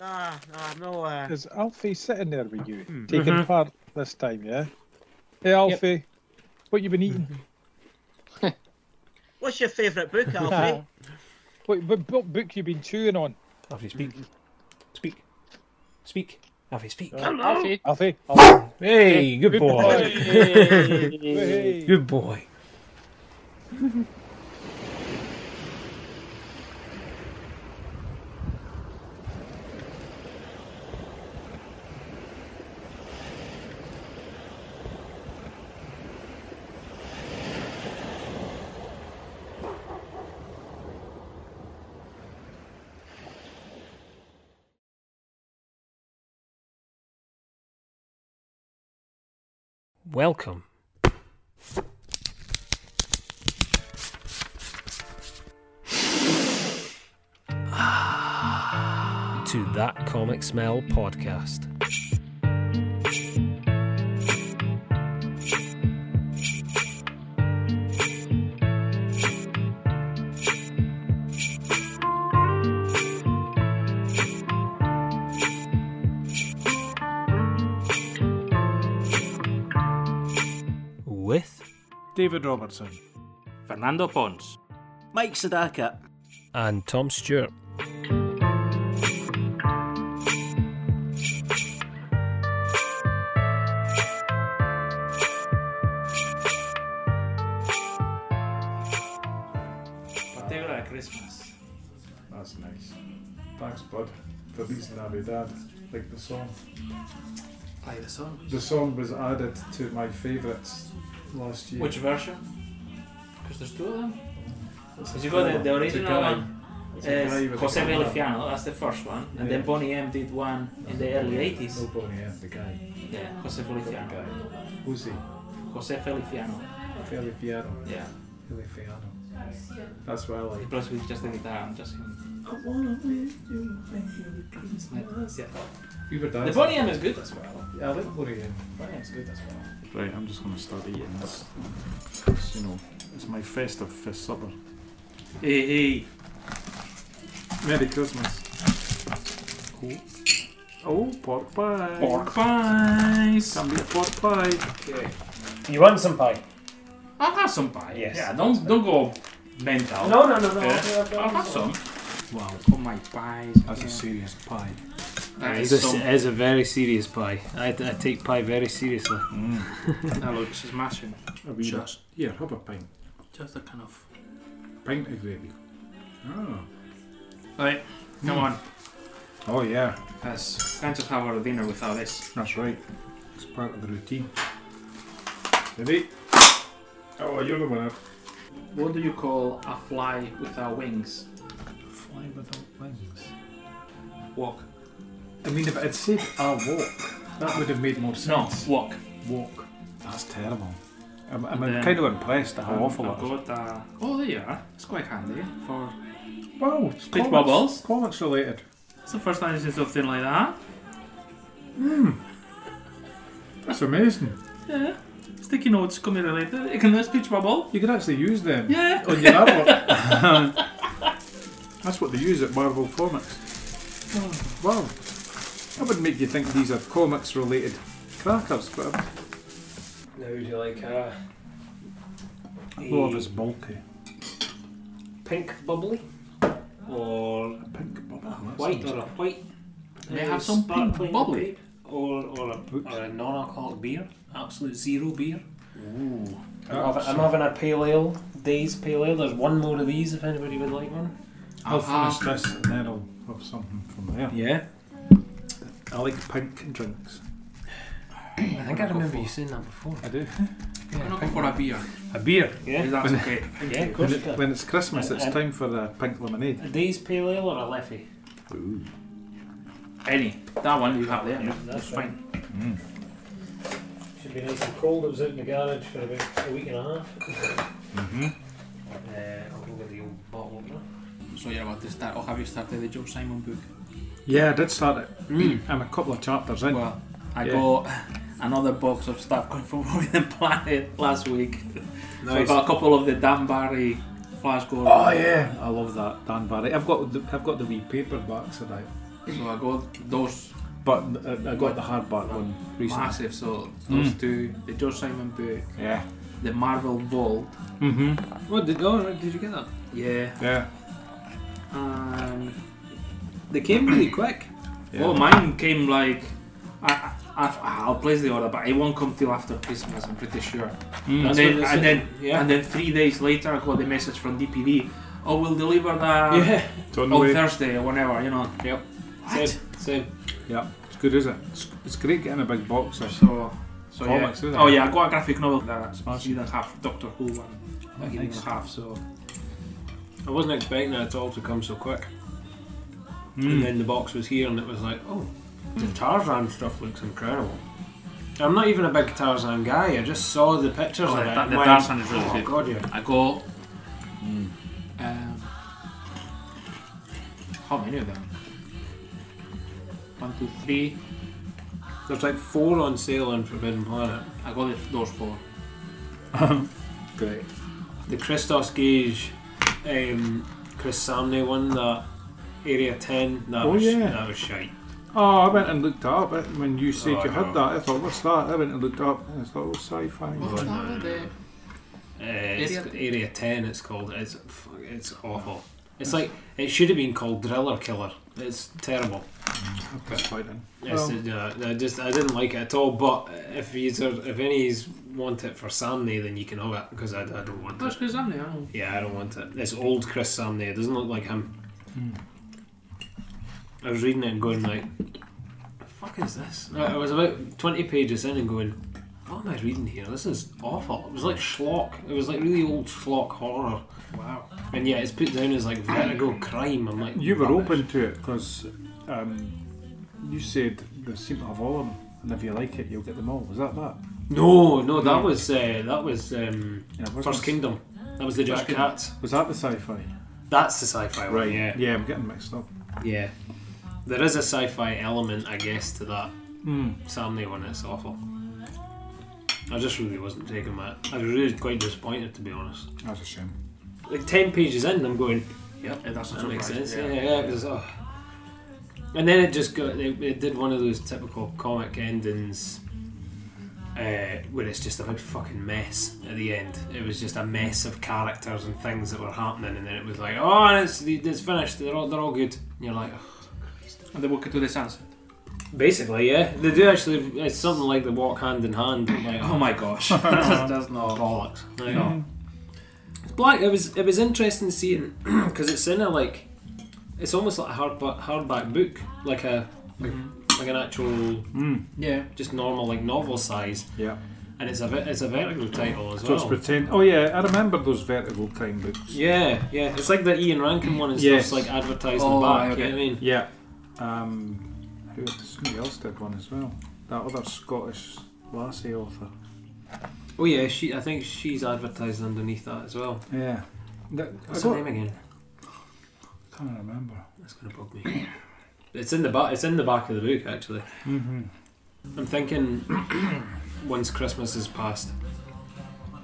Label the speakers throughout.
Speaker 1: Ah, ah, nowhere.
Speaker 2: Is Alfie sitting there with you,
Speaker 1: Hmm.
Speaker 2: taking
Speaker 3: Mhm.
Speaker 2: part this time, yeah? Hey, Alfie, what you been eating?
Speaker 1: What's your favourite book, Alfie?
Speaker 2: What, what, what book you been chewing on?
Speaker 3: Alfie, speak. Speak. Speak. Alfie, speak.
Speaker 4: Alfie.
Speaker 2: Alfie, Alfie.
Speaker 3: Hey, good
Speaker 2: Good
Speaker 3: boy.
Speaker 2: boy.
Speaker 1: Hey.
Speaker 2: Hey.
Speaker 3: Good boy. Welcome to That Comic Smell podcast. With
Speaker 4: David Robertson. Fernando Pons.
Speaker 5: Mike Sadaka.
Speaker 3: and Tom Stewart.
Speaker 4: Patera at Christmas.
Speaker 6: That's nice. Thanks, bud, for these Navidad. Like the song.
Speaker 4: Play the song.
Speaker 6: The song was added to my favourites last year.
Speaker 4: Which version? Because there's two of them.
Speaker 6: It's a
Speaker 4: Because you got the, the
Speaker 6: fella, it's a
Speaker 4: original
Speaker 6: guy.
Speaker 4: one.
Speaker 6: It's a guy
Speaker 4: Uh,
Speaker 6: with a
Speaker 4: Jose
Speaker 6: camera.
Speaker 4: Velifiano, that's the first one. And then
Speaker 6: Yeah.
Speaker 4: Bonnie M did one in the early 80s.
Speaker 6: No, Bonnie M, the guy.
Speaker 4: Yeah, Jose
Speaker 6: The guy.
Speaker 4: Feliciano.
Speaker 6: Who's he?
Speaker 4: Jose Feliciano.
Speaker 6: Feliciano.
Speaker 4: Yeah.
Speaker 6: Feliciano. That's what I
Speaker 4: He
Speaker 6: like.
Speaker 4: plays with just the guitar and just him.
Speaker 6: I wanna with you, Merry
Speaker 4: It's nice.
Speaker 6: Christmas.
Speaker 4: Yeah.
Speaker 6: We were
Speaker 4: The
Speaker 6: dancing.
Speaker 4: Bonnie M is good as well.
Speaker 6: Yeah, I like Bonnie M.
Speaker 4: Bonnie M is good as well.
Speaker 7: Right, I'm just going to start eating this. It's, you know, it's my festive fist supper.
Speaker 4: Hey, hey.
Speaker 7: Merry Christmas. Oh, pork pie.
Speaker 4: Pork pies.
Speaker 7: Can be a pork pie.
Speaker 4: Okay.
Speaker 3: You want some pie?
Speaker 4: I'll have some pie.
Speaker 3: Yes.
Speaker 4: Yeah, don't don't go mental.
Speaker 3: No, no, no, no.
Speaker 4: Yeah.
Speaker 3: I'll do- I'll
Speaker 4: I'll
Speaker 3: do
Speaker 4: have some.
Speaker 7: Wow,
Speaker 4: Oh my pies.
Speaker 7: that's a serious pie.
Speaker 4: That
Speaker 3: It's
Speaker 4: is
Speaker 3: a,
Speaker 4: some-
Speaker 3: it is a very serious pie. I, I take pie very seriously.
Speaker 4: that looks smashing.
Speaker 7: A wee bit.
Speaker 4: Just,
Speaker 7: Here, have a pint.
Speaker 4: just a kind of.
Speaker 7: Pint of gravy. Oh.
Speaker 4: Right, come on.
Speaker 7: oh, yeah,
Speaker 4: Yes, can't just have our dinner without this.
Speaker 7: that's right. It's part of the routine. Ready? Oh, you're the winner.
Speaker 4: What do you call a fly without wings?
Speaker 7: Fly without wings.
Speaker 4: Walk.
Speaker 6: I mean, if it said I walk, that would have made more
Speaker 4: No,
Speaker 6: sense.
Speaker 4: walk.
Speaker 6: Walk.
Speaker 7: That's terrible. I'm, I'm
Speaker 4: Then-
Speaker 7: kind of impressed at how awful
Speaker 4: I've
Speaker 7: it is.
Speaker 4: got uh, Oh, there you are. It's quite handy for.
Speaker 7: Wow,
Speaker 4: Speech
Speaker 7: comments-
Speaker 4: bubbles.
Speaker 7: Comments related.
Speaker 4: It's the first time I've seen something like that.
Speaker 7: That's amazing.
Speaker 4: Yeah. Sticky notes coming related. You can speech bubble.
Speaker 7: You can actually use them
Speaker 4: Yeah.
Speaker 7: on your artwork. Um, That's what they use at Marvel Comics. Wow. That would make you think these are comics related crackers, but I
Speaker 3: Now would you like a,
Speaker 7: love it's bulky.
Speaker 3: pink bubbly or
Speaker 7: A pink bubble.
Speaker 2: Oh,
Speaker 7: that's
Speaker 3: white
Speaker 7: nice.
Speaker 3: or a white?
Speaker 4: They
Speaker 3: uh,
Speaker 4: have some pink
Speaker 3: sparkling
Speaker 4: bubbly.
Speaker 3: grape Or, or, a,
Speaker 7: Oops.
Speaker 3: or a non-alcoholic beer, absolute zero beer.
Speaker 7: Ooh.
Speaker 3: I'm, having, I'm having a pale ale, Days pale ale. There's one more of these if anybody would like one.
Speaker 7: I'll
Speaker 4: Aha.
Speaker 7: finish this and then I'll have something from there.
Speaker 3: Yeah,
Speaker 7: I like pink drinks.
Speaker 3: I think I remember you saying that before.
Speaker 7: I do.
Speaker 4: I'm not going for a beer.
Speaker 3: A beer, yeah,
Speaker 4: If that's okay.
Speaker 3: yeah, of
Speaker 7: When,
Speaker 3: course.
Speaker 7: it, when it's Christmas, it's
Speaker 3: And-
Speaker 7: time for a pink lemonade.
Speaker 3: A Days pale ale or a leffy?
Speaker 4: Any. That one you have there. That's
Speaker 3: fine.
Speaker 4: fine.
Speaker 3: Should be nice and cold. It was out in the garage for about a week and a half. Mm-hmm. Uh, I'll go with the old bottle opener.
Speaker 4: So you're about to start, or have you started the Joe Simon book?
Speaker 7: Yeah, I did start it. I'm a couple of chapters in.
Speaker 4: Well, I
Speaker 7: Yeah.
Speaker 4: got another box of stuff going from Forbidden Planet last week. So I
Speaker 7: Nice.
Speaker 4: got a couple of the Dan Barry Flash Gordon.
Speaker 6: Oh,
Speaker 7: Oh yeah, I love that Dan Barry. I've got the, I've got the wee paperbacks of that.
Speaker 4: So I got those
Speaker 6: But
Speaker 7: uh,
Speaker 6: I, I got the hardback one recently.
Speaker 4: massive. So those
Speaker 3: Mm.
Speaker 4: two, the George Simon book,
Speaker 6: Yeah.
Speaker 4: the Marvel Vault.
Speaker 6: Mm-hmm.
Speaker 4: What did oh right, did you get that? Yeah.
Speaker 6: Yeah.
Speaker 4: And they came really quick.
Speaker 6: Yeah.
Speaker 4: Well, mine came like I, I I'll place the order, but it won't come till after Christmas. I'm pretty sure.
Speaker 3: Mm. That's
Speaker 4: and
Speaker 3: what
Speaker 4: then,
Speaker 3: they
Speaker 4: and
Speaker 3: said,
Speaker 4: then,
Speaker 3: yeah.
Speaker 4: and then three days later, I got the message from DPD. Oh, we'll deliver that
Speaker 3: yeah.
Speaker 6: It's on the
Speaker 4: on
Speaker 6: way.
Speaker 4: Thursday or whenever. You know.
Speaker 3: Yep.
Speaker 4: What?
Speaker 3: Same. Same.
Speaker 6: Yeah. It's good, is it? It's, it's great getting a big box. Of,
Speaker 4: So, so
Speaker 6: Comics,
Speaker 4: yeah.
Speaker 6: isn't it?
Speaker 4: Oh yeah, I got a graphic novel that
Speaker 6: Smashing.
Speaker 4: he didn't have Doctor Who one. That he didn't
Speaker 6: nice.
Speaker 4: have. So
Speaker 3: I wasn't expecting that at all to come so quick. And
Speaker 4: Hmm.
Speaker 6: Mm.
Speaker 3: then the box was here, and it was like, oh, the Tarzan stuff looks incredible. I'm not even a big Tarzan guy. I just saw the pictures
Speaker 4: Oh,
Speaker 3: of
Speaker 4: the-
Speaker 3: it.
Speaker 4: the
Speaker 3: and went,
Speaker 4: Tarzan is really
Speaker 3: oh,
Speaker 4: good."
Speaker 3: God, yeah.
Speaker 4: I got. Um, how many of them? One, two, three.
Speaker 3: There's like four on sale on Forbidden Planet.
Speaker 4: I got it, those four.
Speaker 6: Great.
Speaker 3: The Christos Gage, um, Chris Samney one, that Area 10, that,
Speaker 6: Oh,
Speaker 3: was,
Speaker 6: yeah.
Speaker 3: that was shite.
Speaker 6: Oh, I went and looked it up eh, when you said
Speaker 3: Oh,
Speaker 6: you
Speaker 3: no.
Speaker 6: had that. I thought, what's that? I went and looked it up and I thought, oh, sci-fi.
Speaker 4: What's
Speaker 3: no,
Speaker 4: that
Speaker 3: no,
Speaker 4: with
Speaker 3: no.
Speaker 4: the-
Speaker 3: Uh, it's
Speaker 4: Area-
Speaker 3: got Area 10, it's called. It's, fuck, it's awful. It's like, it should have been called Driller Killer. It's terrible.
Speaker 6: That's quite in.
Speaker 3: It's, uh, I just I didn't like it at all. But if you if any's want it for Samney, then you can have it because I, I don't want
Speaker 4: That's
Speaker 3: it.
Speaker 4: Chris Amney, I don't know.
Speaker 3: Yeah, I don't want it. It's old Chris Samney. It doesn't look like him. I was reading it and going like, "The fuck is this?" I, I was about twenty pages in and going, "What am I reading here? This is awful." It was like schlock. It was like really old schlock horror.
Speaker 4: Wow.
Speaker 3: And yeah, it's put down as like vertigo crime. I'm like,
Speaker 6: You were
Speaker 3: "Rubbish."
Speaker 6: open to it because um, you said they seem to have all of them, and if you like it, you'll get them all. Was that that?
Speaker 3: No, no, that was uh, that was um,
Speaker 6: Yeah, wasn't
Speaker 3: First
Speaker 6: it?
Speaker 3: Kingdom. That was the Just
Speaker 6: First Kingdom.
Speaker 3: Cats.
Speaker 6: Was that the sci-fi?
Speaker 3: That's the sci-fi one. Yeah.
Speaker 6: Yeah, I'm getting mixed up.
Speaker 3: Yeah. There is a sci-fi element, I guess, to that
Speaker 6: Mm.
Speaker 3: Samney one. It's awful. I just really wasn't taking my. I was really quite disappointed, to be honest.
Speaker 6: That's a shame.
Speaker 3: Like ten pages in, I'm going. Yep,
Speaker 4: Yeah, that's a
Speaker 3: that makes
Speaker 4: surprise,
Speaker 3: sense.
Speaker 4: yeah.
Speaker 3: Yeah, yeah. it was, oh. And then it just got. It, it did one of those typical comic endings. Uh, where it's just a big fucking mess at the end. It was just a mess of characters and things that were happening, and then it was like, oh, and it's it's finished. They're all they're all good. And you're like,
Speaker 4: And they walk into the sunset.
Speaker 3: Basically, yeah. They do actually. It's something like they walk hand in hand. Like,
Speaker 4: Oh my gosh. that's, that's not.
Speaker 3: bollocks! I know. It's black. It was. It was interesting seeing because it's in a like. It's almost like a hard hardback book, like a like, like an actual
Speaker 4: Yeah.
Speaker 3: just normal like novel size,
Speaker 6: Yeah.
Speaker 3: and it's a ve- it's a vertigo title as
Speaker 6: So it's
Speaker 3: well.
Speaker 6: pretend. Oh yeah, I remember those Vertigo crime books.
Speaker 3: Yeah, yeah. It's like the Ian Rankin one and
Speaker 6: Yes.
Speaker 3: stuff's like advertising
Speaker 4: Oh,
Speaker 3: back.
Speaker 4: right,
Speaker 3: You know what I mean?
Speaker 6: Yeah. Um, who? Somebody else did one as well. That other Scottish lassie author.
Speaker 3: Oh yeah, she. I think she's advertised underneath that as well.
Speaker 6: Yeah. That, I
Speaker 3: What's her
Speaker 6: got,
Speaker 3: name again?
Speaker 6: can't remember.
Speaker 3: That's gonna bug me. It's in the back. It's in the back of the book, actually.
Speaker 6: Mm-hmm.
Speaker 3: I'm thinking once Christmas is past,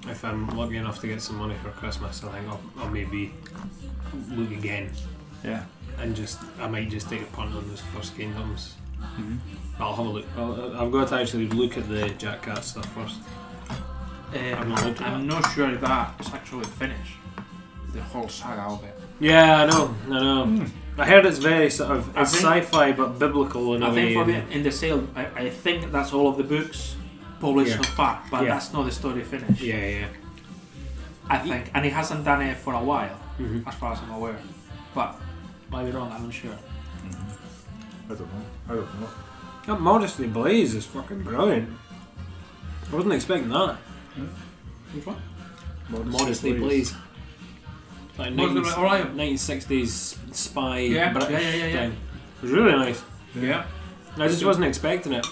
Speaker 3: if I'm lucky enough to get some money for Christmas, I think I'll, I'll maybe look again
Speaker 6: Yeah.
Speaker 3: and just I might just take a punt on those first kingdoms.
Speaker 6: Mm-hmm.
Speaker 3: I'll have a look. I'll, I've got to actually look at the Jack Cat stuff first. I'm
Speaker 4: Um,
Speaker 3: not looking
Speaker 4: I'm not sure if that is actually finished. The whole saga of it.
Speaker 3: Yeah, I know. I know.
Speaker 6: Mm.
Speaker 3: I heard it's very sort of
Speaker 4: I
Speaker 3: it's
Speaker 4: think-
Speaker 3: sci-fi but biblical in a
Speaker 4: Hmm. I think
Speaker 3: way.
Speaker 4: for
Speaker 3: and-
Speaker 4: the, in the sale, I, I think that's all of the books published
Speaker 3: Yeah.
Speaker 4: so far, but
Speaker 3: Yeah.
Speaker 4: that's not the story finished.
Speaker 3: yeah, yeah.
Speaker 4: I think, and he hasn't done it for a while,
Speaker 3: hmm
Speaker 4: as far as I'm aware. But might be wrong. I'm not sure.
Speaker 6: I don't know. I don't know.
Speaker 3: That modesty blaze is fucking brilliant. I wasn't expecting that.
Speaker 4: Which one?
Speaker 3: Modestly, please. Like
Speaker 4: Modestly
Speaker 3: 19,
Speaker 4: Blaze, alright.
Speaker 3: 1960s spy
Speaker 4: Yeah,
Speaker 3: British
Speaker 4: yeah, yeah, yeah, yeah.
Speaker 3: thing. It was really nice.
Speaker 4: Yeah.
Speaker 3: I just wasn't expecting it.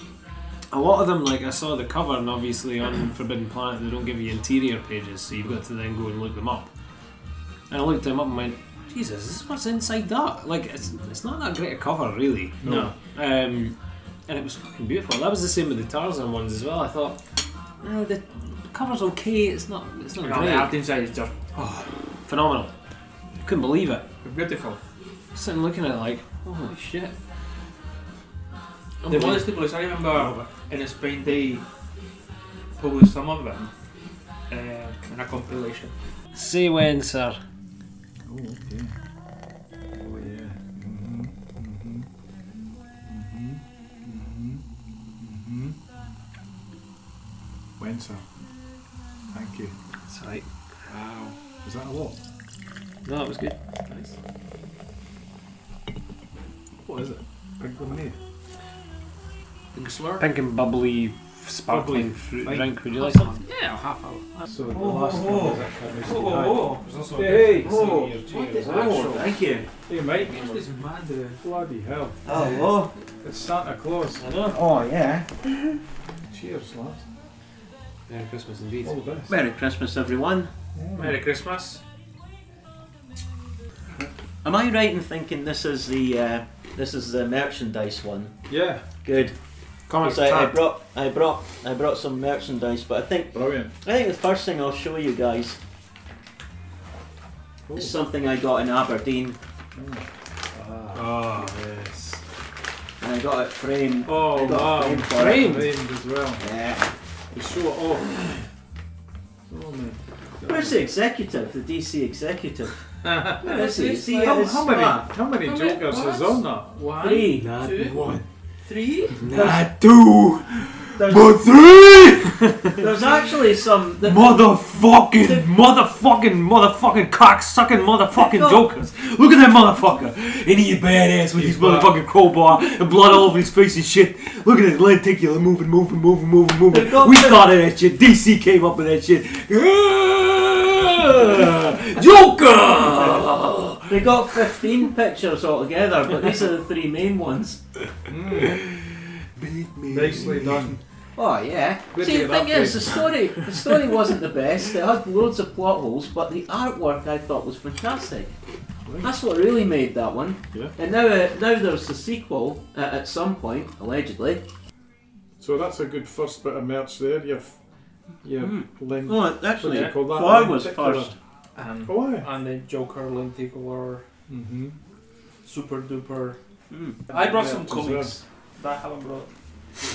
Speaker 3: A lot of them, like I saw the cover, and obviously on Forbidden Planet they don't give you interior pages, so you've got to then go and look them up. And I looked them up and went, Jesus, this is what's inside that. Like it's it's not that great a cover, really.
Speaker 6: No.
Speaker 3: Um, and it was fucking beautiful. That was the same with the Tarzan ones as well. I thought, eh, the cover's okay. It's not. It's not
Speaker 6: Oh,
Speaker 4: No,
Speaker 3: great.
Speaker 4: the art inside is just
Speaker 3: Phenomenal. Couldn't believe it.
Speaker 4: beautiful.
Speaker 3: Sitting looking at it like, holy shit.
Speaker 4: And
Speaker 3: Did we-
Speaker 4: honestly, boys, I remember in Spain they published some of them uh, in a compilation.
Speaker 3: Say when, sir.
Speaker 6: Oh, okay. Oh, yeah. Mm-hmm. Mm-hmm. Mm-hmm. Mm-hmm. Mm-hmm. When, sir? Thank you.
Speaker 3: That's right.
Speaker 6: Wow. Is that a lot?
Speaker 3: No, that was good.
Speaker 6: Nice. What is it? Pink lemonade?
Speaker 4: Think slur?
Speaker 3: Pink and bubbly, sparkling
Speaker 6: Bubbly.
Speaker 3: fruit
Speaker 6: Like-
Speaker 3: drink. Would you like some?
Speaker 4: Yeah, half hour.
Speaker 6: So the
Speaker 4: Oh,
Speaker 6: last
Speaker 4: oh,
Speaker 6: one
Speaker 4: oh.
Speaker 6: was actually nice
Speaker 4: Oh,
Speaker 6: to die.
Speaker 4: oh,
Speaker 6: There's also a
Speaker 8: Hey,
Speaker 6: bit of
Speaker 4: oh.
Speaker 6: senior
Speaker 4: What
Speaker 6: cheers,
Speaker 4: is actual?
Speaker 6: actually.
Speaker 4: Thank you.
Speaker 6: Hey, mate.
Speaker 4: What's this man
Speaker 3: uh,
Speaker 4: doing?
Speaker 6: Bloody hell.
Speaker 1: Hello.
Speaker 6: It's Santa Claus.
Speaker 3: Oh, I know.
Speaker 1: Oh yeah.
Speaker 6: Cheers, lads.
Speaker 3: Merry Christmas indeed.
Speaker 6: All the best.
Speaker 1: Merry Christmas, everyone.
Speaker 4: Merry Christmas.
Speaker 1: Am I right in thinking this is the uh, this is the merchandise one?
Speaker 6: Yeah.
Speaker 1: Good.
Speaker 6: Oh,
Speaker 3: Comment
Speaker 1: 'Cause I, I brought I brought I brought some merchandise, but I think
Speaker 6: Brilliant.
Speaker 1: I think the first thing I'll show you guys
Speaker 6: Cool.
Speaker 1: is something I got in Aberdeen,
Speaker 6: Ah,
Speaker 4: Oh,
Speaker 6: yes.
Speaker 1: and I got it framed. uh,
Speaker 6: Oh,
Speaker 1: I got
Speaker 6: wow.
Speaker 1: framed for it.
Speaker 6: Framed as well.
Speaker 1: Yeah.
Speaker 6: To show it off. Oh, man.
Speaker 1: Where's the executive? The DC executive. Where is he? Is he at
Speaker 6: How,
Speaker 1: his
Speaker 6: how many,
Speaker 1: spa?
Speaker 6: how many
Speaker 4: How many
Speaker 6: jokers
Speaker 4: parts?
Speaker 6: is on that?
Speaker 4: One,
Speaker 1: Three.
Speaker 4: two,
Speaker 3: one.
Speaker 4: three.
Speaker 3: Not two.
Speaker 1: There's,
Speaker 3: three.
Speaker 1: there's actually some. The,
Speaker 3: Motherfucking, motherfucking, motherfucking cocksucking, motherfucking jokers. Look at that motherfucker. Ain't he a badass with his motherfucking crowbar and blood all over his face and shit. Look at his lenticular moving, moving, moving, moving, moving.
Speaker 1: They've got
Speaker 3: We
Speaker 1: the-
Speaker 3: thought of that shit. DC came up with that shit. Yeah. Joker!
Speaker 1: they got 15 pictures altogether, but these are the three main ones.
Speaker 3: Beat me.
Speaker 6: Nicely done.
Speaker 1: Oh yeah.
Speaker 6: Good
Speaker 1: See, the
Speaker 6: to get
Speaker 1: thing
Speaker 6: an
Speaker 1: is, the story the story wasn't the best. It had loads of plot holes, but the artwork I thought was fantastic. That's what really made that one.
Speaker 6: Yeah.
Speaker 1: And now, uh, now there's the sequel uh, at some point, allegedly.
Speaker 6: So that's a good first bit of merch there. You've, you've lent.
Speaker 1: Oh,
Speaker 6: What do
Speaker 1: actually,
Speaker 6: you call that?
Speaker 1: Thor was
Speaker 6: Lenticular.
Speaker 1: first.
Speaker 4: And,
Speaker 6: Oh, aye.
Speaker 4: and then Joker, Lenticular,
Speaker 6: Mm-hmm.
Speaker 4: Super Duper.
Speaker 1: Mm.
Speaker 4: I brought
Speaker 6: Yeah,
Speaker 4: some
Speaker 6: as well.
Speaker 4: comics that I haven't brought.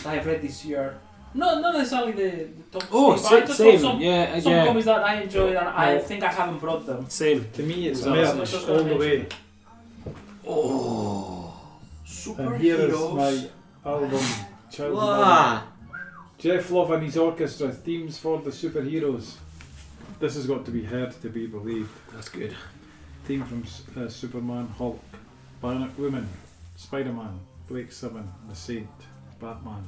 Speaker 4: That I've read this year. No, not necessarily the, the top.
Speaker 3: Oh,
Speaker 4: three, but I
Speaker 3: same.
Speaker 4: just
Speaker 3: same.
Speaker 4: brought some,
Speaker 3: yeah,
Speaker 4: some
Speaker 3: yeah.
Speaker 4: comics that I enjoyed, and I
Speaker 3: No.
Speaker 4: think I haven't brought them.
Speaker 3: Same.
Speaker 6: To me, it's
Speaker 3: So-
Speaker 6: merch all the way. And here is my
Speaker 4: Superheroes.
Speaker 6: album, Child Mother.
Speaker 1: Wow.
Speaker 6: Jeff Love and his orchestra, themes for the superheroes. This has got to be heard to be believed.
Speaker 3: That's good.
Speaker 6: Theme from S- uh, Superman, Hulk, Bionic Woman, Spider Man, Blake Seven, The Saint, Batman,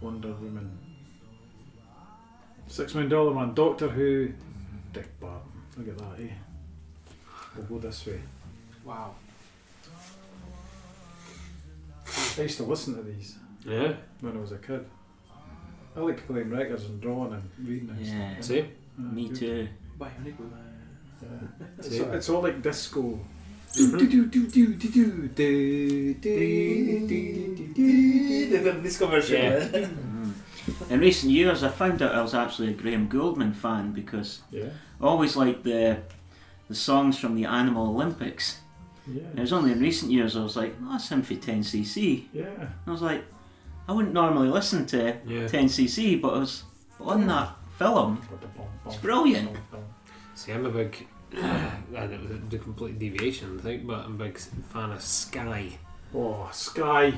Speaker 6: Wonder Woman, Six Million Dollar Man, Doctor Who, Dick Barton. Look at that, eh? We'll go this way.
Speaker 4: Wow.
Speaker 6: I used to listen to these
Speaker 3: Yeah.
Speaker 6: when I was a kid. I liked playing records and drawing and reading and
Speaker 1: Yeah.
Speaker 6: stuff.
Speaker 3: Same.
Speaker 6: Yeah,
Speaker 1: Me
Speaker 6: good.
Speaker 1: too.
Speaker 4: Bionic Woman.
Speaker 6: Yeah. It's,
Speaker 3: Same.
Speaker 6: it's all like disco. Do do do do do do do do do do do.
Speaker 4: This commercial.
Speaker 3: Yeah.
Speaker 4: eh?
Speaker 1: Mm-hmm. In recent years, I found out I was actually a Graham Goldman fan because
Speaker 6: Yeah.
Speaker 1: I always liked the the songs from the Animal Olympics. And it
Speaker 6: Yeah.
Speaker 1: was only in recent years I was like, oh, that's him for 10cc.
Speaker 6: Yeah.
Speaker 1: And I was like, I wouldn't normally listen to
Speaker 3: Yeah.
Speaker 1: 10cc, but I was
Speaker 4: Hmm.
Speaker 1: on that film. It's brilliant.
Speaker 3: See, I'm a big, I don't know, the complete deviation, I think, but I'm a big fan of Sky.
Speaker 6: Oh, Sky.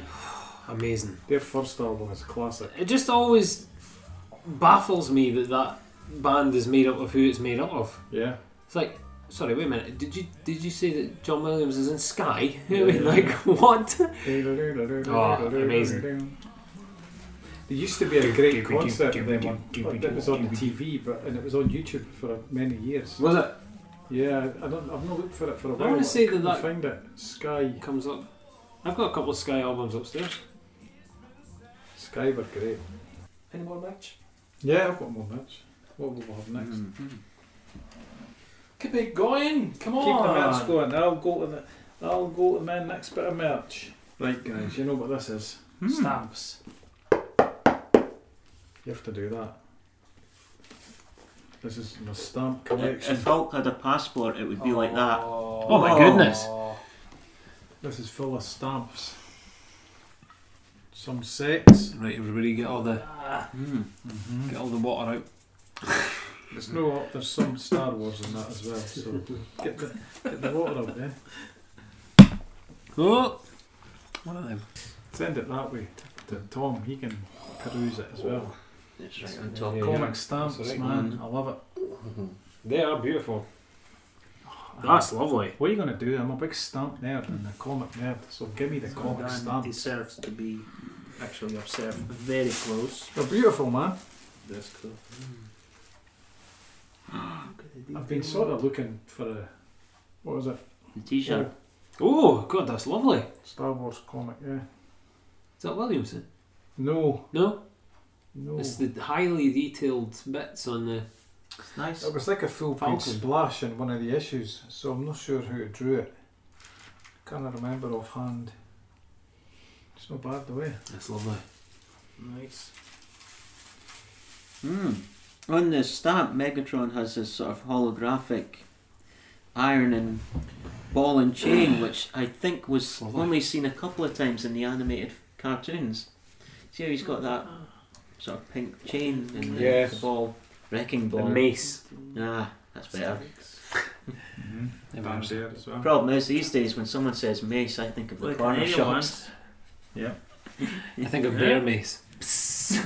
Speaker 3: Amazing.
Speaker 6: Their first album is classic.
Speaker 3: It just always baffles me that that band is made up of who it's made up of.
Speaker 6: Yeah.
Speaker 3: It's like, sorry, wait a minute. Did you did you say that John Williams is in Sky? I mean, like what?
Speaker 6: Oh,
Speaker 3: amazing.
Speaker 6: There used to be a great concert of them on, it was on TV, but and it was on YouTube for many years.
Speaker 3: Was it
Speaker 6: Yeah, I don't, I've not looked for it for a
Speaker 3: I
Speaker 6: while.
Speaker 3: wanna
Speaker 6: but
Speaker 3: say that
Speaker 6: couldn't
Speaker 3: that-
Speaker 6: find it. Sky,
Speaker 3: comes up? I've got a couple of Sky albums upstairs.
Speaker 6: Sky were great.
Speaker 4: Any more match?
Speaker 6: Yeah, I've got more match. What will we have next?
Speaker 4: Keep it going. Come
Speaker 6: Keep the
Speaker 4: on.
Speaker 6: merch going. I'll go to the, I'll go to my next bit of merch. Right, guys, you know what this is. Stamps. You have to do that. This is my stamp collection.
Speaker 1: If Hulk had a passport, it would be like that.
Speaker 3: Oh my goodness!
Speaker 6: This is full of stamps. Some sets.
Speaker 3: Right, everybody, get all the
Speaker 4: Oh.
Speaker 5: Hmm.
Speaker 6: Mm-hmm.
Speaker 3: get all the water out.
Speaker 6: There's no op- there's some Star Wars in that as well, so get the get the water eh? up there.
Speaker 3: Oh, one of them.
Speaker 6: Send it that way to Tom. He can peruse it as well.
Speaker 5: It's right on top.
Speaker 3: Yeah, yeah.
Speaker 6: Comic stamps,
Speaker 3: That's right.
Speaker 6: man. I love it. Oh,
Speaker 3: They are beautiful. That's lovely.
Speaker 6: What are you going to do? I'm a big stamp nerd and a comic nerd, so give me the comic
Speaker 4: Dan
Speaker 6: stamp.
Speaker 4: deserves to be actually observed very close.
Speaker 6: They're beautiful, man.
Speaker 4: That's cool.
Speaker 6: I've been sort of looking for a. What was it?
Speaker 5: The t-shirt.
Speaker 3: Oh God, that's lovely.
Speaker 6: Star Wars comic, yeah.
Speaker 3: Is that Williamson?
Speaker 6: No,
Speaker 3: No,
Speaker 6: no.
Speaker 3: it's the highly detailed bits on the.
Speaker 5: It's nice.
Speaker 6: It was like a full page
Speaker 3: Falcon.
Speaker 6: splash in one of the issues, so I'm not sure who drew it. Can't remember offhand. It's not bad the way.
Speaker 3: That's lovely.
Speaker 4: Nice.
Speaker 5: Hmm. On the stamp, Megatron has this sort of holographic iron and ball and chain, which I think was
Speaker 3: Lovely.
Speaker 5: only seen a couple of times in the animated cartoons. See how he's got that sort of pink chain and the
Speaker 3: Yes.
Speaker 5: ball, wrecking ball.
Speaker 3: mace.
Speaker 5: ah, that's better.
Speaker 6: Band there Mm-hmm. as well.
Speaker 5: Problem is, these days when someone says mace, I think of the
Speaker 4: Like
Speaker 5: corner
Speaker 4: anyone.
Speaker 5: shops.
Speaker 3: I think a bear mace.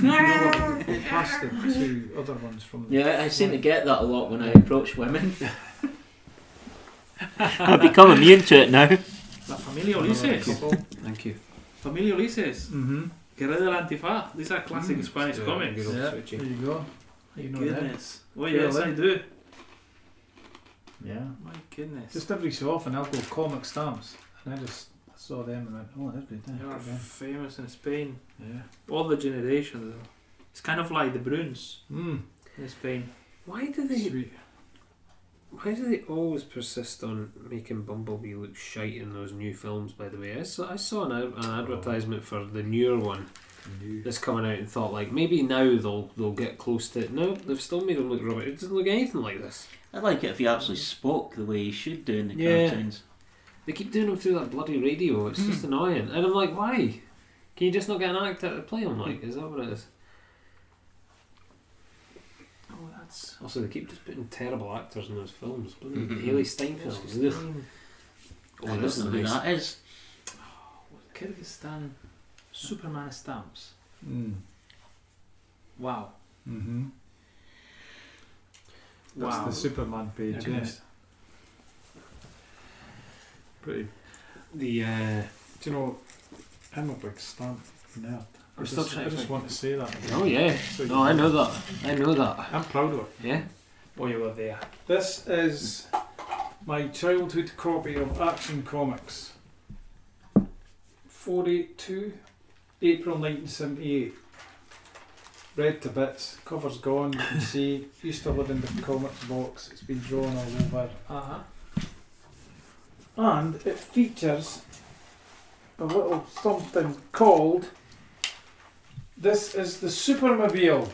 Speaker 6: No, they passed the two other ones from the.
Speaker 5: Yeah, I seem to get that a lot when I approach women. I've become immune to it now.
Speaker 4: La familia Ulises.
Speaker 3: Thank you.
Speaker 4: Familia Ulises.
Speaker 6: Mm-hmm.
Speaker 4: Guerrero del Antifaz. These are classic
Speaker 6: Mm.
Speaker 4: Spanish comics.
Speaker 6: old There you go.
Speaker 4: My
Speaker 6: You know that.
Speaker 4: goodness. Oh
Speaker 6: Yeah,
Speaker 4: yes,
Speaker 6: then.
Speaker 4: I do.
Speaker 6: Yeah.
Speaker 4: My goodness.
Speaker 6: Just every so often I'll go comic stamps, and I just saw them and went, oh, that's good.
Speaker 4: they are
Speaker 6: Yeah.
Speaker 4: famous in Spain.
Speaker 6: yeah.
Speaker 4: All the generations. though. It's kind of like the Bruins
Speaker 6: Mm,
Speaker 4: in Spain.
Speaker 3: Why do they?
Speaker 6: sweet.
Speaker 3: Why do they always persist on making Bumblebee look shite in those new films? By the way, I saw, I saw an, ad- an advertisement for the newer one that's coming out and thought like maybe now they'll they'll get close to it. No, they've still made him look rubbish. It doesn't look anything like this.
Speaker 5: I'd like it if he actually spoke the way he should do in the
Speaker 3: Yeah.
Speaker 5: cartoons.
Speaker 3: They keep doing him through that bloody radio. It's just annoying. And I'm like, why? Can you just not get an actor to play him? Like, is that what it is?
Speaker 4: Oh, that's.
Speaker 3: Also, they keep just putting terrible actors in those films. Haley Stein films. ugh.
Speaker 5: I
Speaker 3: Oh,
Speaker 5: don't
Speaker 3: this is
Speaker 5: know who
Speaker 3: nice.
Speaker 5: that is.
Speaker 4: Kyrgyzstan Superman stamps.
Speaker 6: Mm.
Speaker 4: Wow.
Speaker 6: Mm-hmm. That's
Speaker 4: wow.
Speaker 6: the Superman page,
Speaker 3: Okay.
Speaker 6: yes. Pretty.
Speaker 3: The uh,
Speaker 6: Do you know, I'm a big stamp nerd. I
Speaker 3: I'm still
Speaker 6: just,
Speaker 3: trying
Speaker 6: I
Speaker 3: to
Speaker 6: just
Speaker 3: think.
Speaker 6: want to say that.
Speaker 3: oh yeah,
Speaker 6: So
Speaker 3: no, I know that. I know that.
Speaker 6: I'm proud of it.
Speaker 3: Yeah.
Speaker 4: Oh, you were there.
Speaker 6: This is my childhood copy of Action Comics. 482, April 1978. Read to bits, cover's gone, you can see. Used to live in the comics box, it's been drawn all over.
Speaker 4: Uh-huh.
Speaker 6: and it features a little something called this is the supermobile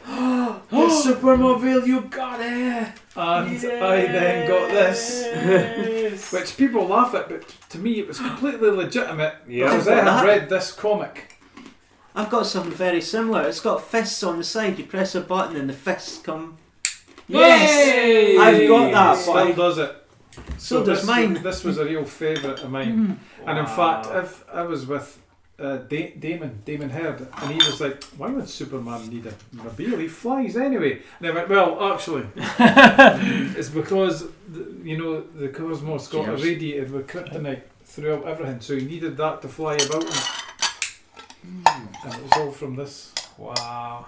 Speaker 4: The Supermobile, you got it!
Speaker 6: and i then got this
Speaker 4: Yes.
Speaker 6: which people laugh at but to me it was completely legitimate
Speaker 3: Yeah.
Speaker 6: because i had read this comic
Speaker 5: I've got something very similar. It's got fists on the side. You press a button and the fists come.
Speaker 3: Yes!
Speaker 5: I've got that, but
Speaker 6: still
Speaker 5: I,
Speaker 6: does it
Speaker 5: so does
Speaker 6: this,
Speaker 5: mine. Mm-hmm.
Speaker 6: this was a real favourite of mine And in fact, if I was with uh, da- Damon, Damon Heard, and he was like, "Why would Superman need a mobile? He flies anyway." And I went, "Well, actually, it's because the, you know the cosmos got
Speaker 5: Cheers.
Speaker 6: irradiated with kryptonite throughout everything, so he needed that to fly about." in." And it was all from this.
Speaker 4: Wow.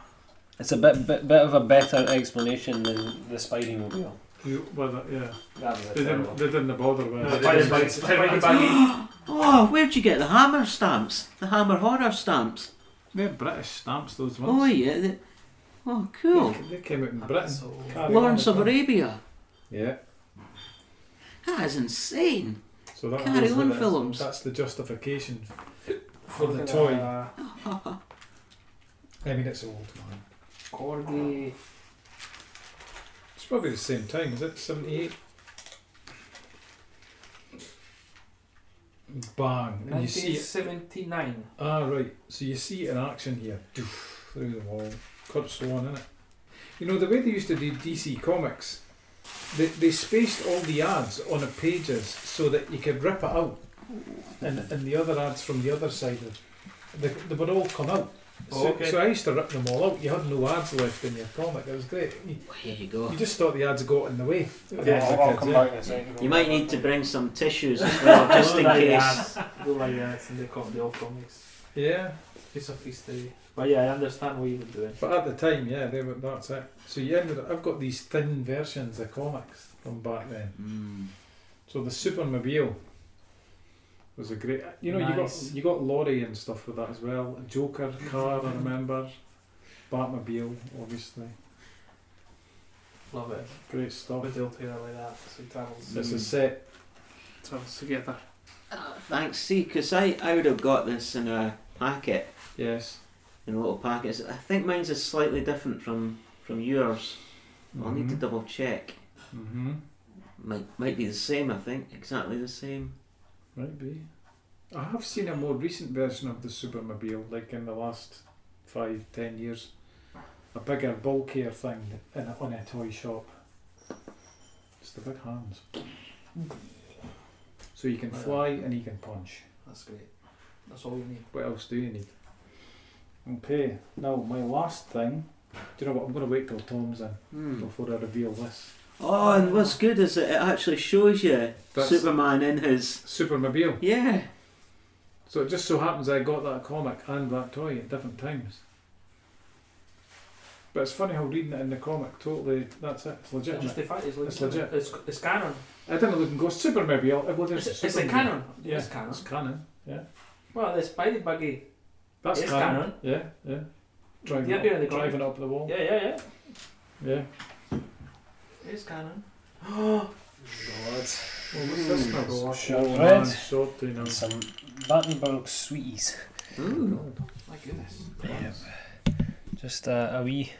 Speaker 3: It's a bit, bit, bit of a better explanation than the Spidey mobile.
Speaker 6: You- Well, yeah,
Speaker 3: That was a
Speaker 6: they didn't, they didn't bother with
Speaker 4: No,
Speaker 6: it.
Speaker 4: Spider Baggy. Spider Baggy.
Speaker 5: Oh, where'd you get the hammer stamps? The hammer horror stamps?
Speaker 6: They're British stamps, those
Speaker 5: Oh,
Speaker 6: ones.
Speaker 5: yeah. The, oh, cool.
Speaker 6: They, they came out in Britain. Carry on
Speaker 5: Lawrence
Speaker 6: with
Speaker 5: of
Speaker 6: them.
Speaker 5: Arabia.
Speaker 6: Yeah.
Speaker 5: That is insane.
Speaker 6: So that
Speaker 5: Carry
Speaker 6: was
Speaker 5: on,
Speaker 6: the,
Speaker 5: Phillips.
Speaker 6: That's the justification for the toy. I mean, it's old, man.
Speaker 3: Corgi.
Speaker 6: It's probably the same time, is it? 78? bang, and you see it.
Speaker 4: 1979.
Speaker 6: Ah, right. So you see it in action here, doof, through the wall. Kurt Swan, innit? You know, the way they used to do DC Comics, they, they spaced all the ads on the pages so that you could rip it out, and, and the other ads from the other side, of, they, they would all come out. So,
Speaker 4: Oh, okay.
Speaker 6: so I used to rip them all out. You had no ads left in your comic. It was great. You,
Speaker 5: Here you go.
Speaker 6: you just thought the ads got in the way.
Speaker 4: Yeah,
Speaker 6: As a
Speaker 2: I'll, I'll
Speaker 6: kid,
Speaker 2: come
Speaker 6: yeah.
Speaker 2: back in a second.
Speaker 5: You might need to bring some tissues as well, just in case.
Speaker 4: Go like that, and they copy all comics.
Speaker 6: Yeah.
Speaker 4: Piece of history. But yeah, I understand what you were doing.
Speaker 6: But at the time, yeah, they were, that's it. So you ended up, I've got these thin versions of comics from back then.
Speaker 5: Mm.
Speaker 6: So the Supermobile was a great. You know, you
Speaker 4: Nice.
Speaker 6: got you got Laurie and stuff with that as well. Joker car, I remember. Batmobile, obviously,
Speaker 4: Love it.
Speaker 6: great
Speaker 4: Love
Speaker 6: stuff.
Speaker 4: a Delta like that. So it travels.
Speaker 6: It's a set.
Speaker 4: travels together.
Speaker 5: Ah, thanks, see, 'cause I, I would have got this in a packet,
Speaker 6: Yes.
Speaker 5: in little packets. I think mine's is slightly different from, from yours. I'll need to double check.
Speaker 6: Mm-hmm.
Speaker 5: Might, might be the same, I think. Exactly the same.
Speaker 6: Might be. I have seen a more recent version of the Supermobile, like in the last five, ten years. A bigger, bulkier thing in a, on a toy shop. It's the big hands. So you can fly and you can punch.
Speaker 4: That's great. That's all you need.
Speaker 6: What else do you need? Okay, now my last thing. Do you know what? I'm going to wait till Tom's in
Speaker 5: Hmm.
Speaker 6: before I reveal this.
Speaker 5: Oh, and what's good is that it actually shows you
Speaker 6: That's-
Speaker 5: Superman in his.
Speaker 6: Supermobile.
Speaker 5: Yeah.
Speaker 6: So it just so happens I got that comic and that toy at different times. But it's funny how reading it in the comic totally, that's it, it's
Speaker 4: It's
Speaker 6: legitimate.
Speaker 4: justified. It's,
Speaker 6: It's
Speaker 4: legitimate.
Speaker 6: legit.
Speaker 4: It's, it's canon.
Speaker 6: I didn't look and go, Supermobile, eh, well there's
Speaker 4: It's,
Speaker 6: a
Speaker 4: it's a
Speaker 6: Supermobile."
Speaker 4: canon.
Speaker 6: Yeah.
Speaker 4: It's canon.
Speaker 6: It's canon.
Speaker 4: Well, the Spidey buggy.
Speaker 6: That's
Speaker 4: It's
Speaker 6: canon. Yeah, yeah. Driving,
Speaker 4: Yeah, behind
Speaker 6: up,
Speaker 4: the comic.
Speaker 6: driving up the wall.
Speaker 4: Yeah, yeah, yeah.
Speaker 6: Yeah.
Speaker 4: It's canon.
Speaker 3: God.
Speaker 6: Well, what's this
Speaker 5: Ooh.
Speaker 6: now?
Speaker 4: Go
Speaker 6: Oh,
Speaker 2: Short
Speaker 6: man,
Speaker 2: red.
Speaker 6: salty now.
Speaker 2: And some Battenberg sweeties.
Speaker 5: Ooh.
Speaker 4: My goodness.
Speaker 2: Yep. Just uh, a wee,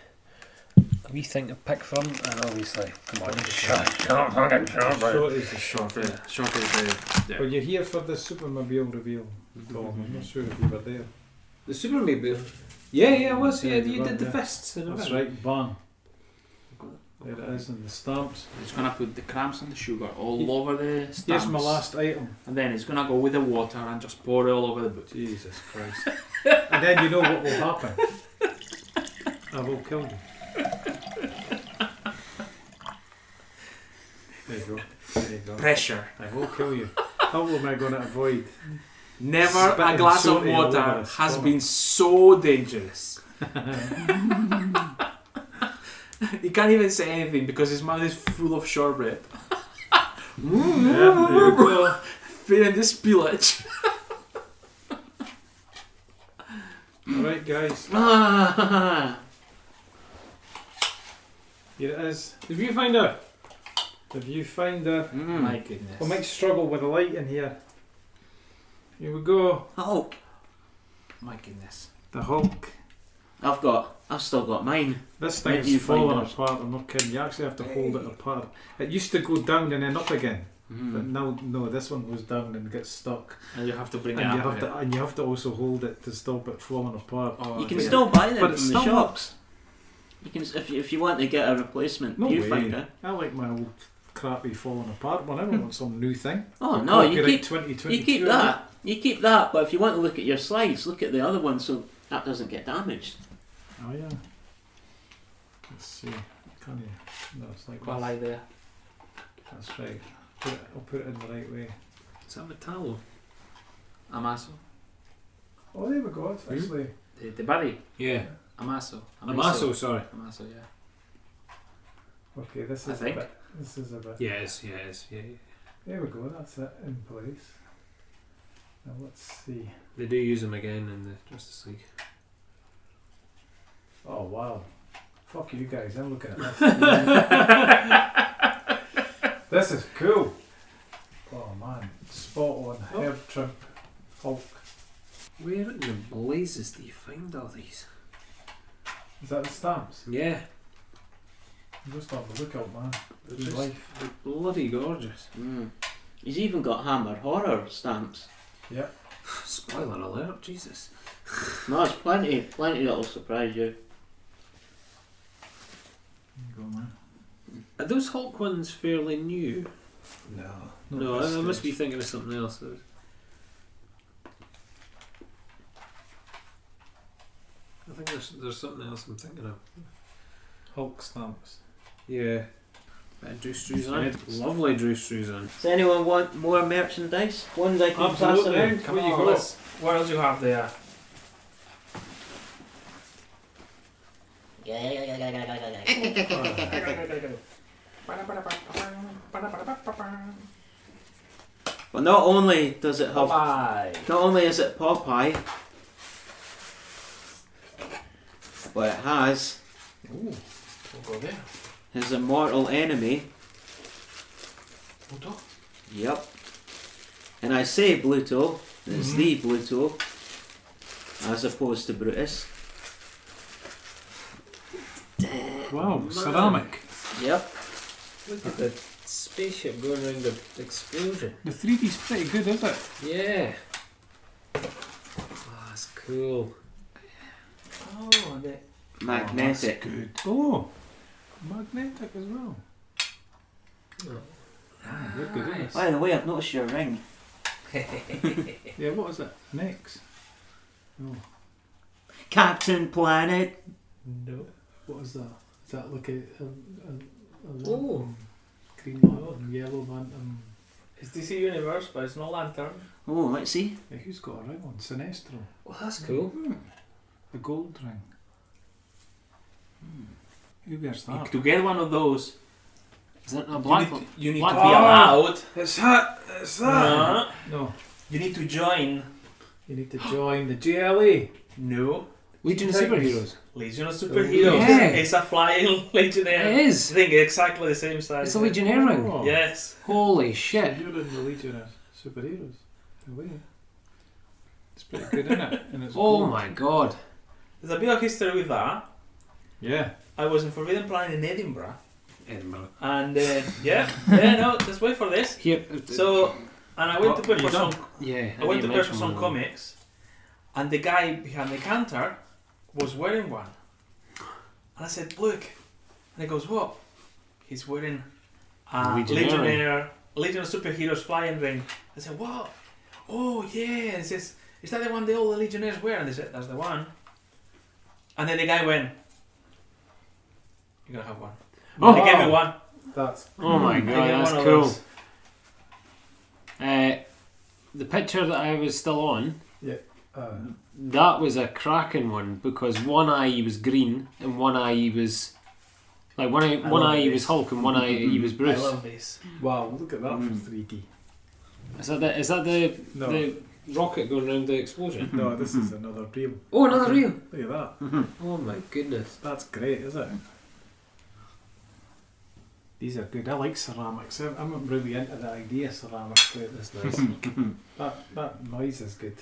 Speaker 2: a wee thing to pick from, and obviously, come on, shut, shut, fucking shut, bro.
Speaker 6: Salty.
Speaker 7: Short is, short is,
Speaker 6: Well, you're here for the Supermobile reveal, Tom. I'm not sure if you were there.
Speaker 3: The Superman bill. Yeah, yeah, it was.
Speaker 6: Yeah,
Speaker 3: Yeah, you
Speaker 6: you
Speaker 3: did the
Speaker 6: were,
Speaker 3: fists. and
Speaker 6: That's
Speaker 3: everything.
Speaker 6: right, bang. There it is in the stamps.
Speaker 4: He's gonna put the cramps and the sugar all
Speaker 6: He-
Speaker 4: over the stamps.
Speaker 6: Here's my last item.
Speaker 4: And then he's gonna go with the water and just pour it all over the book.
Speaker 6: Jesus Christ. and then you know what will happen. I will kill you. There you go. There you go.
Speaker 4: Pressure.
Speaker 6: I will kill you. How am I going to avoid?
Speaker 4: Never
Speaker 6: Spitting
Speaker 4: a glass of
Speaker 6: soda
Speaker 4: water
Speaker 6: all over his
Speaker 4: has
Speaker 6: stomach.
Speaker 4: been so dangerous. he can't even say anything because his mouth is full of shortbread.
Speaker 6: Yeah, there you go.
Speaker 4: Feeling this spillage.
Speaker 6: Alright, guys.
Speaker 4: Did
Speaker 6: Here it is.
Speaker 7: If you find out,
Speaker 6: If you find a.
Speaker 4: My goodness.
Speaker 6: I might struggle with the light in here. Here we go.
Speaker 5: Hulk.
Speaker 4: My goodness.
Speaker 6: The Hulk.
Speaker 5: I've got. I've still got mine.
Speaker 6: This
Speaker 5: Maybe
Speaker 6: thing's
Speaker 5: you find
Speaker 6: falling
Speaker 5: out.
Speaker 6: apart, I'm not kidding. You actually have to hold it apart. It used to go down and then up again. But
Speaker 5: Mm.
Speaker 6: now, no, this one goes down and gets stuck.
Speaker 4: And you have to bring
Speaker 6: And
Speaker 4: it
Speaker 6: you
Speaker 4: up.
Speaker 6: have
Speaker 4: again.
Speaker 6: to, and you have to also hold it to stop it falling apart.
Speaker 4: Oh,
Speaker 5: You can
Speaker 4: dear.
Speaker 5: still buy them
Speaker 6: But
Speaker 5: from
Speaker 6: it's
Speaker 5: the
Speaker 6: still-
Speaker 5: shops. You can, if you, if you want to get a replacement
Speaker 6: No
Speaker 5: viewfinder.
Speaker 6: way. I like my old crappy falling apart one. I don't want some new thing.
Speaker 5: Oh no, you
Speaker 6: Copyright
Speaker 5: keep
Speaker 6: 2022,
Speaker 5: you keep
Speaker 6: eh?
Speaker 5: that. You keep that. But if you want to look at your slides, look at the other one so that doesn't get damaged.
Speaker 6: Oh yeah. Let's see. Can you? No, it's like
Speaker 4: Well,
Speaker 6: this.
Speaker 4: like there.
Speaker 6: That's right. Put it, I'll put it in the right way.
Speaker 3: Is that Metallo?
Speaker 4: Amaso.
Speaker 6: Oh, there we go. It's
Speaker 3: Hmm?
Speaker 6: actually.
Speaker 4: The, the buddy.
Speaker 3: Yeah.
Speaker 4: Amaso.
Speaker 3: Amaso, sorry.
Speaker 4: Amaso, yeah.
Speaker 6: Okay, this
Speaker 4: I
Speaker 6: is a
Speaker 4: think.
Speaker 6: bit. This is a bit.
Speaker 3: Yes, yes, yeah. yeah.
Speaker 6: There we go. That's it in place. Now let's see.
Speaker 3: They do use them again in the Justice League.
Speaker 6: Oh wow. Fuck you guys, I'm looking at this. this is cool. Oh man. Spot on
Speaker 3: Oh.
Speaker 6: herb trim Hulk.
Speaker 3: Where in the blazes do you find all these?
Speaker 6: Is that the stamps?
Speaker 3: Yeah,
Speaker 6: You must have a lookout man.
Speaker 3: they're
Speaker 6: Good
Speaker 3: just
Speaker 6: life. Hmm.
Speaker 3: they're bloody gorgeous.
Speaker 5: He's even got Hammer horror stamps.
Speaker 6: Yeah.
Speaker 3: Spoiler alert, Jesus.
Speaker 5: No, there's plenty, plenty that'll surprise you.
Speaker 7: Go on, man.
Speaker 3: Are those Hulk ones fairly new?
Speaker 6: No. not
Speaker 3: No,
Speaker 6: at this
Speaker 3: I, I must be
Speaker 6: stage.
Speaker 3: thinking of something else. I think there's, there's something else I'm thinking of.
Speaker 7: Hulk stamps.
Speaker 3: Yeah. Bit of Drew Struzan. Lovely Drew Struzan.
Speaker 5: Does anyone want more merchandise? Ones I can
Speaker 4: Absolutely.
Speaker 5: pass around?
Speaker 4: Come
Speaker 6: What you
Speaker 4: on,
Speaker 6: got?
Speaker 4: let's- what else you have there?
Speaker 5: But not only does it have,
Speaker 4: Popeye.
Speaker 5: not only is it Popeye, but it has
Speaker 4: Ooh, we'll go there.
Speaker 5: his immortal enemy.
Speaker 3: Oh,
Speaker 4: Hold on.
Speaker 5: Yep. And I say Bluto, it's
Speaker 4: Mm-hmm.
Speaker 5: the Bluto, as opposed to Brutus.
Speaker 7: Wow, ceramic.
Speaker 4: Oh,
Speaker 5: Yep.
Speaker 3: Look at the spaceship going around the explosion.
Speaker 7: The 3D's pretty good, is it?
Speaker 3: Yeah. Oh, that's cool.
Speaker 4: Oh, the
Speaker 5: Magnetic.
Speaker 7: Good. Oh, magnetic as well. Ah, you're good, aren't
Speaker 5: By the way, I've noticed your ring.
Speaker 7: you? Yeah, what is it? Next.
Speaker 5: Captain Planet.
Speaker 6: No. What is that? Is that like a, a, a, a
Speaker 3: Oh.
Speaker 6: lantern? green lantern, yellow lantern?
Speaker 4: It's DC Universe, but it's not Lantern.
Speaker 5: Oh, let's see.
Speaker 6: Yeah, who's got a ring on? Sinestro.
Speaker 3: Well, that's cool.
Speaker 7: The gold ring.
Speaker 6: Hmm.
Speaker 7: Who wears that?
Speaker 4: To get one of those,
Speaker 3: Is that a
Speaker 4: you need, you need
Speaker 3: black
Speaker 4: to
Speaker 3: one.
Speaker 4: be allowed. Uh-huh.
Speaker 6: It's that! It's
Speaker 4: No.
Speaker 6: No.
Speaker 4: Ah. You need to join.
Speaker 6: You need to join the GLE.
Speaker 4: No.
Speaker 3: Legion of
Speaker 6: Thanks.
Speaker 3: Superheroes.
Speaker 4: Legion of Superheroes.
Speaker 3: Yeah.
Speaker 4: It's a flying Legionnaire.
Speaker 3: It is.
Speaker 4: I think exactly the same size.
Speaker 3: It's a Legionnaire ring.
Speaker 6: Oh.
Speaker 4: Yes.
Speaker 3: Holy shit.
Speaker 6: You're in the Legion of Superheroes. in a way.
Speaker 7: It's pretty good, isn't it? And it's
Speaker 3: Oh
Speaker 7: gold.
Speaker 3: my god.
Speaker 4: There's a bit of history with that.
Speaker 7: Yeah.
Speaker 4: I was in Forbidden Planet in Edinburgh.
Speaker 3: Edinburgh.
Speaker 4: And uh, yeah, yeah, no, just wait for this.
Speaker 3: Here, uh,
Speaker 4: So, and I went to
Speaker 7: Oh,
Speaker 4: pay
Speaker 7: you
Speaker 4: for some.
Speaker 3: yeah.
Speaker 4: I went to pay
Speaker 3: mention
Speaker 4: for some
Speaker 3: one.
Speaker 4: comics, and the guy behind the counter was wearing one. And I said, "Look," and he goes, "What?" He's wearing a
Speaker 3: Legionnaire.
Speaker 4: Legionnaire, Legion of Superheroes flying ring. I said, "What?" Oh yeah, and he says, "Is that the one that all the Legionnaires wear?" And they said, "That's the one." And then the guy went, "You're gonna have one."
Speaker 6: Oh.
Speaker 4: And he gave me one.
Speaker 6: That's
Speaker 3: Oh my
Speaker 4: He
Speaker 3: god,
Speaker 4: gave me
Speaker 3: that's
Speaker 4: one of
Speaker 3: cool.
Speaker 4: those.
Speaker 3: Uh, the picture that I was still on,
Speaker 6: uh,
Speaker 3: that was a cracking one because one eye he was green and one eye he was like one eye,
Speaker 4: I
Speaker 3: one
Speaker 4: love
Speaker 3: eye he
Speaker 4: this.
Speaker 3: was Hulk and one eye he was
Speaker 4: I
Speaker 3: Bruce.
Speaker 4: love this.
Speaker 6: wow. Look at that
Speaker 5: Mm.
Speaker 6: for 3D.
Speaker 3: Is that the is that the
Speaker 6: No,
Speaker 3: the rocket going around the explosion?
Speaker 6: no, this is another reel.
Speaker 3: Oh, another reel!
Speaker 6: Look at that.
Speaker 3: Oh my goodness.
Speaker 6: That's great, is it? These are good. I like ceramics. I'm, I'm really into the idea of ceramics. Like this.
Speaker 3: That's nice.
Speaker 6: That, that noise is good.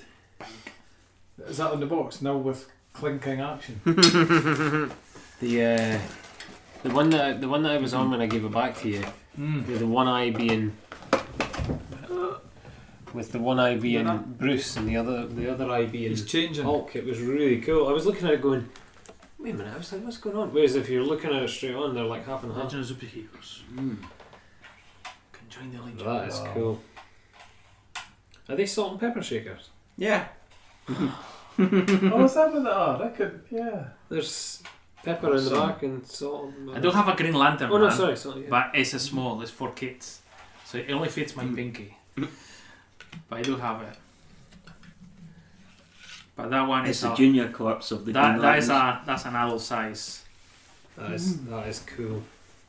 Speaker 6: Is that on the box now with clinking action?
Speaker 3: the uh, the one that the one that I was on when I gave it back to you,
Speaker 7: Mm.
Speaker 6: Hmm.
Speaker 3: the, the one eye being with the one eye being Bruce and the other the other eye being
Speaker 7: He's changing.
Speaker 3: Hulk. It was really cool. I was looking at it going, wait a minute, I was like, what's going on? Whereas if you're looking at it straight on, they're like half and half.
Speaker 4: Legion of Superheroes. Can join the Legion.
Speaker 3: That is cool. Are they salt and pepper shakers?
Speaker 5: Yeah.
Speaker 6: oh, is that what they are? I could, yeah.
Speaker 3: There's pepper in the
Speaker 4: Awesome.
Speaker 3: back and salt. And
Speaker 4: I don't have a Green Lantern.
Speaker 3: Oh no,
Speaker 4: man,
Speaker 3: sorry, salt. Yeah.
Speaker 4: But it's a small. It's for kids, so it only fits my pinky. but I do have it. But that one
Speaker 5: It's
Speaker 4: is
Speaker 5: the
Speaker 4: a,
Speaker 5: junior corpse of the
Speaker 4: that,
Speaker 5: Green
Speaker 4: that is
Speaker 5: Lanterns.
Speaker 4: a that's an adult size.
Speaker 3: That is that is cool.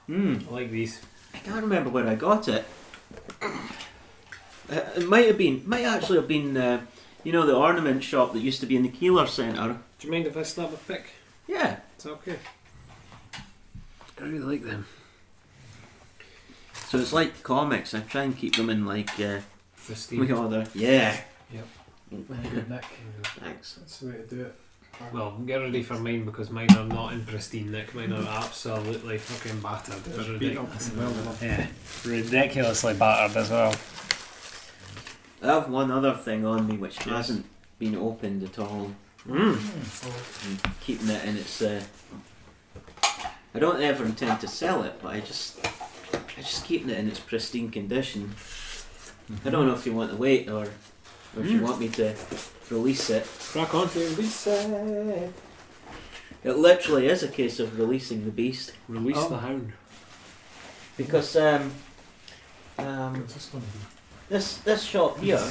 Speaker 4: hmm.
Speaker 5: Mm.
Speaker 3: I like these.
Speaker 5: I can't remember where I got it. Uh, It might have been, might actually have been, uh, you know, the ornament shop that used to be in the Keeler Centre.
Speaker 3: Do you mind if I snap a pic?
Speaker 5: Yeah.
Speaker 3: It's okay. I really like them.
Speaker 5: So it's like comics. I try and keep them in like uh,
Speaker 3: Prestige.
Speaker 5: we order. Yeah.
Speaker 6: Very good, Nick.
Speaker 5: Thanks.
Speaker 6: That's the way to do it.
Speaker 3: Well, get ready for mine because mine are not in pristine nick. Mine are absolutely fucking battered. They're
Speaker 6: Beat up
Speaker 3: ridiculous.
Speaker 6: and well done.
Speaker 3: Yeah, ridiculously battered as well.
Speaker 5: I have one other thing on me which
Speaker 6: Yes.
Speaker 5: hasn't been opened at all.
Speaker 3: Mm.
Speaker 5: I'm keeping it in its. Uh, I don't ever intend to sell it, but I just, I just keeping it in its pristine condition. I don't know if you want to wait or, or if you want me to release it.
Speaker 3: Crack on to reset.
Speaker 5: It literally is a case of releasing the beast
Speaker 3: Release
Speaker 5: Oh.
Speaker 3: the hound.
Speaker 5: because um, um,
Speaker 6: What's this going to be?
Speaker 5: this this shop here.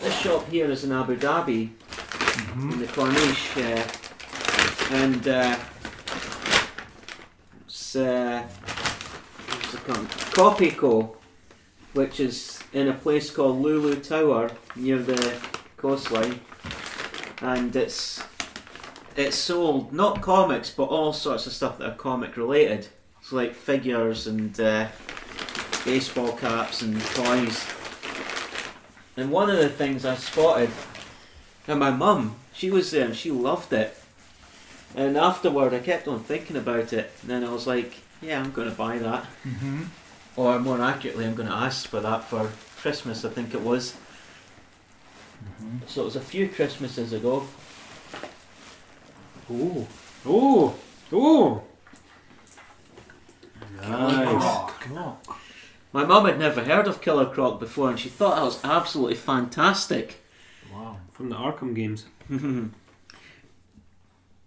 Speaker 5: This shop here is in Abu Dhabi, in the Corniche, uh, and uh, it's uh, what's it called? Copico, which is in a place called Lulu Tower near the coastline, and it's it's sold not comics but all sorts of stuff that are comic related. So like figures and uh, baseball caps and toys. And one of the things I spotted, and my mum, she was there and she loved it. And afterward, I kept on thinking about it, and then I was like, yeah, I'm going to buy that.
Speaker 6: Mm-hmm.
Speaker 5: Or more accurately, I'm going to ask for that for Christmas, I think it was. So it was a few Christmases ago.
Speaker 3: Oh. Oh. Oh. Nice.
Speaker 5: My mum had never heard of Killer Croc before, and she thought that was absolutely fantastic.
Speaker 6: Wow.
Speaker 3: From the Arkham games.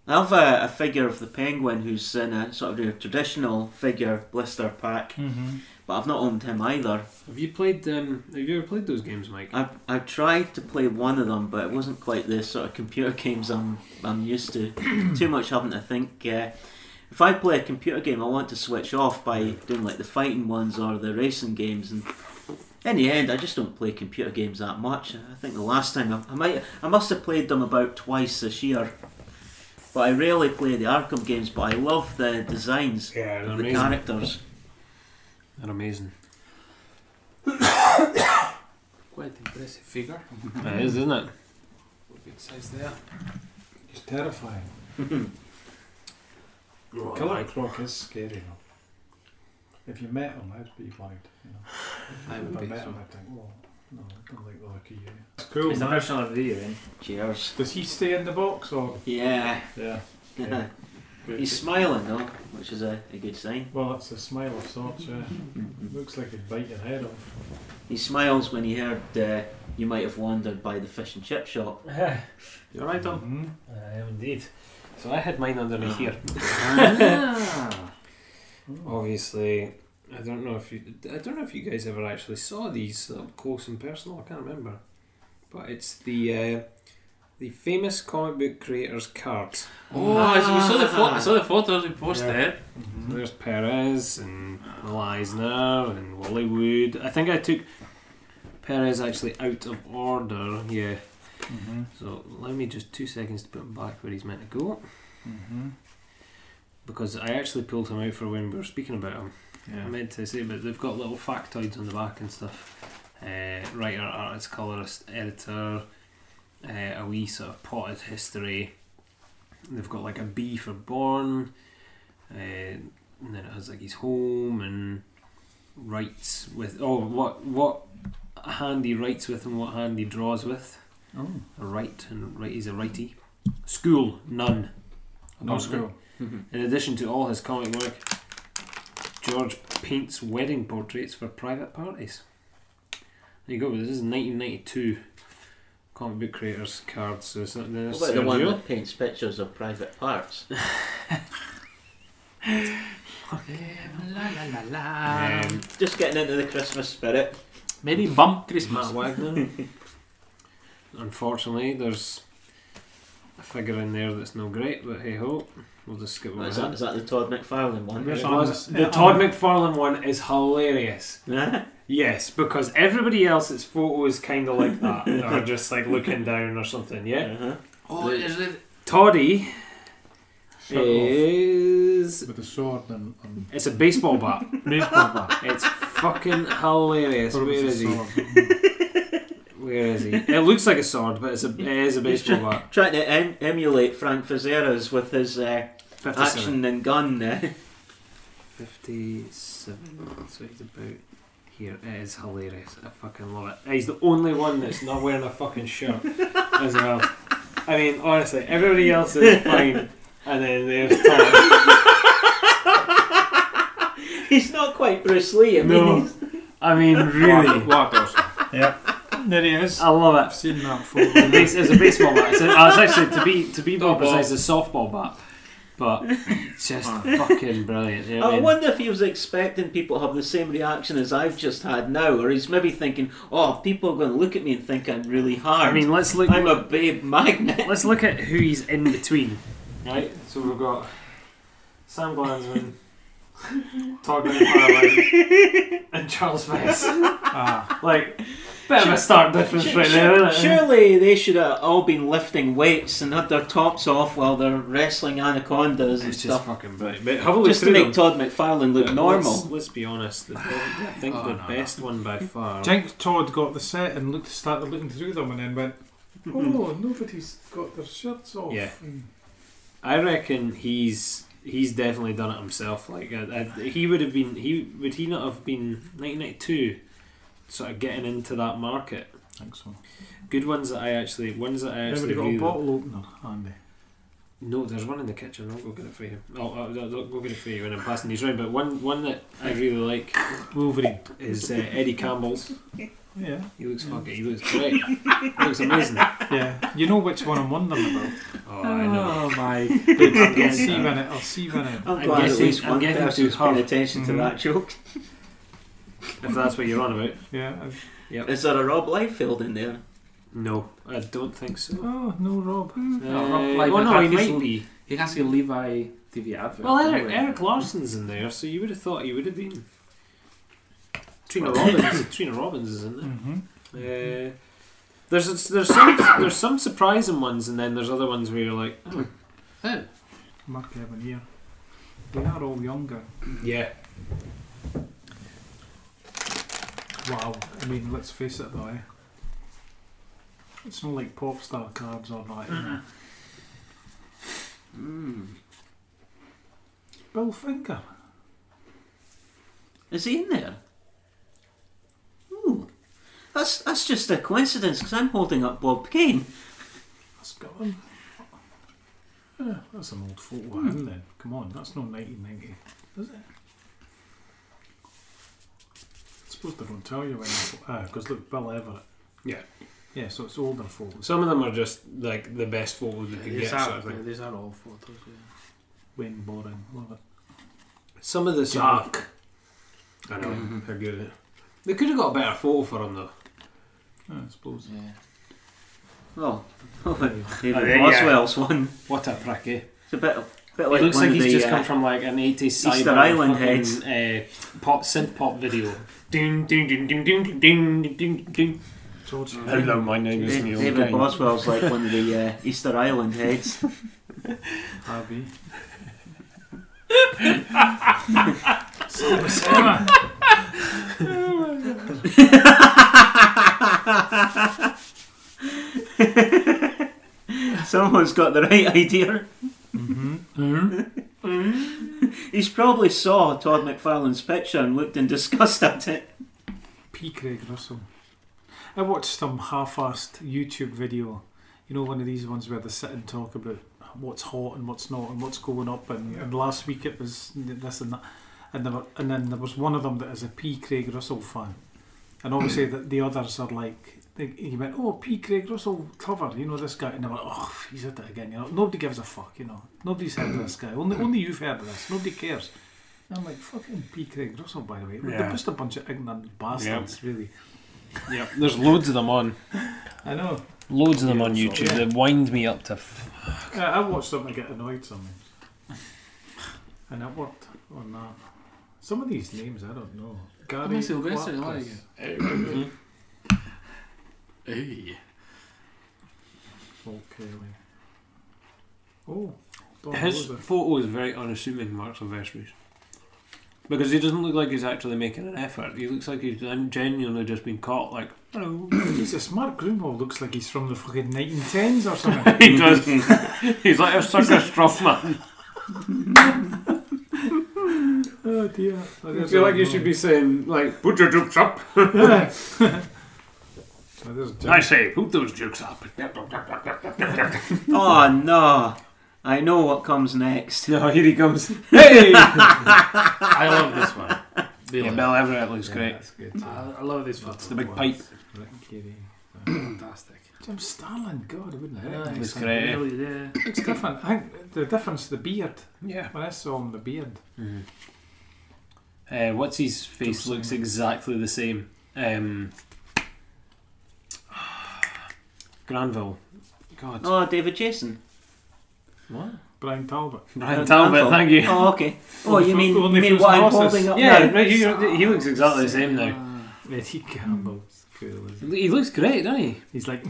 Speaker 5: I have a, a figure of the penguin who's in a sort of a traditional figure blister pack,
Speaker 6: Mm-hmm.
Speaker 5: but I've not owned him either.
Speaker 3: Have you played? Um, have you ever played those games, Mike?
Speaker 5: I I tried to play one of them, but it wasn't quite the sort of computer games I'm I'm used to. Too much having to think. Uh, if I play a computer game, I want to switch off by doing like the fighting ones or the racing games. And in the end, I just don't play computer games that much. I think the last time I, I might I must have played them about twice this year. But I rarely play the Arkham games. But I love the designs
Speaker 3: Yeah,
Speaker 5: of the characters.
Speaker 3: They're amazing.
Speaker 4: Quite impressive figure.
Speaker 3: It is, isn't it?
Speaker 4: Big size there.
Speaker 6: It's terrifying.
Speaker 3: Oh,
Speaker 6: Killer
Speaker 3: Right.
Speaker 6: Croc is scary though. If you met him, I'd be worried. You know.
Speaker 4: I
Speaker 6: If
Speaker 4: would
Speaker 6: I
Speaker 4: be
Speaker 6: met
Speaker 4: so.
Speaker 6: him, I'd think, oh, no, I don't like the look of you.
Speaker 7: It's cool.
Speaker 9: It's a personal review then.
Speaker 5: Cheers.
Speaker 6: Does he stay in the box or?
Speaker 5: Yeah.
Speaker 6: Yeah. Yeah. Good.
Speaker 5: He's smiling though, which is a, a good sign.
Speaker 6: Well, that's a smile of sorts, yeah. Looks like he'd bite your head off.
Speaker 5: He smiles when he heard uh, you might have wandered by the fish and chip shop.
Speaker 3: You alright, Tom?
Speaker 6: Mm-hmm.
Speaker 2: I am indeed.
Speaker 3: So I had mine underneath here. Obviously, I don't know if you, I don't know if you guys ever actually saw these up close and personal. I can't remember, but it's the uh, the famous comic book creators cards.
Speaker 4: Oh, I saw- we saw the photo. I saw the photos we posted.
Speaker 3: So there's Perez and Will Eisner and Wally Wood. I think I took Perez actually out of order. Yeah.
Speaker 6: Mm-hmm.
Speaker 3: So let me just two seconds to put him back where he's meant to go
Speaker 6: Mm-hmm.
Speaker 3: because I actually pulled him out for when we were speaking about him. I
Speaker 7: Yeah.
Speaker 3: meant to say, but they've got little factoids on the back and stuff. Uh, writer, artist, colorist, editor, uh, a wee sort of potted history. They've got like a B for born, uh, and then it has like his home and writes with. Oh, what what hand he writes with and what hand he draws with.
Speaker 6: Oh,
Speaker 3: A right and right. He's a righty. School none.
Speaker 6: no school.
Speaker 3: In addition to all his comic work, George paints wedding portraits for private parties. There you go. This is 1992 comic book creators cards. So it's not there's
Speaker 5: What about the one
Speaker 3: Sergio.
Speaker 5: that paints pictures of private parts?
Speaker 4: La la la la.
Speaker 3: Um,
Speaker 5: Just getting into the Christmas spirit.
Speaker 4: Merry Bump Christmas.
Speaker 3: Matt Wagner. Unfortunately, there's a figure in there that's no great, but hey ho, we'll just skip over
Speaker 5: Is that,
Speaker 3: that.
Speaker 5: is that the Todd McFarlane one?
Speaker 3: It
Speaker 6: Yes,
Speaker 3: was-
Speaker 6: I'm-
Speaker 3: the Todd McFarlane one is hilarious.
Speaker 5: Yeah.
Speaker 3: Yes, because everybody else's photo is kind of like that. They're just like looking down or something, yeah?
Speaker 5: Uh-huh.
Speaker 4: Oh, there's the
Speaker 3: Toddy
Speaker 6: Shut
Speaker 3: Eh.
Speaker 6: off
Speaker 3: is.
Speaker 6: with a sword and, and
Speaker 3: It's a baseball bat.
Speaker 6: baseball bat.
Speaker 3: It's fucking hilarious.
Speaker 6: Thought it
Speaker 3: Where
Speaker 6: was a
Speaker 3: is he?
Speaker 6: sword. Mhm.
Speaker 3: Where is he? It looks like a sword, but it's a, it is a baseball bat.
Speaker 5: Trying to em- emulate Frank Fazera's with his uh,
Speaker 3: 57.
Speaker 5: action and gun. Uh,
Speaker 3: 57. So he's about here. It is hilarious. I fucking love it. He's the only one that's not wearing a fucking shirt as well. I mean, honestly, everybody else is fine. And then there's Tom.
Speaker 5: He's not quite Bruce Lee. I mean,
Speaker 3: No.
Speaker 5: he's-
Speaker 3: I mean, really.
Speaker 6: There he is.
Speaker 3: I love it.
Speaker 6: I've seen that before.
Speaker 3: The base, it's a baseball bat. It's, a, uh, it's actually to be to be more precise, a softball bat. But it's just Ah, fucking brilliant. You know what
Speaker 5: I
Speaker 3: I mean?
Speaker 5: wonder if he was expecting people to have the same reaction as I've just had now, or he's maybe thinking, "Oh, people are going to look at me and think I'm really hard.
Speaker 3: I mean, let's look.
Speaker 5: I'm a babe magnet."
Speaker 3: Let's look at who he's in between. Right, so we've got Sam Glansman, Todd McFarlane, and Charles Vess.
Speaker 6: ah,
Speaker 3: Like, bit of a stark difference right there, isn't it? Uh,
Speaker 5: Surely they should have all been lifting weights and had their tops off while they're wrestling anacondas and
Speaker 3: It's just
Speaker 5: stuff,
Speaker 3: fucking brilliant. But have a look
Speaker 5: just to
Speaker 3: through
Speaker 5: make
Speaker 3: them.
Speaker 5: Todd McFarlane look
Speaker 3: But
Speaker 5: normal.
Speaker 3: Let's, let's be honest. The, I think
Speaker 6: Oh,
Speaker 3: the
Speaker 6: no, no.
Speaker 3: best one by far.
Speaker 6: Jink Todd got the set and looked started looking through them and then went, "Oh, nobody's got their shirts off."
Speaker 3: Yeah.
Speaker 6: Mm.
Speaker 3: I reckon he's he's definitely done it himself. Like I, I, he would have been he would he not have been 1992 sort of getting into that market.
Speaker 6: I think so.
Speaker 3: Good ones that I actually ones that I actually
Speaker 6: Nobody got a
Speaker 3: really-
Speaker 6: bottle opener, Andy.
Speaker 3: No, there's one in the kitchen. I'll go get it for you. I'll, I'll, I'll go get it for you when I'm passing these round. But one one that I really like
Speaker 6: Wolverine.
Speaker 3: is uh, Eddie Campbell's.
Speaker 6: Yeah.
Speaker 3: He looks fucking he looks great. he looks amazing. Oh,
Speaker 6: Yeah. You know which one I'm wondering about.
Speaker 3: I know.
Speaker 6: Oh my
Speaker 3: I'm
Speaker 6: I'll
Speaker 3: guessing-
Speaker 6: see when it. I'll see when it.
Speaker 5: I'm
Speaker 3: I'm
Speaker 5: glad at
Speaker 3: guessing-
Speaker 5: least
Speaker 3: I'm
Speaker 5: one
Speaker 3: guessing
Speaker 5: person's
Speaker 3: too hard.
Speaker 5: paying attention to
Speaker 6: Mhm.
Speaker 5: that joke.
Speaker 3: Mm-hmm. If that's what you're on about.
Speaker 6: Yeah. I-
Speaker 5: Is there a Rob Liefeld in there?
Speaker 3: No, I don't think so.
Speaker 6: Oh no, Rob.
Speaker 3: Uh,
Speaker 2: Rob- like,
Speaker 3: well, no, he
Speaker 2: I think
Speaker 3: might be.
Speaker 2: He has a Levi TV advert.
Speaker 3: Well, Eric,
Speaker 2: anyway.
Speaker 3: Eric Larson's in there, so you would have thought he would have been. Trina Robbins. Trina Robbins is in
Speaker 6: Mm-hmm.
Speaker 3: there. Uh, there's there's some there's some surprising ones, and then there's other ones where you're like, oh, oh.
Speaker 6: Might be having here. They are all younger.
Speaker 3: yeah,
Speaker 6: Wow. I mean, let's face it though. Eh? It's not like pop star cards or that. you know.
Speaker 3: Hmm.
Speaker 5: Mm.
Speaker 6: Bill Finger.
Speaker 5: Is he in there? Ooh, that's that's just a coincidence because I'm holding up Bob Kane.
Speaker 6: That's got him. Yeah, that's an old photo of him then. Come on, that's not 1990, is it? I suppose they don't tell you when. Ah, because look, Bill Everett.
Speaker 3: Yeah.
Speaker 6: Yeah, so it's older photos.
Speaker 3: some of them are just like the best photos you
Speaker 2: Yeah,
Speaker 3: can get.
Speaker 2: these,
Speaker 3: Sort
Speaker 2: are,
Speaker 3: of thing.
Speaker 2: these are all photos. Yeah.
Speaker 6: Wayne Boring, love it.
Speaker 3: Some of the dark. Mm-hmm. I know how good it. They could have got a better photo for him though.
Speaker 6: Ah, I suppose.
Speaker 2: Yeah.
Speaker 5: Oh, David
Speaker 3: Oh, there you
Speaker 5: Boswell's one.
Speaker 3: What a prick! Eh?
Speaker 5: It's a bit, a bit
Speaker 3: It
Speaker 5: like
Speaker 3: looks
Speaker 5: one
Speaker 3: like
Speaker 5: of
Speaker 3: he's
Speaker 5: the,
Speaker 3: just
Speaker 5: uh,
Speaker 3: come from like an 80s
Speaker 5: Easter
Speaker 3: cyber
Speaker 5: Island
Speaker 3: fucking, uh, pop synth pop video. ding ding ding ding ding ding ding ding.
Speaker 6: George.
Speaker 3: Hello, my name
Speaker 5: Da- David Boswell's like one of the uh, Easter Island heads.
Speaker 6: Harvey.
Speaker 5: Someone's got the right idea.
Speaker 3: Mm-hmm.
Speaker 5: He's probably saw Todd McFarlane's picture and looked in disgust at it.
Speaker 6: P. Craig Russell. I watched some half-assed YouTube video. You know, one of these ones where they sit and talk about what's hot and what's not and what's going up. And, and last week it was this and that. And, there were, and then there was one of them that is a P. Craig Russell fan. And obviously the, the others are like, they, he went, oh, P. Craig Russell, clever, you know, this guy. And they were oh, he's at it again. You know, nobody gives a fuck, you know. Nobody's heard of this guy. Only, only you've heard of this. Nobody cares. And I'm like, fucking P. Craig Russell, by the way.
Speaker 3: Yeah.
Speaker 6: They're just a bunch of ignorant bastards, really.
Speaker 3: Yep, there's loads of them on.
Speaker 6: I know.
Speaker 10: Loads of them on
Speaker 6: Yeah,
Speaker 10: YouTube
Speaker 6: so-
Speaker 10: that wind me up to. F-
Speaker 6: I, I watched something get annoyed sometimes. And it worked on that. Some of these names, I don't know. Gary
Speaker 2: Gary Sylvester,
Speaker 6: Clarkus.
Speaker 2: like
Speaker 6: Mm-hmm.
Speaker 2: Hey.
Speaker 6: Paul Kelly. Oh, Don
Speaker 3: His
Speaker 6: Rosa.
Speaker 3: photo is very unassuming, Mark Silvestris. Because he doesn't look like he's actually making an effort. He looks like he's gen- genuinely just been caught, like, hello.
Speaker 6: Jesus, Mark Greenwald looks like he's from the fucking 1910s or something.
Speaker 3: he does. he's like a sucker struff man.
Speaker 7: Oh dear.
Speaker 6: I feel like you should be saying, like, put your dukes up.
Speaker 3: I say, put those jokes up.
Speaker 5: oh no! I know what comes next.
Speaker 6: No, here he comes. Hey!
Speaker 3: I love this one. Yeah, Bill Everett looks great.
Speaker 6: That's good.
Speaker 3: I, I love this one. It's the big
Speaker 6: Wow.
Speaker 3: pipe.
Speaker 6: Rick Carey.
Speaker 3: Fantastic.
Speaker 7: Jim Starlin, God, I wouldn't have
Speaker 3: Yeah,
Speaker 7: recognised
Speaker 3: it's
Speaker 7: him.
Speaker 3: great. eh?
Speaker 4: Really, yeah.
Speaker 7: It's different. I think the difference, the beard.
Speaker 3: Yeah.
Speaker 7: When I saw him, the beard.
Speaker 3: Mm-hmm. Uh, what's his face looks exactly the same. Um, Granville. God.
Speaker 5: Oh, David Jason.
Speaker 3: What?
Speaker 7: Brian Talbot.
Speaker 3: Brian
Speaker 5: Uh,
Speaker 3: Talbot,
Speaker 5: Anvil.
Speaker 3: thank you.
Speaker 5: Oh, okay. Oh,
Speaker 7: Only
Speaker 5: you
Speaker 7: for-
Speaker 5: mean,
Speaker 7: only
Speaker 5: you mean
Speaker 7: for
Speaker 5: what I'm
Speaker 7: synopsis.
Speaker 5: holding up
Speaker 3: Yeah,
Speaker 5: there?
Speaker 3: no, you, he looks exactly the Oh. same now.
Speaker 7: Eddie Campbell's cool. Isn't
Speaker 3: He looks great, doesn't he?
Speaker 7: he? He's like,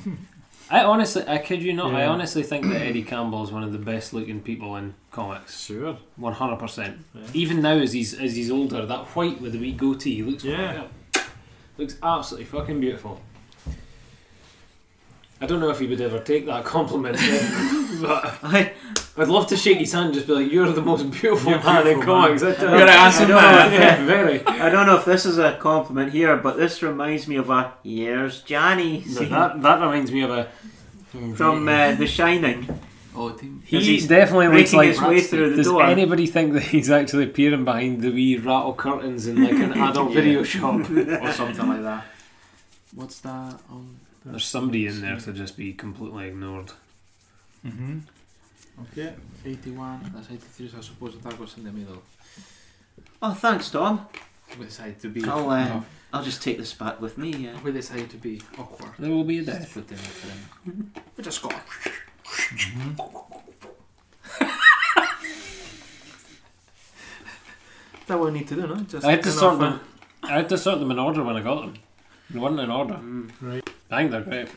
Speaker 3: I honestly, I kid you not, I
Speaker 7: Yeah.
Speaker 3: honestly think that Eddie Campbell is one of the best looking people in comics.
Speaker 7: sure.
Speaker 3: One hundred percent.
Speaker 7: Yeah.
Speaker 3: Even now, as he's as he's older, that white with the wee goatee he looks
Speaker 7: Yeah.
Speaker 3: looks absolutely fucking beautiful. I don't know if he would ever take that compliment, but
Speaker 5: I,
Speaker 3: I'd love to shake his hand. and Just be like, "You're the most beautiful
Speaker 7: You're
Speaker 3: man in
Speaker 7: beautiful, man.
Speaker 3: comics." I tell
Speaker 5: You're an handsome man.
Speaker 3: Yeah, very.
Speaker 5: I don't know if this is a compliment here, but this reminds me of a here's Johnny
Speaker 3: But
Speaker 5: scene
Speaker 3: that that reminds me of a.
Speaker 5: from uh, The Shining.
Speaker 9: Oh, team.
Speaker 3: He
Speaker 5: As he's
Speaker 3: definitely looks
Speaker 5: breaking
Speaker 3: like.
Speaker 5: his way through the
Speaker 3: Does
Speaker 5: door.
Speaker 3: anybody think that he's actually appearing behind the wee rattle curtains in like an adult
Speaker 9: Yeah.
Speaker 3: video shop?
Speaker 9: or something like that. What's that? Um,
Speaker 3: There's somebody in there to just be completely ignored.
Speaker 7: Mm-hmm. Okay.
Speaker 9: 81, that's 83, so I suppose that was in the middle.
Speaker 5: Oh, thanks, Tom.
Speaker 9: Which side to be?
Speaker 5: I'll, uh, I'll just take this back with me. Yeah.
Speaker 9: no, we decided to be awkward.
Speaker 3: There will be a
Speaker 9: Just
Speaker 3: death.
Speaker 9: put them in for them. We just got. that what we need to do, no? Just
Speaker 3: I had to
Speaker 9: kind
Speaker 3: sort
Speaker 9: of,
Speaker 3: them. I had to sort them in order when I got them. They weren't in order.
Speaker 5: Mm.
Speaker 3: I think they're great.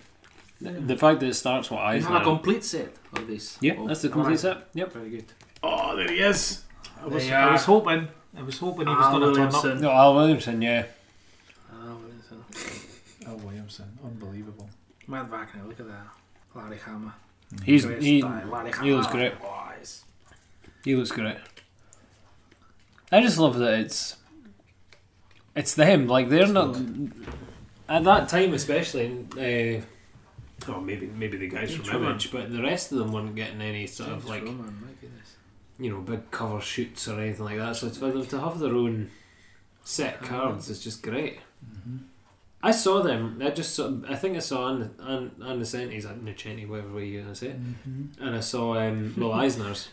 Speaker 3: The, the fact that it starts with
Speaker 9: uh, You
Speaker 3: eyes.
Speaker 9: have a
Speaker 3: now-
Speaker 9: complete set of this.
Speaker 3: Yeah,
Speaker 9: Oh,
Speaker 3: that's the
Speaker 9: alright.
Speaker 3: complete set. Yep.
Speaker 9: Very good.
Speaker 7: Oh, there he is. I was,
Speaker 9: They
Speaker 7: I
Speaker 9: are.
Speaker 7: was hoping. I was hoping he was
Speaker 4: Ah,
Speaker 9: Al
Speaker 7: going to turn up.
Speaker 9: Williamson.
Speaker 3: No, Al Williamson. Yeah.
Speaker 9: Al Williamson.
Speaker 7: Oh, Williamson. Unbelievable.
Speaker 9: Matt Wagner, look at that. Larry Hammer.
Speaker 3: He's
Speaker 9: Great
Speaker 3: he,
Speaker 9: style, Larry Hammer.
Speaker 3: he looks great.
Speaker 9: Boys.
Speaker 3: He looks great. I just love that it's it's them. Like they're not at that time, especially. Uh, oh, maybe maybe the guys
Speaker 9: Each
Speaker 3: from
Speaker 9: woman.
Speaker 3: Image, but the rest of them weren't getting any sort of
Speaker 9: James
Speaker 3: like
Speaker 9: Roman, my goodness.
Speaker 3: you know big cover shoots or anything like that. So it's for them to have their own set cards is just great. I saw them. I just saw, I think I saw on on on the Centis, on Nacenti, uh, whatever way you gonna say it, and I saw um, Will Eisner's,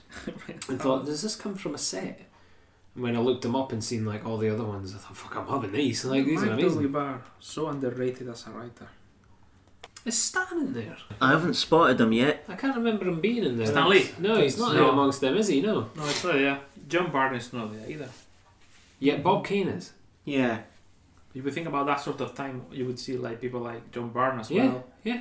Speaker 3: and thought, does this come from a set? And when I looked them up and seen like all the other ones, I thought, fuck, I'm having these. Like these are
Speaker 9: Mike
Speaker 3: amazing.
Speaker 9: Dollibar, so underrated as a writer.
Speaker 3: Is Stan in there?
Speaker 5: I haven't spotted him yet.
Speaker 3: I can't remember him being in there.
Speaker 4: Stan Lee?
Speaker 3: No, he's not in
Speaker 4: No.
Speaker 3: amongst them, is he? No.
Speaker 4: No, it's not there. John Barney's not there either.
Speaker 3: Yet Bob Kane is.
Speaker 5: Yeah.
Speaker 4: If you think about that sort of time, you would see like people like John Barnes as
Speaker 3: Yeah,
Speaker 4: well,
Speaker 3: yeah.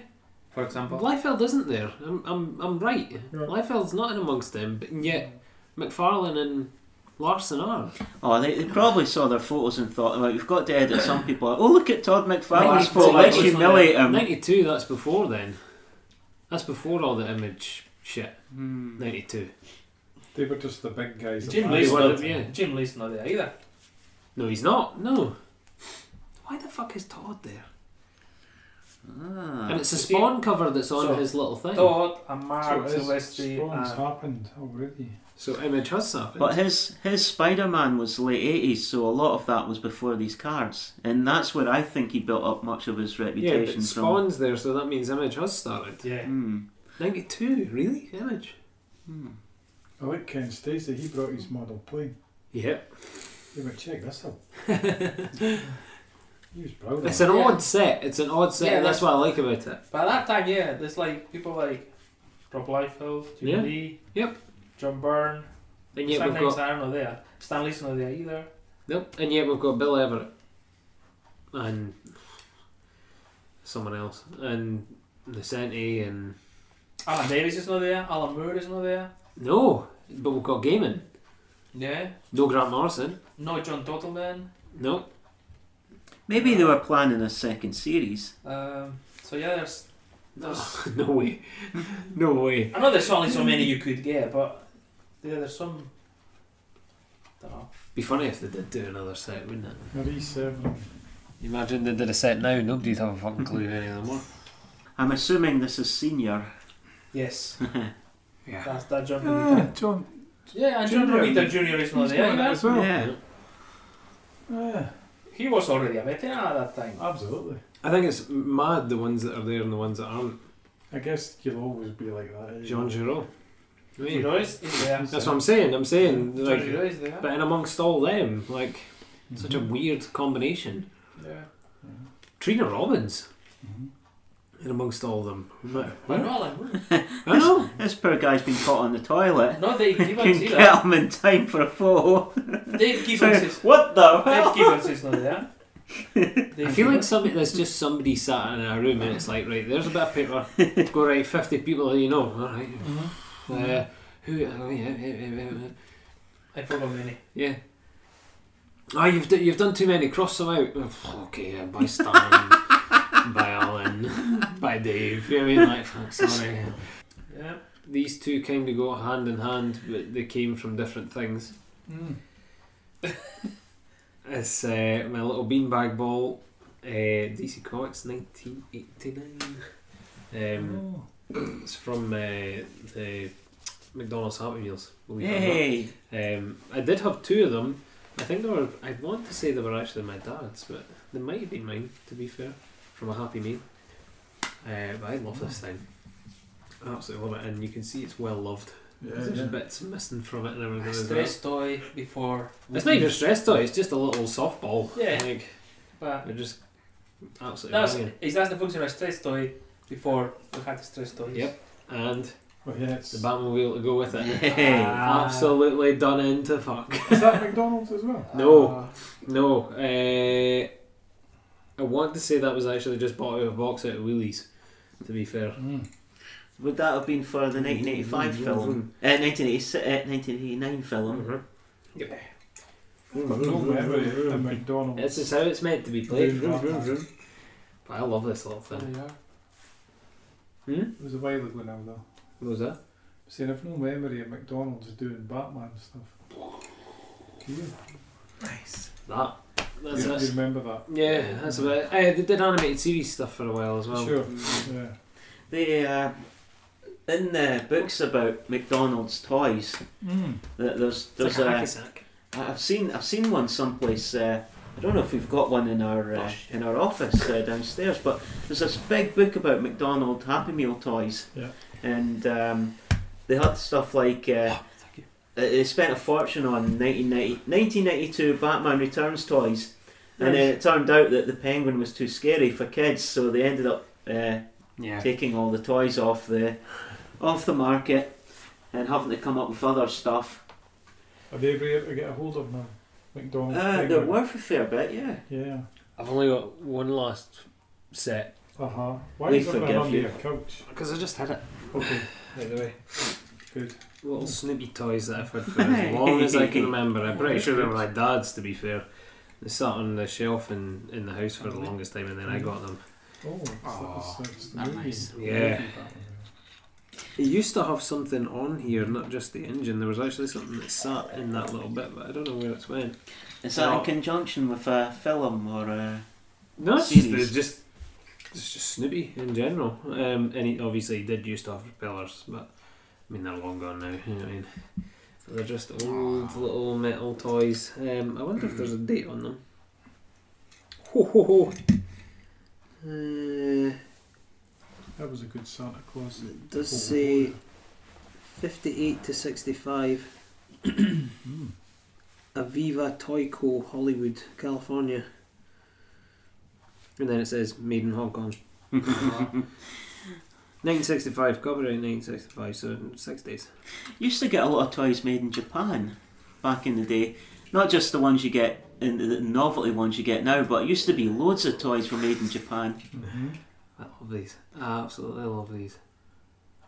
Speaker 4: for example.
Speaker 3: Liefeld isn't there. I'm, I'm, I'm right. Liefeld's not in amongst them, but yet McFarlane and Larson are.
Speaker 5: Oh, they, they probably saw their photos and thought, well, we've got to edit some people. out." Oh, look at Todd McFarlane's
Speaker 3: Right,
Speaker 5: photo.
Speaker 3: right,
Speaker 5: Let's
Speaker 3: right.
Speaker 5: humiliate
Speaker 4: Um,
Speaker 5: him.
Speaker 3: 92, that's before then. That's before all the image shit.
Speaker 5: Hmm.
Speaker 3: 92.
Speaker 6: They were just the big guys.
Speaker 4: Jim
Speaker 3: Lee
Speaker 4: Lee's
Speaker 3: one
Speaker 4: not
Speaker 3: of them, yeah.
Speaker 4: there. Jim Lee's not there either.
Speaker 3: No, he's not. No. Why the fuck is Todd there?
Speaker 5: Ah.
Speaker 3: and it's a
Speaker 4: you
Speaker 3: spawn cover that's on
Speaker 4: so-
Speaker 3: his little thing.
Speaker 4: Todd and
Speaker 6: So
Speaker 4: Mark
Speaker 6: it's-
Speaker 4: Silvestri
Speaker 6: Spawn's
Speaker 4: and
Speaker 6: happened already.
Speaker 3: So image has happened.
Speaker 5: But his his Spider Man was late eighties, so a lot of that was before these cards, and that's where I think he built up much of his
Speaker 3: yeah,
Speaker 5: reputation Hmm.
Speaker 3: but spawn's there, so that means image has started.
Speaker 4: yeah.
Speaker 5: from.
Speaker 3: 92, really? Image?
Speaker 6: I like Ken Stacy, he brought his model plane.
Speaker 3: Yeah.
Speaker 6: They went, check this out. he was proud of
Speaker 3: It's
Speaker 6: it.
Speaker 3: an
Speaker 4: Yeah.
Speaker 3: odd set. It's an odd set,
Speaker 4: Yeah,
Speaker 3: and that's what I like about it.
Speaker 4: By that time, yeah, there's like people like Rob Liefeld, Jim
Speaker 3: Yeah.
Speaker 4: Lee,
Speaker 3: Yep.
Speaker 4: John Byrne.
Speaker 3: And yet
Speaker 4: Some
Speaker 3: we've
Speaker 4: names
Speaker 3: got
Speaker 4: are not there. Stanley's not there either.
Speaker 3: nope. And yet we've got Bill Everett and someone else and Vicente and
Speaker 4: Alan Davis is not there. Alan Moore is not there.
Speaker 3: no, but we've got Gaiman.
Speaker 4: Yeah.
Speaker 3: No Grant Morrison.
Speaker 4: No John Tottleman.
Speaker 3: No.
Speaker 5: Maybe they were planning a second series.
Speaker 4: Um, so yeah, there's. there's
Speaker 3: no way. no way.
Speaker 4: I know there's only so many you could get, but yeah, there's some.
Speaker 3: don't know.
Speaker 2: Be funny if they did do another set, wouldn't it?
Speaker 6: Re-severing.
Speaker 11: Imagine they did a set now, nobody'd have a fucking clue who any of them were.
Speaker 5: I'm assuming this is senior.
Speaker 3: Yes,
Speaker 2: Yeah.
Speaker 3: that's that John
Speaker 12: Ah,
Speaker 3: Romita.
Speaker 12: John.
Speaker 3: Yeah, and John
Speaker 12: Junior.
Speaker 3: Romita Junior is not
Speaker 12: He's
Speaker 3: there.
Speaker 12: got that
Speaker 3: either.
Speaker 12: as well.
Speaker 5: Yeah.
Speaker 12: Ah,
Speaker 3: He was already a veteran at that time.
Speaker 6: Absolutely.
Speaker 2: I think it's mad the ones that are there and the ones that aren't.
Speaker 6: I guess you'll always be like that. eh?
Speaker 2: John Giraud. I mean,
Speaker 3: Giro is is there.
Speaker 2: that's what I'm saying. I'm saying
Speaker 3: John
Speaker 2: like,
Speaker 3: Giro is there.
Speaker 2: but in amongst all them, like such a weird combination.
Speaker 3: Yeah.
Speaker 2: Trina Robbins.
Speaker 6: Mhm.
Speaker 11: Mm-hmm.
Speaker 2: In amongst all them, Right.
Speaker 3: But no, like,
Speaker 2: I know.
Speaker 5: This poor guy's been caught on the toilet.
Speaker 3: no, Dave Gibbons
Speaker 5: Couldn't
Speaker 3: either.
Speaker 5: get him in time for a photo.
Speaker 3: Dave Gibbons is.
Speaker 5: what the
Speaker 3: Dave
Speaker 5: hell?
Speaker 3: Gibbons is not there. Dave
Speaker 2: I feel like
Speaker 3: Gibbons.
Speaker 2: somebody there's just somebody sat in a room and it's like right, there's a bit of paper. Go right, fifty people who you know. All right.
Speaker 11: Mm-hmm.
Speaker 2: Uh, who? oh, yeah, yeah, yeah, yeah, yeah.
Speaker 3: I follow many.
Speaker 2: Yeah. Oh, you've d- you've done too many. Cross them out. Ugh, Okay, yeah, by Stan, by Alan, by Dave. You know what I mean, like, fuck, sorry.
Speaker 3: Yeah.
Speaker 2: These two kind of go hand in hand, but they came from different things.
Speaker 6: Mm.
Speaker 2: It's uh, my little beanbag ball, uh, DC Comics, nineteen eighty nine. Um,
Speaker 6: Oh.
Speaker 2: it's from uh, the McDonald's Happy Meals. believe it or not.
Speaker 5: Hey.
Speaker 2: Um, I did have two of them. I think they were. I want to say they were actually my dad's, but they might have been mine. To be fair, from a Happy Meal. Uh, but I love this thing. I absolutely love it, and you can see it's well loved.
Speaker 6: Yeah,
Speaker 2: There's
Speaker 6: yeah.
Speaker 2: bits missing from it and everything. as well.
Speaker 3: Stress toy before.
Speaker 2: It's not even a stress toy. It's just a little softball.
Speaker 3: Yeah.
Speaker 2: Like,
Speaker 3: But
Speaker 2: they're just absolutely
Speaker 3: that's
Speaker 2: brilliant.
Speaker 3: is that's the function of stress toy before we had the stress toys.
Speaker 2: Yep. And
Speaker 6: Well, Oh, yeah, it's,
Speaker 2: the Batmobile to go with it.
Speaker 5: Hey.
Speaker 3: Ah.
Speaker 2: Absolutely done into fuck.
Speaker 6: is that McDonald's as well?
Speaker 2: No.
Speaker 3: Uh,
Speaker 2: No, uh, I want to say that was actually just bought out of a box out of Woolies. To be fair,
Speaker 6: Mm.
Speaker 5: Would that have been for the 1985
Speaker 2: Mm,
Speaker 5: film? Uh, 1986, uh, 1989 film.
Speaker 2: Mm-hmm. Yep.
Speaker 6: But no memory of McDonald's.
Speaker 2: This is how it's meant to be played.
Speaker 6: Vroom, vroom,
Speaker 2: But I love this little
Speaker 3: there
Speaker 2: thing.
Speaker 3: you are.
Speaker 2: Hmm?
Speaker 6: It was a while ago now, though.
Speaker 2: What was that?
Speaker 6: Saying I've no memory of McDonald's doing Batman stuff. Do you?
Speaker 2: That. That's
Speaker 6: you, you
Speaker 2: us.
Speaker 6: remember that?
Speaker 2: Yeah, that's about it. Eh, they did animated series stuff for a while as well.
Speaker 6: Sure. Yeah.
Speaker 5: They uh, in the books about McDonald's toys.
Speaker 6: Mm.
Speaker 5: th- There's
Speaker 2: It's
Speaker 5: there's
Speaker 2: like a
Speaker 5: a
Speaker 2: hacky sack.
Speaker 5: I- I've seen I've seen one someplace. Uh, I don't know if we've got one in our uh, in our office uh, downstairs, but there's this big book about McDonald Happy Meal toys,
Speaker 6: Yeah.
Speaker 5: and um, they had stuff like. Uh, they they spent a fortune on 1990, 1992 Batman Returns toys, and then it turned out that the penguin was too scary for kids, so they ended up uh,
Speaker 2: Yeah.
Speaker 5: taking all the toys off the off the market and having to come up with other stuff.
Speaker 6: Are they rare to get a hold of now? McDonald's.
Speaker 5: Uh, they're
Speaker 6: penguin?
Speaker 5: worth a fair bit, yeah.
Speaker 6: Yeah.
Speaker 2: I've only got one last set
Speaker 6: Uh huh. Why
Speaker 5: They
Speaker 6: is there
Speaker 5: forgive
Speaker 6: one under
Speaker 5: you.
Speaker 6: your couch?
Speaker 2: because I just had it.
Speaker 6: Okay.
Speaker 2: By the way.
Speaker 6: Good.
Speaker 2: little Snoopy toys that I've had for as long as I can remember. I'm pretty sure they were my dad's, to be fair. They sat on the shelf in, in the house for the longest time, and then I got them.
Speaker 6: Oh, it's,
Speaker 13: Aw,
Speaker 6: it's, it's the
Speaker 13: Not
Speaker 6: movie.
Speaker 13: nice.
Speaker 2: Yeah. It used to have something on here, not just the engine. There was actually something that sat in that little bit, but I don't know where it's went.
Speaker 5: Is that
Speaker 2: No.
Speaker 5: in conjunction with a film or uh, a?
Speaker 2: No, it's just,
Speaker 5: Series.
Speaker 2: it's just it's just Snoopy in general. Um, and he obviously did used to have propellers, but I mean they're long gone now. You know what I mean? But they're just old little metal toys. Um, I wonder if there's a date on them. Ho ho ho. Uh,
Speaker 6: That was a good Santa Claus. Oh,
Speaker 2: it does say 58 to 65
Speaker 6: Mm.
Speaker 2: Aviva Toy Co. Hollywood, California. And then it says made in Hong Kong. 1965, copyright 1965, so six days.
Speaker 5: Used to get a lot of toys made in Japan back in the day, not just the ones you get in the novelty ones you get now, but it used to be loads of toys were made in Japan.
Speaker 6: hmm
Speaker 2: I love these. I absolutely love these.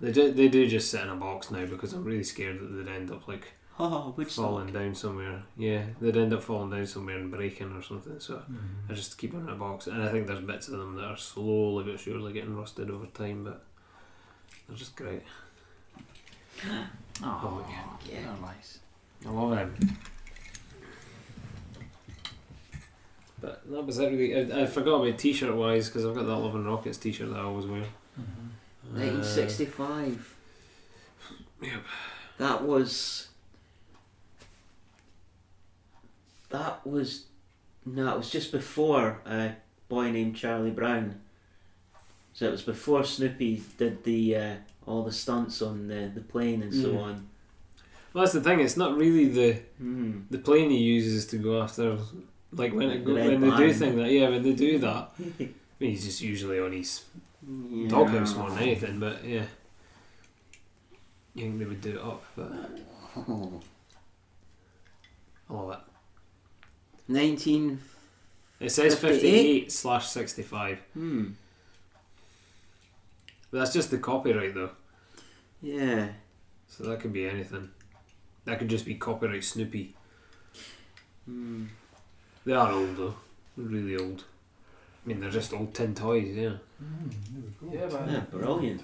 Speaker 2: They do, they do just sit in a box now because I'm really scared that they'd end up like
Speaker 5: Oh, Woodstock.
Speaker 2: falling down somewhere. Yeah, they'd end up falling down somewhere and breaking or something. So I just keep them in a box, and I think there's bits of them that are slowly but surely getting rusted over time, but they're just great.
Speaker 13: Oh,
Speaker 2: yeah.
Speaker 13: they're nice.
Speaker 2: I love them.
Speaker 5: But
Speaker 3: That was it really. I, I forgot about t-shirt wise because I've got that Love and Rockets t-shirt that I always wear.
Speaker 5: Mm-hmm.
Speaker 3: Uh,
Speaker 5: 1965.
Speaker 3: Yep.
Speaker 5: That was. That was. No, it was just before a boy named Charlie Brown. So it was before Snoopy did the uh, all the stunts on the, the plane and so
Speaker 3: Mm.
Speaker 5: on.
Speaker 3: Well, that's the thing. It's not really the
Speaker 5: Mm.
Speaker 3: the plane he uses to go after. Like when it go,
Speaker 5: The red
Speaker 3: when they do
Speaker 5: band.
Speaker 3: thing that yeah when they do that. I mean, he's just usually on his
Speaker 5: Yeah.
Speaker 3: dog house more than anything, but yeah. You think they would do it up, but
Speaker 5: Oh.
Speaker 3: I love it.
Speaker 5: 19.
Speaker 3: It says
Speaker 5: 58?
Speaker 3: 58 slash 65.
Speaker 5: Hmm.
Speaker 3: But that's just the copyright though,
Speaker 5: Yeah.
Speaker 3: so that could be anything. That could just be copyright Snoopy.
Speaker 5: Hmm.
Speaker 3: They are old though, really old. I mean, they're just old tin toys, yeah.
Speaker 4: Yeah, but
Speaker 5: Yeah, brilliant.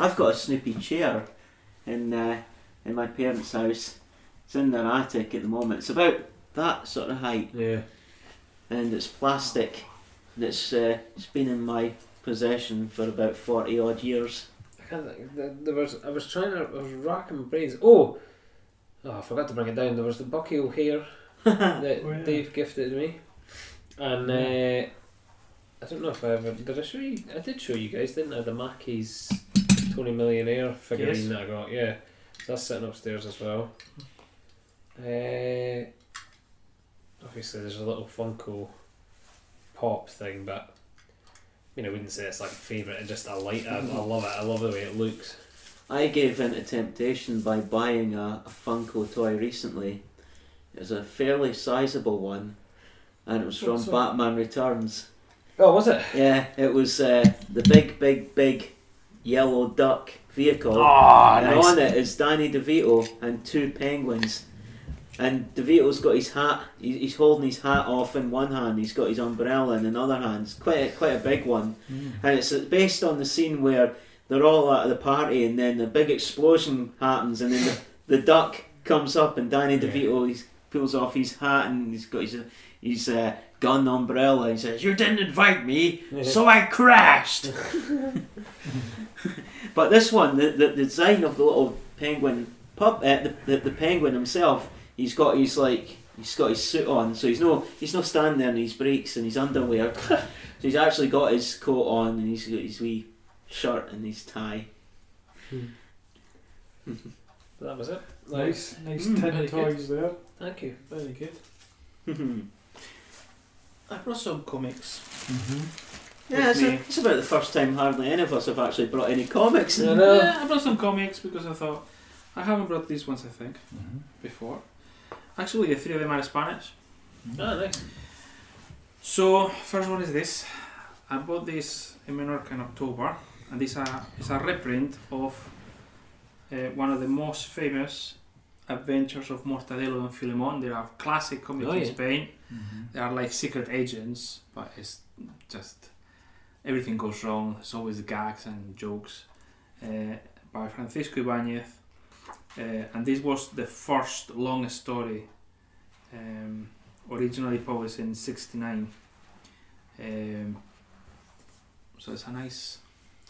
Speaker 5: I've got a Snoopy chair in uh, in my parents' house. It's in their attic at the moment. It's about that sort of height,
Speaker 3: Yeah.
Speaker 5: and it's plastic. And it's uh, it's been in my possession for about forty odd years.
Speaker 3: I can't think- there there was I was trying to I was racking my brains. Oh, oh I forgot to bring it down. There was the Bucky O'Hare that
Speaker 6: Oh, yeah.
Speaker 3: Dave gifted me, and uh, I don't know if I ever did. I show you. I did show you guys, didn't I? The Mackey's Tony Millionaire figurine
Speaker 4: Yes.
Speaker 3: that I got. Yeah, so that's sitting upstairs as well. Uh, obviously, there's a little Funko pop thing, but I mean, I wouldn't say it's like favourite. I just I like. I, I love it. I love the way it looks.
Speaker 5: I gave in to temptation by buying a, a Funko toy recently. It was a fairly sizable one, and it was from
Speaker 6: What's that?
Speaker 5: Batman Returns.
Speaker 3: Oh, was it?
Speaker 5: Yeah, it was uh, the big, big, big yellow duck vehicle.
Speaker 3: Oh,
Speaker 6: Ah,
Speaker 5: and on it is Danny DeVito and two penguins. And DeVito's got his hat. he- He's holding his hat off in one hand. He's got his umbrella in another hand. It's quite a, quite a big one. And it's based on the scene where they're all at the party, and then the big explosion happens, and then the, the duck comes up, and Danny
Speaker 3: Yeah.
Speaker 5: DeVito he's, pulls off his hat, and he's got his his uh, gun umbrella. And he says, "You didn't invite me, so I crashed." but this one, the, the design of the little penguin pup, uh, the, the the penguin himself, he's got his like he's got his suit on, so he's no he's not standing there in his breeks and his underwear. so he's actually got his coat on and he's got his wee shirt and his tie.
Speaker 3: That was it. Like,
Speaker 6: Nice, nice
Speaker 3: Mm,
Speaker 6: tin
Speaker 3: very good.
Speaker 6: toys there.
Speaker 3: Thank you.
Speaker 4: very good.
Speaker 5: yeah,
Speaker 4: I brought some comics.
Speaker 5: it's, a, it's about the first time hardly any of us have actually brought any comics.
Speaker 3: I know.
Speaker 4: Yeah, I brought some comics because I thought I haven't brought these ones. I think
Speaker 3: Mm-hmm.
Speaker 4: before. Actually, the three of them are Spanish.
Speaker 3: Ah, nice.
Speaker 4: So first one is this. I bought this in Menorca in October, and this a it's a reprint of uh, one of the most famous adventures of Mortadelo and Filemon. They are classic comics
Speaker 3: Oh,
Speaker 4: in
Speaker 3: yeah.
Speaker 4: Spain. They are like secret agents, but it's just everything goes wrong. There's always gags and jokes. Uh, by Francisco Ibanez, uh, and this was the first long story, um, originally published in '69. Um, so it's a nice,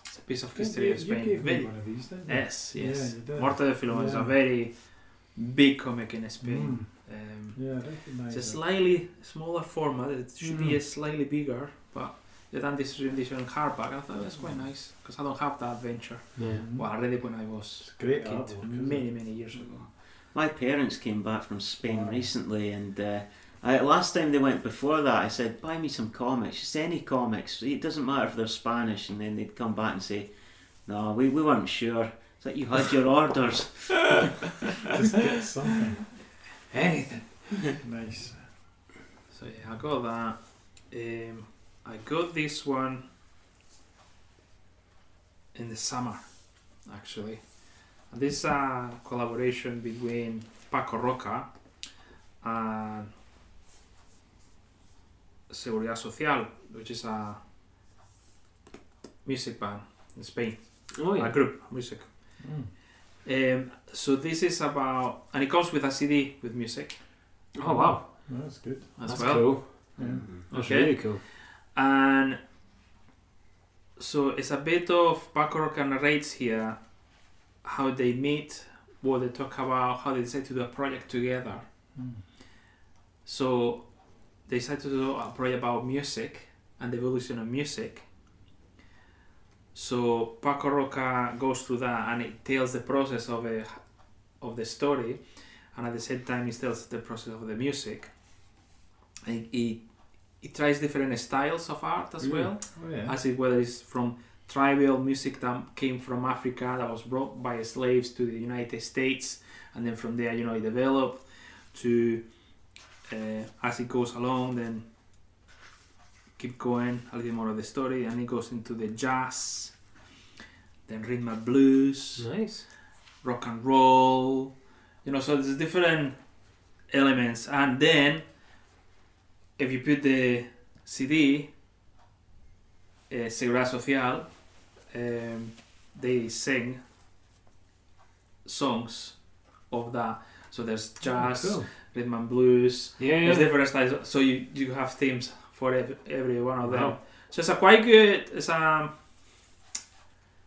Speaker 4: it's a piece of history
Speaker 6: you,
Speaker 4: of Spain.
Speaker 6: you gave me
Speaker 4: Very-
Speaker 6: one of these, didn't you?
Speaker 4: Eh, yes,
Speaker 6: Yeah,
Speaker 4: yes.
Speaker 6: you did.
Speaker 4: Mortadelo Filemon is
Speaker 6: Yeah.
Speaker 4: a very big comic in Spain. Um,
Speaker 6: Mm. Yeah, I recognise
Speaker 4: it's a
Speaker 6: it.
Speaker 4: slightly smaller format. It should be
Speaker 6: Mm.
Speaker 4: a slightly bigger, but they done this rendition in hardback. I thought that's quite nice because I don't have that adventure.
Speaker 3: Yeah.
Speaker 4: Well, I read it when I was
Speaker 6: Great
Speaker 4: a
Speaker 6: artwork,
Speaker 4: kid,
Speaker 6: isn't it?
Speaker 4: many many years ago.
Speaker 5: My parents came back from Spain
Speaker 6: Wow.
Speaker 5: recently, and uh, I, last time they went before that, I said, "Buy me some comics, just any comics. It doesn't matter if they're Spanish." And then they'd come back and say, "No, we, we weren't sure. It's like you had your orders."
Speaker 6: Just get something
Speaker 4: Anything.
Speaker 6: nice.
Speaker 4: So yeah, I got that. Um, I got this one in the summer, actually. And this is a collaboration between Paco Roca and Seguridad Social, which is a music band in Spain,
Speaker 3: Oh
Speaker 4: a
Speaker 3: yeah.
Speaker 4: group music.
Speaker 6: Mm.
Speaker 4: Um, so this is about, and it comes with a CD with music.
Speaker 3: Oh wow.
Speaker 6: That's Mm. good.
Speaker 9: as
Speaker 4: That's
Speaker 9: well.
Speaker 3: cool.
Speaker 6: Yeah.
Speaker 3: That's
Speaker 4: Okay.
Speaker 3: really cool.
Speaker 4: And so it's a bit of background and rights here, how they meet, what they talk about, how they decide to do a project together.
Speaker 6: Mm.
Speaker 4: So they decided to do a project about music and the evolution of music. So Paco Roca goes through that and it tells the process of a, of the story, and at the same time it tells the process of the music. And he, he tries different styles of art as
Speaker 3: Mm.
Speaker 4: well
Speaker 6: Oh, yeah.
Speaker 4: as it whether it's from tribal music that came from Africa that was brought by slaves to the United States, and then from there, you know, it developed to uh, as it goes along, then keep going a little more of the story, and it goes into the jazz, then rhythm and blues,
Speaker 3: Nice.
Speaker 4: rock and roll, you know, so there's different elements, and then if you put the CD eh, Seguridad Social, um, they sing songs of that. So there's jazz,
Speaker 3: Oh, Cool.
Speaker 4: rhythm and blues.
Speaker 3: Yeah.
Speaker 4: There's different styles. So you, you have themes for every, every one of them.
Speaker 3: Wow.
Speaker 4: So it's a quite good. It's a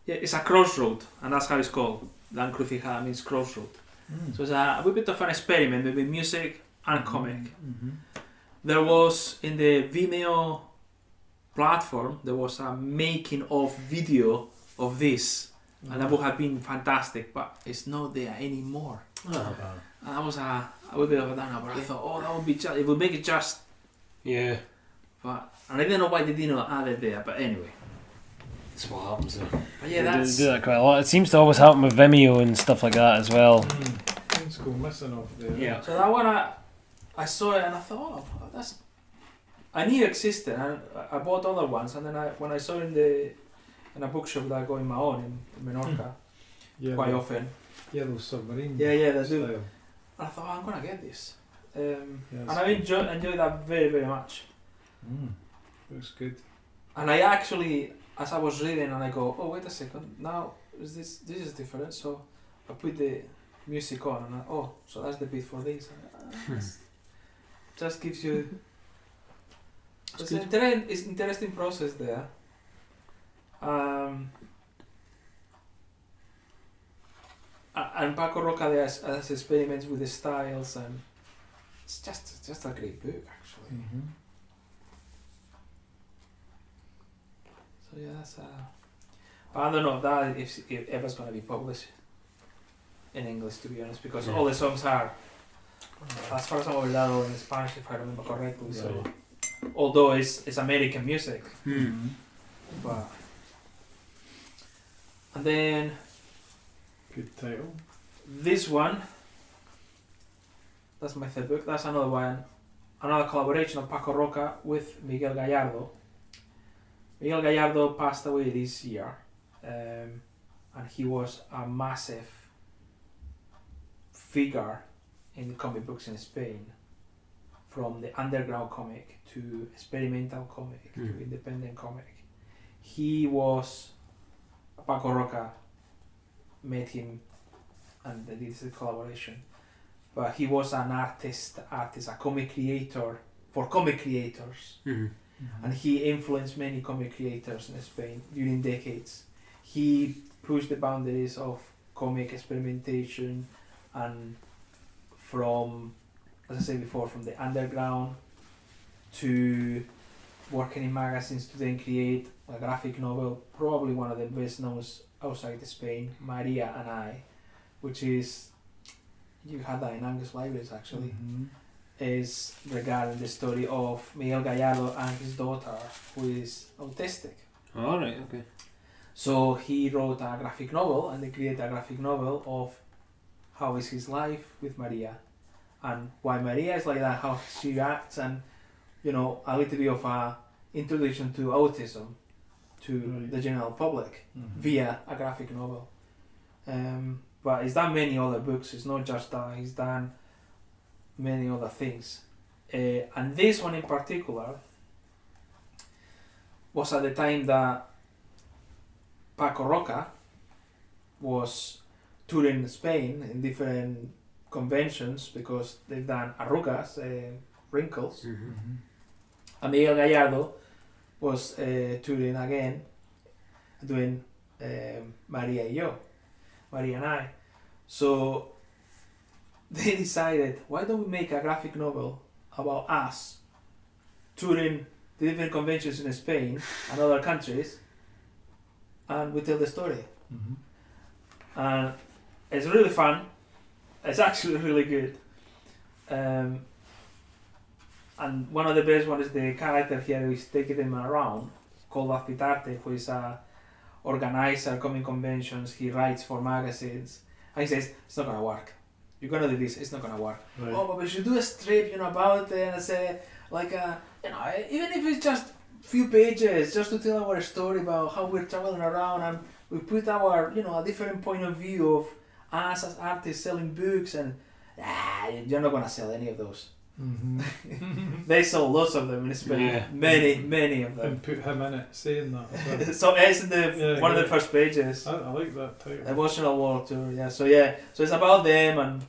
Speaker 4: yeah, it's a crossroad, and that's how it's called. Dan Crucija means crossroad.
Speaker 6: Mm.
Speaker 4: So it's a, a wee bit of an experiment between music
Speaker 2: Mm.
Speaker 4: and comic
Speaker 6: Mhm.
Speaker 4: there was in the Vimeo platform there was a making of video of this and that would have been fantastic but it's not there anymore
Speaker 2: Oh,
Speaker 3: Ah.
Speaker 6: Uh,
Speaker 4: and that was a, a little bit of a downer but I thought oh that would be just it would make it just
Speaker 3: Yeah.
Speaker 4: but and I don't know why they didn't add it there but anyway
Speaker 3: That's what happens. Though.
Speaker 4: but yeah
Speaker 2: They do-
Speaker 4: that's
Speaker 2: do that quite a lot. It seems to always happen with Vimeo and stuff like that as well.
Speaker 6: mm. Things go missing off there.
Speaker 3: Yeah.
Speaker 4: so that one I, I saw it and I thought oh that's I knew it existed and I, I bought other ones and then I when I saw it in the in a bookshop that I go in my own in, in
Speaker 6: Hmm.
Speaker 4: Menorca
Speaker 6: Yellow,
Speaker 4: quite often
Speaker 6: Yellow submarine.
Speaker 4: Yeah, yeah, that's it.
Speaker 6: style.
Speaker 4: I thought oh, I'm gonna get this, um,
Speaker 6: Yeah,
Speaker 4: and
Speaker 6: it's
Speaker 4: I
Speaker 6: good.
Speaker 4: enjoy, enjoy that very very much.
Speaker 6: Mm. Looks good.
Speaker 4: And I actually, as I was reading, and I go, oh wait a second, now is this this is different. So I put the music on, and I, oh, so that's the beat for this. And, uh, it's- just gives you. It's an inter- it's interesting process there. Um, a- and Paco Roca there has, has experiments with the styles, and it's just it's just a great book actually.
Speaker 6: Mm-hmm.
Speaker 4: So yeah, that's uh, but I don't know if that if, if ever's gonna be published in English to be honest, because all the songs are, as far as I'm aware, all in Spanish if I remember correctly. So although it's it's American music,
Speaker 6: Mm-hmm.
Speaker 4: but and then
Speaker 6: Good title.
Speaker 4: this one, that's my third book. That's another one, another collaboration of Paco Roca with Miguel Gallardo. Miguel Gallardo passed away this year, um, and he was a massive figure in comic books in Spain, from the underground comic to experimental comic
Speaker 3: Mm.
Speaker 4: to independent comic. He was Paco Roca met him and they did the collaboration. But he was an artist, artist, a comic creator for comic creators,
Speaker 3: Mm-hmm.
Speaker 4: and he influenced many comic creators in Spain during decades. He pushed the boundaries of comic experimentation, and from, as I said before, from the underground to working in magazines to then create a graphic novel, probably one of the best known outside Spain, Maria and I, which is you had that in Angus Libraries actually
Speaker 6: Mhm.
Speaker 4: is regarding the story of Miguel Gallardo and his daughter, who is autistic.
Speaker 3: All right. Okay.
Speaker 4: So he wrote a graphic novel and they created a graphic novel of how is his life with Maria and why Maria is like that, how she acts, and you know, a little bit of a introduction to autism to
Speaker 6: Right.
Speaker 4: the general public
Speaker 6: Mhm.
Speaker 4: via a graphic novel. Um, but he's done many other books. It's not just that. He's done many other things. Uh, and this one in particular was at the time that Paco Roca was touring Spain in different conventions because they've done Arrugas, uh, wrinkles.
Speaker 3: Mm-hmm.
Speaker 4: Miguel Gallardo was uh, touring again, doing um, Maria y Yo, Maria and I. So they decided, why don't we make a graphic novel about us touring the different conventions in Spain and other countries, and we tell the story.
Speaker 6: Mhm.
Speaker 4: and it's really fun. It's actually really good. Um, and one of the best one is the character here who is taking them around, called Afitarte, who is a organizer, coming conventions. He writes for magazines. And he says it's not gonna work. You're gonna do this. It's not gonna work. Oh, but we should do a strip, you know, about it and say like a, you know, even if it's just few pages, just to tell our story about how we're traveling around and we put our you know a different point of view of us as artists selling books and ah, you're not gonna sell any of those.
Speaker 6: Mhm.
Speaker 4: They sell lots of them in Spain,
Speaker 3: Yeah.
Speaker 4: many many of them.
Speaker 6: and put him in it saying that. as
Speaker 4: so it's in the
Speaker 6: Yeah,
Speaker 4: one of the
Speaker 6: yeah.
Speaker 4: first pages.
Speaker 6: well. I, I like that title.
Speaker 4: Emotional War Tour, yeah. So yeah, so it's about them and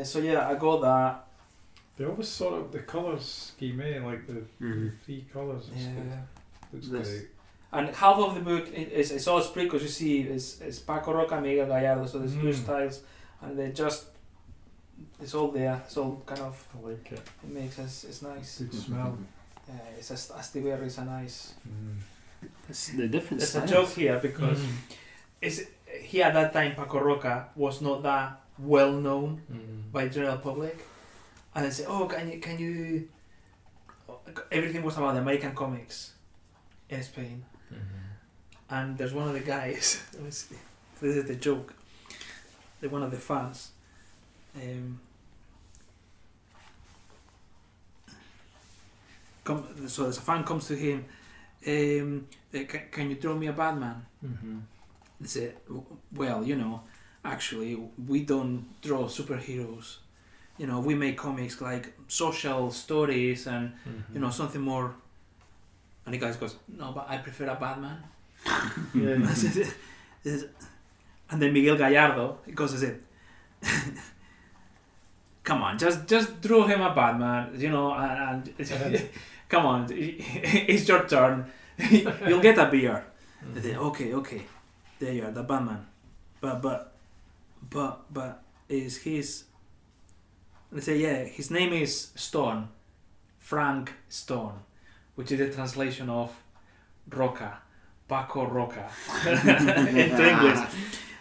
Speaker 4: uh, so yeah, I got that.
Speaker 6: They always sort of the colours scheme, eh? Like the
Speaker 3: Mm-hmm.
Speaker 6: three colours. and stuff.
Speaker 4: Yeah.
Speaker 6: Looks
Speaker 5: This-
Speaker 6: great.
Speaker 4: And half of the book i- is it's all split because you see it's, it's Paco Roca, Miguel Gallardo, so there's two
Speaker 6: Mm.
Speaker 4: styles, and they just it's all there. It's all kind of
Speaker 6: I like it.
Speaker 4: It makes us. It's nice.
Speaker 6: Good smell.
Speaker 4: Uh, it's just Astiberri is a nice.
Speaker 6: Mm.
Speaker 3: It's the eh? different
Speaker 4: It's a
Speaker 3: styles.
Speaker 4: joke here because it's he at that time Paco Roca was not that well known
Speaker 6: Mm.
Speaker 4: by general public, and they say, "Oh, can you can you?" Everything was about the American comics in Spain, and there's one of the guys. let me see. this is the joke. The one of the fans. Um, come, so there's a fan comes to him. Um, eh, can, can you draw me a Batman?
Speaker 6: Mhm.
Speaker 4: They say, well, you know, actually, we don't draw superheroes. You know, we make comics like social stories and,
Speaker 6: Mm-hmm.
Speaker 4: you know, something more. And the guy goes, no, but I prefer a Batman.
Speaker 6: Yeah.
Speaker 4: and then Miguel Gallardo goes and said, "Come on, just just draw him a Batman, you know, and, and come on, it's your turn. You'll get a beer." They say, "Okay, okay, there you are, the Batman, but but but but is his?" They say, "Yeah, his name is Stone, Frank Stone, which is a translation of Roca." Paco Roca into English.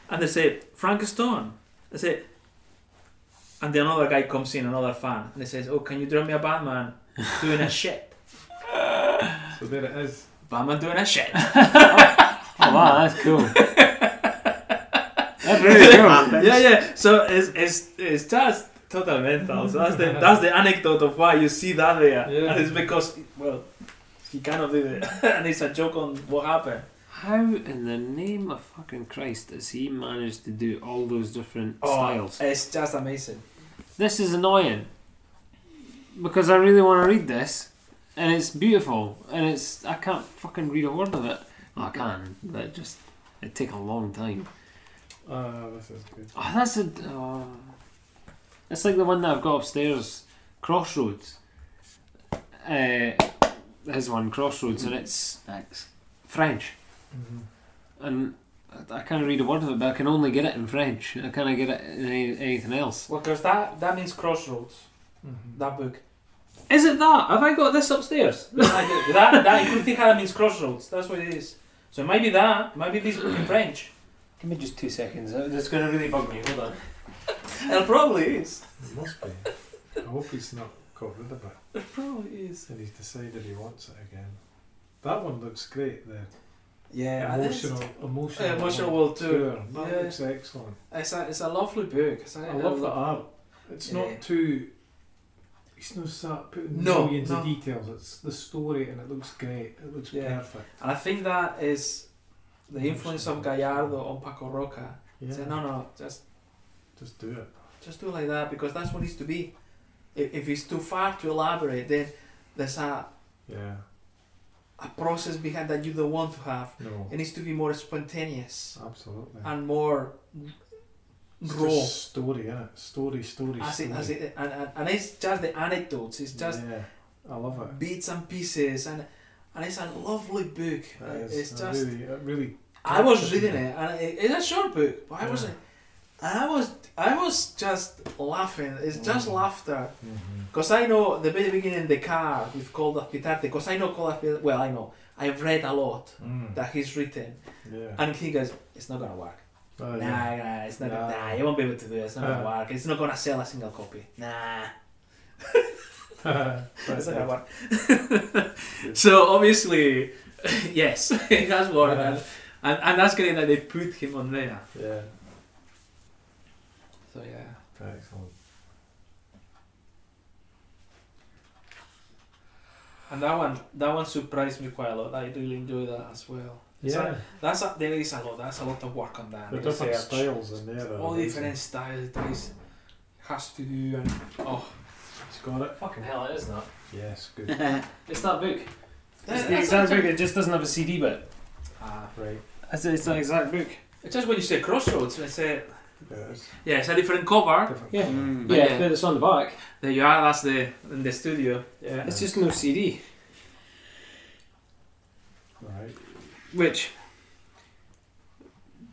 Speaker 4: And they say, Frank Stone. They say, and then another guy comes in, another fan, and he says, Oh, can you draw me a Batman doing a shit?
Speaker 6: So there it is.
Speaker 4: Batman doing a shit.
Speaker 3: Oh wow, that's cool. that's really cool.
Speaker 4: yeah, yeah. So it's, it's, it's just total mental. So that's the, that's the anecdote of why you see that there.
Speaker 6: Yeah.
Speaker 4: And it's because, well, he kind of did it. and it's a joke on what happened.
Speaker 3: How in the name of fucking Christ has he managed to do all those different styles?
Speaker 4: It's just amazing.
Speaker 3: This is annoying because I really want to read this, and it's beautiful, and it's I can't fucking read a word of it. Well, I can, but just it take a long time.
Speaker 6: Ah, this is good.
Speaker 3: Oh, that's a. Oh. It's like the one that I've got upstairs, Crossroads. Uh, his one, Crossroads, and it's
Speaker 9: Thanks.
Speaker 3: French.
Speaker 4: Mm-hmm.
Speaker 3: and I- I can't read a word of it, but I can only get it in French. I can't get it in any, anything else.
Speaker 4: Well, because that, that means crossroads,
Speaker 6: Mhm.
Speaker 4: that book.
Speaker 3: Is it that? Have I got this upstairs?
Speaker 4: that, that, that, you could think how that means crossroads. That's what it is. So it might be that. It might be this book in French.
Speaker 2: Give me just two seconds. uh, That's going to really bug me. Hold on.
Speaker 4: It probably is.
Speaker 6: It must be. I hope he's not got rid of it
Speaker 4: It probably is.
Speaker 6: and he's decided he wants it again. That one looks great, the
Speaker 4: Yeah. and it's-
Speaker 6: emotional, emotional,
Speaker 4: Emotional World Tour.
Speaker 6: tour. That
Speaker 4: Yeah.
Speaker 6: looks excellent.
Speaker 4: It's a, it's a lovely book. It's a,
Speaker 6: I love the art. It's
Speaker 4: Yeah.
Speaker 6: not too. It's not sat putting
Speaker 4: No,
Speaker 6: millions of
Speaker 4: no.
Speaker 6: details. It's the story, and it looks great. It looks
Speaker 4: Yeah.
Speaker 6: perfect.
Speaker 4: And I think that is the influence of Gallardo on Paco Roca.
Speaker 6: Yeah.
Speaker 4: Say, no, no, just
Speaker 6: Just do it.
Speaker 4: just do it like that because that's what it's to be. If, if it's too far to elaborate, then there's a,
Speaker 6: Yeah.
Speaker 4: a process behind that you don't want to have.
Speaker 6: No.
Speaker 4: It needs to be more spontaneous.
Speaker 6: Absolutely.
Speaker 4: and more raw.
Speaker 6: It's story, innit? Story, story,
Speaker 4: That's it,
Speaker 6: story.
Speaker 4: that's it. And, and, and it's just the anecdotes, it's just
Speaker 6: yeah, I love it.
Speaker 4: bits and pieces, and and it's a lovely book.
Speaker 6: That is
Speaker 4: Uh, it's
Speaker 6: a
Speaker 4: just.
Speaker 6: really, a really
Speaker 4: I was
Speaker 6: Captures
Speaker 4: reading
Speaker 6: me.
Speaker 4: it, and it, it's a short book, but I
Speaker 6: Yeah.
Speaker 4: wasn't. And I was, I was just laughing. It's just
Speaker 6: Mm.
Speaker 4: laughter,
Speaker 6: mhm.
Speaker 4: because I know the very beginning the car with Kolda Pitarte, because I know Kolda Pitarte. Well, I know I've read a lot
Speaker 6: Mm,
Speaker 4: that he's written,
Speaker 6: yeah.
Speaker 4: and he goes, "It's not gonna work.
Speaker 6: Oh,
Speaker 4: nah,
Speaker 6: yeah.
Speaker 4: nah, it's not.
Speaker 6: Nah.
Speaker 4: Gonna, nah, you won't be able to do it. It's not gonna
Speaker 6: Uh.
Speaker 4: work. It's not gonna sell a single copy. Nah."
Speaker 6: But,
Speaker 4: That's a
Speaker 6: uh,
Speaker 4: good one. so obviously, yes, it has worked, and, and and that's great that they put him on there.
Speaker 6: Yeah,
Speaker 4: So yeah.
Speaker 6: excellent.
Speaker 4: And that one, that one surprised me quite a lot. I really enjoyed that as well. It's
Speaker 6: Yeah,
Speaker 4: That's a, there is a lot. That's a lot of work on that.
Speaker 6: the different
Speaker 4: research,
Speaker 6: styles in there. are
Speaker 4: Uh, all
Speaker 6: amazing.
Speaker 4: different styles. There is has to do and oh,
Speaker 6: It's got it.
Speaker 2: Fucking hell, it is that.
Speaker 6: Yes, good.
Speaker 2: It's that book. It's
Speaker 4: That-
Speaker 2: the
Speaker 4: that's
Speaker 2: exact
Speaker 4: such a-
Speaker 2: book. It just doesn't have a CD bit.
Speaker 4: Ah.
Speaker 6: Right.
Speaker 2: It's, it's that exact book.
Speaker 4: It's just when you say crossroads, it's a
Speaker 6: Yes.
Speaker 4: yeah, it's a different cover.
Speaker 6: Different.
Speaker 2: Yeah.
Speaker 5: Mm.
Speaker 2: Yeah,
Speaker 9: Yeah.
Speaker 2: but it's on the back.
Speaker 4: There you are. That's the in the studio. Yeah.
Speaker 2: It's just no CD.
Speaker 6: Right.
Speaker 2: Which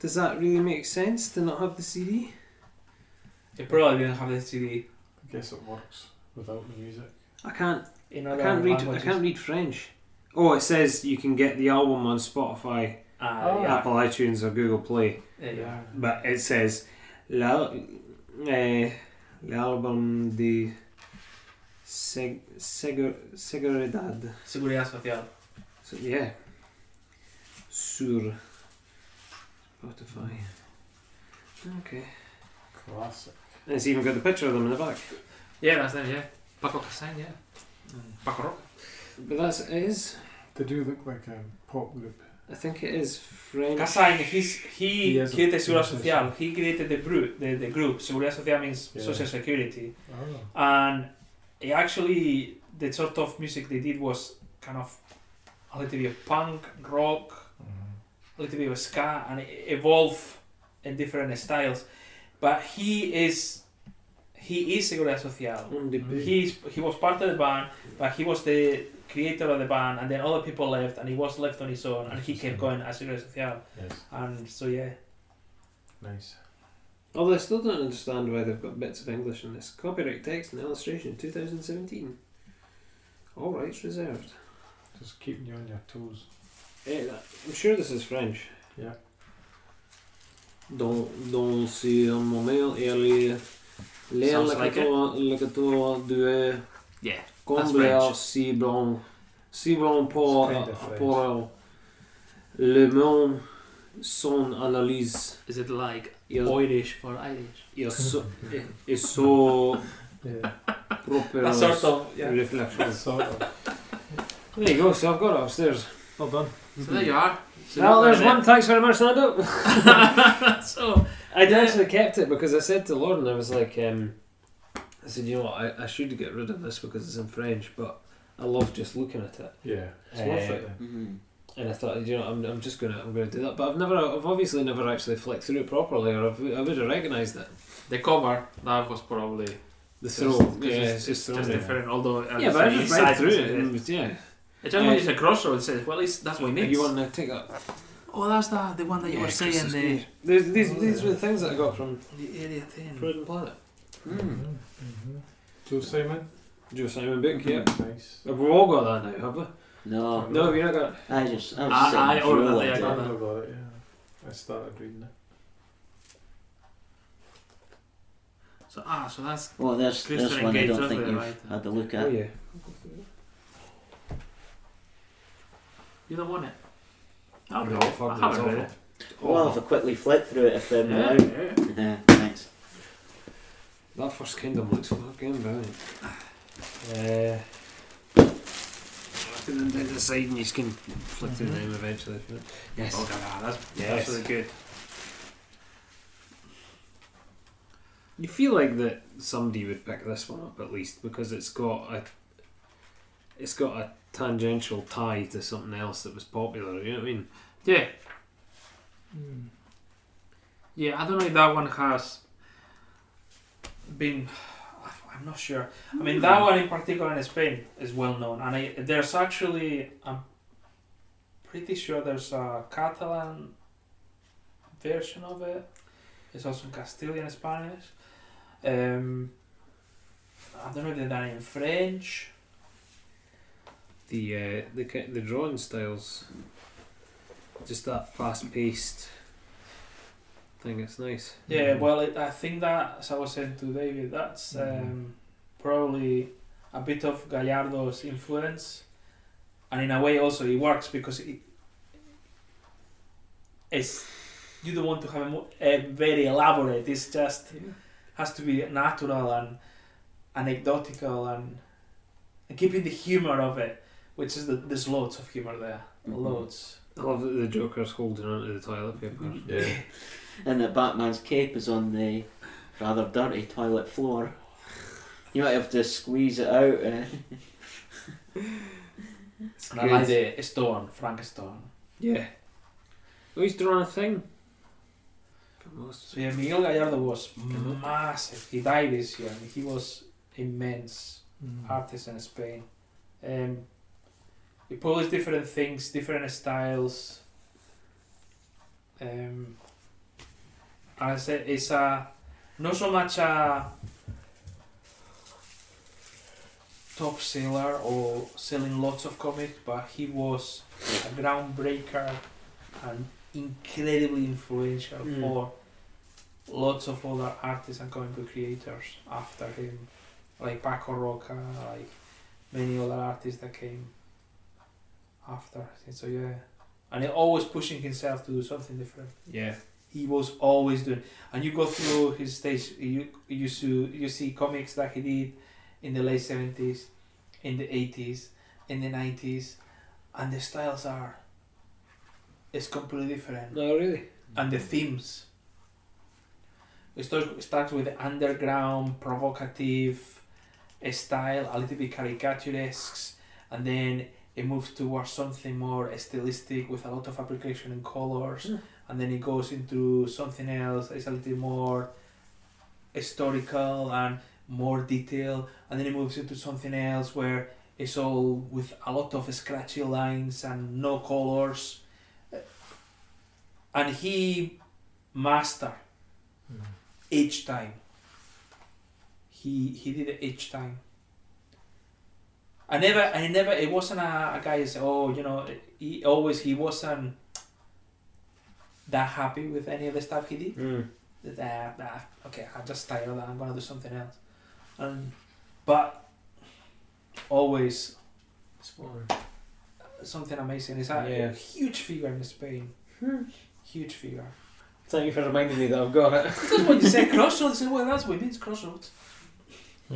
Speaker 2: does that really make sense to not have the CD?
Speaker 4: They probably didn't have the CD.
Speaker 6: I guess it works without the music.
Speaker 2: I can't.
Speaker 4: In
Speaker 2: I
Speaker 4: other
Speaker 2: can't read. I
Speaker 4: languages.
Speaker 2: can't read French. Oh, it says you can get the album on Spotify,
Speaker 4: Ah,
Speaker 6: Oh.
Speaker 4: yeah.
Speaker 2: Apple iTunes, or Google Play.
Speaker 4: There you are.
Speaker 2: But it says la, eh, l'album di seg, segure, seguridad.
Speaker 4: Seguridad social.
Speaker 2: So yeah, sur Spotify. Okay,
Speaker 6: Classic.
Speaker 2: and it's even got the picture of them in the back.
Speaker 4: Yeah, that's them. Yeah. Paco Casan. Yeah. Paco Roca.
Speaker 2: Mm. But that's it is.
Speaker 6: They do look like a pop group.
Speaker 2: I think it is French.
Speaker 4: Casain, he's, he,
Speaker 6: He has a-
Speaker 4: created Seguridad
Speaker 6: he has a-
Speaker 4: Social. He created the, group. the, the group. Seguridad Social means
Speaker 6: Yeah.
Speaker 4: social security.
Speaker 6: Oh.
Speaker 4: And he actually, the sort of music they did was kind of a little bit of punk, rock,
Speaker 6: Mm-hmm.
Speaker 4: a little bit of ska, and it evolve in different styles. But he is, he is Seguridad Social. He's, he was part of the band, but he was the creator of the band, and then other people left, and he was left on his own, and he kept going as Seguridad Social.
Speaker 6: Yes.
Speaker 4: And so, yeah.
Speaker 6: Nice.
Speaker 2: Although I still don't understand why they've got bits of English in this. Copyright text and illustration 2017. All rights reserved.
Speaker 6: Just keeping you on your toes.
Speaker 2: Eh, that- I'm sure this is French.
Speaker 6: Yeah.
Speaker 2: Dans, dans ce moment, elle est l'air
Speaker 4: Sounds like
Speaker 2: le cateau de
Speaker 4: Yeah,
Speaker 2: combler si blanc, si blanc pour,
Speaker 6: It's kind of
Speaker 2: pour elle. Le monde, son analyse.
Speaker 4: Is it like
Speaker 2: Il,
Speaker 4: Irish for Irish?
Speaker 2: il, so, il so
Speaker 6: Yeah.
Speaker 2: proper
Speaker 4: That sort of, yeah.
Speaker 2: reflections.
Speaker 6: sort of.
Speaker 2: There you go, so I've got it upstairs.
Speaker 6: Well done.
Speaker 4: So there you are. So
Speaker 2: well,
Speaker 4: you've
Speaker 2: there's
Speaker 4: got
Speaker 2: one, thanks very much, Nando.
Speaker 4: it. so
Speaker 2: I'd actually kept it because I said to Lauren, I was like, um, I said, you know what, I, I should get rid of this because it's in French, but I love just looking at it.
Speaker 6: Yeah. It's
Speaker 2: Eh,
Speaker 6: worth it then.
Speaker 4: Uh,
Speaker 5: Mhm.
Speaker 2: And I thought, you know, I'm, I'm just gonna, I'm gonna do that. But I've never, I've obviously never actually flicked through it properly, or I've, I would have recognised it.
Speaker 4: the cover that was probably
Speaker 2: The
Speaker 4: just-
Speaker 2: throw,
Speaker 4: just-
Speaker 2: yeah,
Speaker 4: just,
Speaker 2: it's just thrown
Speaker 4: just
Speaker 2: there.
Speaker 4: different. Although uh,
Speaker 2: Yeah, but I
Speaker 4: the
Speaker 2: just read
Speaker 4: inside
Speaker 2: through
Speaker 4: is-
Speaker 2: it. And, it was- yeah,
Speaker 4: It just when it's a crossroad, it says, "Well, it's that's what it means."
Speaker 2: you want to take up?
Speaker 4: oh, that's the the one that you
Speaker 2: Yeah,
Speaker 4: were saying
Speaker 2: Christmas
Speaker 4: the
Speaker 2: Eve. There's, these, these were the things that I got from Hmm.
Speaker 4: the area thing.
Speaker 2: Forbidden Planet.
Speaker 5: Mm.
Speaker 6: Mm-hmm. Joe Simon.
Speaker 2: Joe Simon book, yeah.
Speaker 6: Nice.
Speaker 2: We've all got that now, have we?
Speaker 5: No,
Speaker 2: No, Mm, have you not got
Speaker 5: I just oh, I was
Speaker 4: I-
Speaker 5: sitting
Speaker 4: I
Speaker 5: through
Speaker 4: ordered
Speaker 5: all
Speaker 4: that,
Speaker 5: that
Speaker 4: yeah, I
Speaker 5: day.
Speaker 6: Oh,
Speaker 4: got
Speaker 6: I
Speaker 4: that.
Speaker 6: know about it, yeah. I started reading it.
Speaker 4: So ah, so that's
Speaker 5: Well, there's
Speaker 4: Christian
Speaker 5: there's one I
Speaker 4: Engage,
Speaker 5: don't
Speaker 4: that's
Speaker 5: think
Speaker 4: what I
Speaker 5: you've
Speaker 4: write.
Speaker 5: had a look
Speaker 2: Oh
Speaker 5: at.
Speaker 2: yeah.
Speaker 4: you don't want it.
Speaker 2: No,
Speaker 4: I don't know.
Speaker 2: fuck,
Speaker 4: I
Speaker 2: it was
Speaker 4: haven't read it.
Speaker 2: awful.
Speaker 5: Well, if I quickly flick through it if they're
Speaker 4: Yeah,
Speaker 5: out.
Speaker 4: yeah.
Speaker 5: Yeah, thanks.
Speaker 2: That first kingdom looks fucking brilliant. Uh, I can then decide and you can flick through them eventually. if you want. Mm-hmm. Yes.
Speaker 4: Oh, God, that's
Speaker 2: Yes.
Speaker 4: that's really good.
Speaker 2: You feel like that somebody would pick this one up at least because it's got a it's got a tangential tie to something else that was popular. You know what I mean?
Speaker 4: Yeah, yeah. I don't know if that one has been. I'm not sure. I mean, that
Speaker 5: Hmm.
Speaker 4: one in particular in Spain is well known, and I, there's actually I'm pretty sure there's a Catalan version of it. It's also in Castilian Spanish. Um, I don't know if they've done it in French.
Speaker 2: The uh, the ki- the drawing styles, just that fast paced thing. It's nice.
Speaker 4: Yeah, well, it, I think that, as I was saying to David, that's
Speaker 6: Mm-hmm.
Speaker 4: um, probably a bit of Gallardo's influence, and in a way, also it works because it, it's you don't want to have a, mo- a very elaborate. It's just has to be natural and anecdotal and, and keeping the humor of it, which is the, there's loads of humor there,
Speaker 5: Mhm.
Speaker 4: loads.
Speaker 2: I love that the Joker's holding onto the toilet paper.
Speaker 14: Yeah.
Speaker 5: And that Batman's cape is on the rather dirty toilet floor. You might have to squeeze it out. Eh?
Speaker 4: And I like the stone, Frank Stone.
Speaker 2: Yeah. Oh, he's drawn a thing.
Speaker 4: So yeah, Miguel Gallardo was massive. He died this year. and He was immense
Speaker 7: 음.
Speaker 3: 아.
Speaker 4: artist in Spain. Um, he published different things, different styles. Um, I said it's a not so much a top seller or selling lots of comics, but he was a groundbreaker and incredibly influential
Speaker 2: Mm.
Speaker 4: for lots of other artists and comic book creators after him, like Paco Roca, like many other artists that came after. So yeah, and he always pushing himself to do something different.
Speaker 2: Yeah.
Speaker 4: He was always doing, and you go through his stage. You you see you see comics that he did in the late seventies, in the eighties, in the nineties, and the styles are. It's completely different
Speaker 2: No, really.
Speaker 4: and the themes. It starts, it starts with the underground, provocative eh, style, a little bit caricaturesque, and then it moves towards something more stylistic with a lot of application in colors, and then it goes into something else. It's a little more historical and more detail, and then it moves into something else where it's all with a lot of scratchy lines and no colors and he master each time he he did it each time i never i never it wasn't a, a guy who said oh you know he always he wasn't that happy with any of the stuff he did
Speaker 2: Mm.
Speaker 4: that ah, ah, okay i'm just tired of that i'm gonna do something else and but always something amazing he's a
Speaker 2: Yeah.
Speaker 4: huge figure in spain
Speaker 7: 음.
Speaker 4: huge figure
Speaker 2: Thank you for reminding me that I've got it.
Speaker 4: That's what you say, crossroads. I say, Well, that's women's crossroads.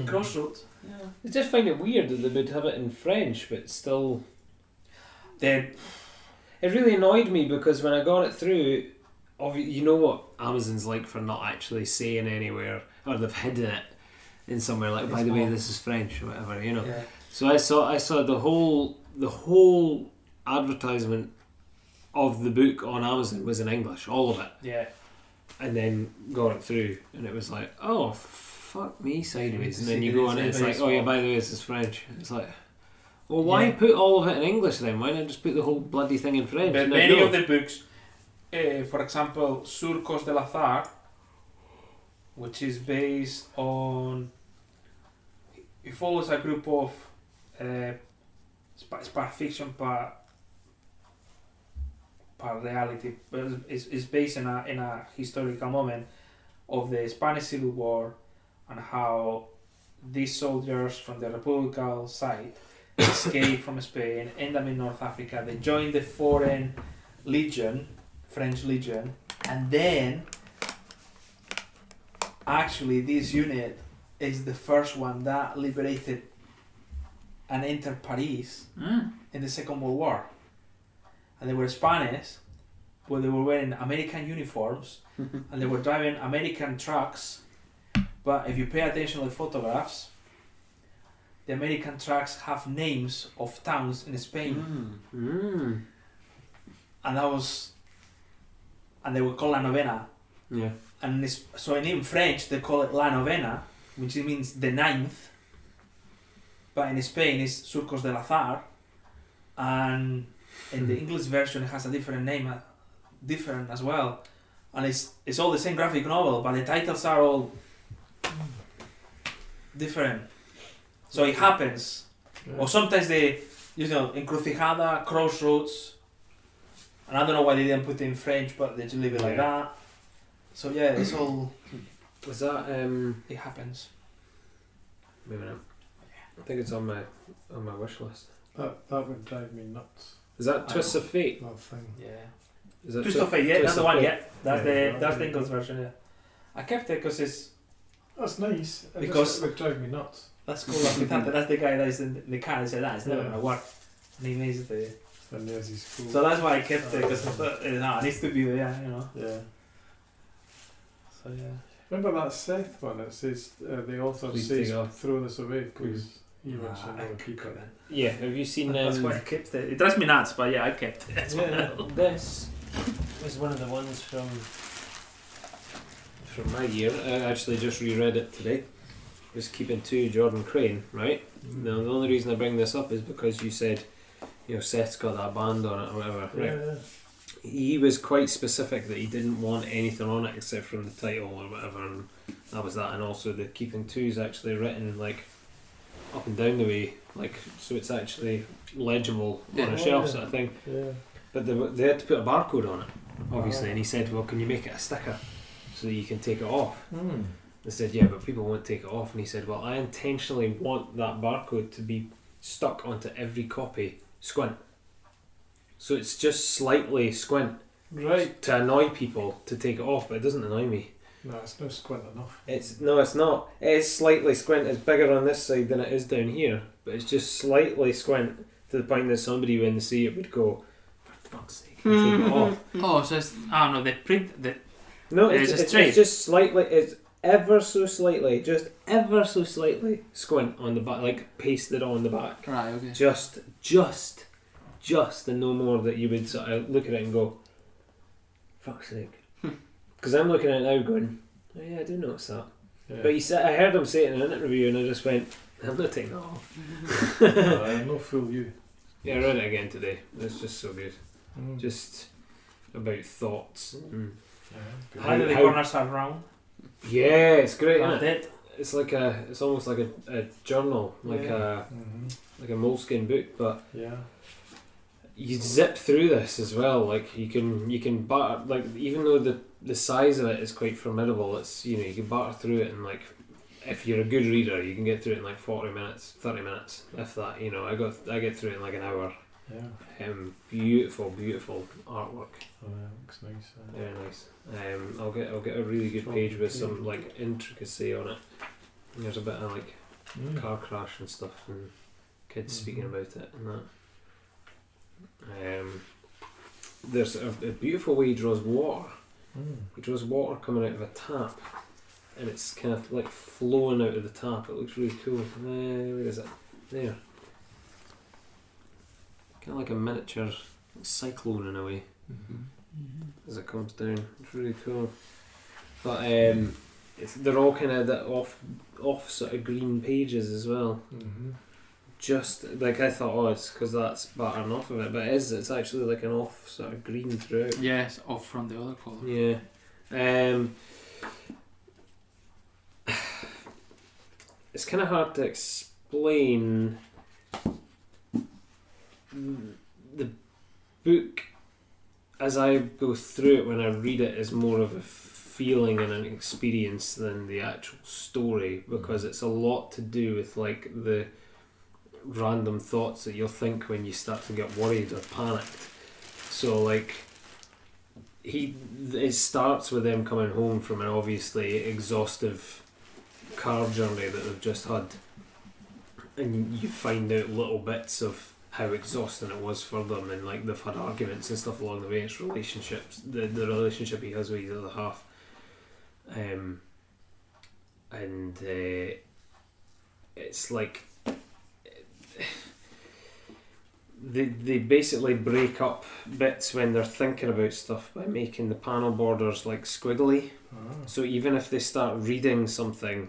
Speaker 4: Crossroads. Yeah.
Speaker 2: I just find it weird that they would have it in French, but still.
Speaker 4: Then
Speaker 2: It really annoyed me because when I got it through, obvi- you know what Amazon's like for not actually saying anywhere, or they've hidden it in somewhere. Like, by the way, this is French or whatever, you know.
Speaker 4: yeah.
Speaker 2: So I saw I saw the whole the whole advertisement of the book on Amazon was in English, all of it,
Speaker 4: yeah.
Speaker 2: and then got it through, and it was like, oh fuck me sideways,
Speaker 4: to
Speaker 2: and then
Speaker 4: see
Speaker 2: you
Speaker 4: that
Speaker 2: go
Speaker 4: it's
Speaker 2: on it, it's like,
Speaker 4: anybody's
Speaker 2: oh yeah,
Speaker 4: fault.
Speaker 2: by the way, this is French. It's like. Well, why
Speaker 4: Yeah.
Speaker 2: put all of it in English then? Why not just put the whole bloody thing in French?
Speaker 4: But
Speaker 2: And I
Speaker 4: many
Speaker 2: know-
Speaker 4: of the books, uh, for example, Surcos de Lazar, which is based on. It follows a group of. Uh, it's part- it's part fiction, part. part reality. But it's, it's based in a, in a historical moment of the Spanish Civil War and how these soldiers from the Republican side escape from Spain, end up in North Africa. They join the foreign legion, French legion, and then actually this unit is the first one that liberated and entered Paris in the Second World War. And they were Spanish, but they were wearing American uniforms and they were driving American trucks. But if you pay attention to the photographs, the American trucks have names of towns in Spain
Speaker 2: Mm.
Speaker 4: and that was and they would call la novena
Speaker 2: Yeah.
Speaker 4: and it's, so in in French they call it la novena which it means the ninth, but in Spain it's Surcos del Azar, and in the English version it has a different name, uh, different as well, and it's it's all the same graphic novel, but the titles are all different. So it happens, or sometimes they, you know, Encrucijada, Crossroads, and I don't know why they didn't put it in French, but they just leave it like that. So yeah, it's all
Speaker 2: Was that um?
Speaker 4: it happens.
Speaker 2: Wait a minute. I think it's on my on my wish list.
Speaker 6: That, that would drive me nuts.
Speaker 2: Is that
Speaker 6: I
Speaker 2: Twists of Fate?
Speaker 6: That thing.
Speaker 4: Yeah.
Speaker 2: Is that
Speaker 4: Twist of Fate, yeah,
Speaker 2: Twist
Speaker 4: that's the
Speaker 2: of
Speaker 4: one,
Speaker 2: Fate?
Speaker 4: yeah. That's
Speaker 6: Yeah.
Speaker 4: the that's the English version, yeah. I kept it because it's
Speaker 6: That's nice. It
Speaker 4: Because-
Speaker 6: just, it would drive me nuts.
Speaker 4: that's cool. Like, with that, that's the guy that is in the car and said that it's never
Speaker 6: Yeah.
Speaker 4: gonna work. And he makes it the
Speaker 6: And there's his cool. Uh,
Speaker 4: so that's why I kept it because I thought eh, no, it needs to be there, yeah, you know.
Speaker 6: yeah.
Speaker 4: So yeah.
Speaker 6: Remember that Seth one that says uh, the author
Speaker 2: Please
Speaker 6: says
Speaker 2: take off.
Speaker 6: throw this away because he
Speaker 4: Nah,
Speaker 6: wants to
Speaker 4: Ah, I
Speaker 6: know
Speaker 4: keep
Speaker 6: people.
Speaker 4: it then.
Speaker 2: Yeah. Have you seen?
Speaker 4: That's
Speaker 2: Um,
Speaker 4: why I kept it. It drives me nuts, but yeah, I kept it.
Speaker 2: yeah, this was one of the ones from from my year. I actually just reread it today. Was keeping two Jordan Crane, right?
Speaker 3: Mm.
Speaker 2: Now
Speaker 6: Mm.
Speaker 2: the only reason I bring this up is because you said, you know, Seth's got that band on it or whatever, right?
Speaker 6: Yeah,
Speaker 2: he was quite specific that he didn't want anything on it except from the title or whatever, and that was that. And also, the keeping two is actually written like up and down the way, like so it's actually legible on
Speaker 6: Yeah.
Speaker 2: a shelf sort of thing.
Speaker 6: yeah.
Speaker 2: But they, were- they had to put a barcode on it, obviously. And he said, "Well, can you make it a sticker so that you can take it off?"
Speaker 6: Mm.
Speaker 2: They said, "Yeah, but people won't take it off." And he said, "Well, I intentionally want that barcode to be stuck onto every copy, squint." So it's just slightly squint
Speaker 6: Right.
Speaker 2: to annoy people to take it off, but it doesn't annoy me.
Speaker 6: No, it's no squint enough.
Speaker 2: It's no, it's not. It's slightly squint. It's bigger on this side than it is down here, but it's just slightly squint to the point that somebody when they see it would go, "For fuck's sake, take it off."
Speaker 4: Oh, so it's oh no, the print the
Speaker 2: No,
Speaker 4: Yeah,
Speaker 2: it's, it's,
Speaker 4: it's just
Speaker 2: it's,
Speaker 4: straight.
Speaker 2: just slightly. It's ever so slightly, just ever so slightly squint on the back, like pasted on the back.
Speaker 9: Right, okay.
Speaker 2: Just, just, just, and no more that you would sort of look at it and go, "Fuck's sake,"
Speaker 9: Hmm.
Speaker 2: because I'm looking at it now going, "Oh yeah, I do notice that."
Speaker 6: Yeah.
Speaker 2: But he said, I heard him say it in an interview, and I just went, "I'm not taking that off."
Speaker 6: no, I'll no fool you.
Speaker 2: Yeah, I read it again today. It's just so good.
Speaker 6: Mm.
Speaker 2: Just about thoughts.
Speaker 6: Yeah.
Speaker 4: how the
Speaker 2: How-
Speaker 4: corners are round.
Speaker 2: Yeah, it's great.
Speaker 4: Round
Speaker 2: Isn't it?
Speaker 4: it.
Speaker 2: It's like a, it's almost like a, a journal, like a
Speaker 6: hmm
Speaker 2: like a moleskin book, but
Speaker 6: yeah.
Speaker 2: you zip through this as well. Like you can you can batter like even though the the size of it is quite formidable, it's you know you can batter through it in like if you're a good reader, you can get through it in like forty minutes, thirty minutes, if that. You know, I got I get through it in like an hour.
Speaker 6: Yeah.
Speaker 2: Um, beautiful, beautiful artwork.
Speaker 6: Oh, yeah, looks nice. Uh,
Speaker 2: Very nice. Um, I'll get I'll get a really good page with some like intricacy on it. There's a bit of like
Speaker 7: 음.
Speaker 6: mm.
Speaker 2: car crash and stuff and kids speaking
Speaker 6: Mhm.
Speaker 2: about it and that. Um, there's a, a beautiful way he draws water.
Speaker 6: Mm.
Speaker 3: 음.
Speaker 2: He draws water coming out of a tap and it's kind of like flowing out of the tap. It looks really cool. Uh, where is it? There. Kind of like a miniature cyclone in a way
Speaker 7: 음.
Speaker 1: 음.
Speaker 2: as it comes down. It's really cool. But um, it's, they're all kind of the off, off sort of green pages as well
Speaker 6: Mm-hmm.
Speaker 2: just like I thought, oh, it's because that's battering off of it, but it is. It's actually like an off sort of green throughout.
Speaker 9: Yes, off from the other colour.
Speaker 2: Yeah. Um, it's kind of hard to explain the book as I go through it when I read it is more of a feeling and an experience than the actual story because it's a lot to do with like the random thoughts that you'll think when you start to get worried or panicked. So like he it starts with them coming home from an obviously exhaustive car journey that they've just had and you find out little bits of how exhausting it was for them and like they've had arguments and stuff along the way it's relationships the, the relationship he has with his other half um, and uh, it's like they, they basically break up bits when they're thinking about stuff by making the panel borders like squiggly.
Speaker 6: Ah.
Speaker 2: So even if they start reading something,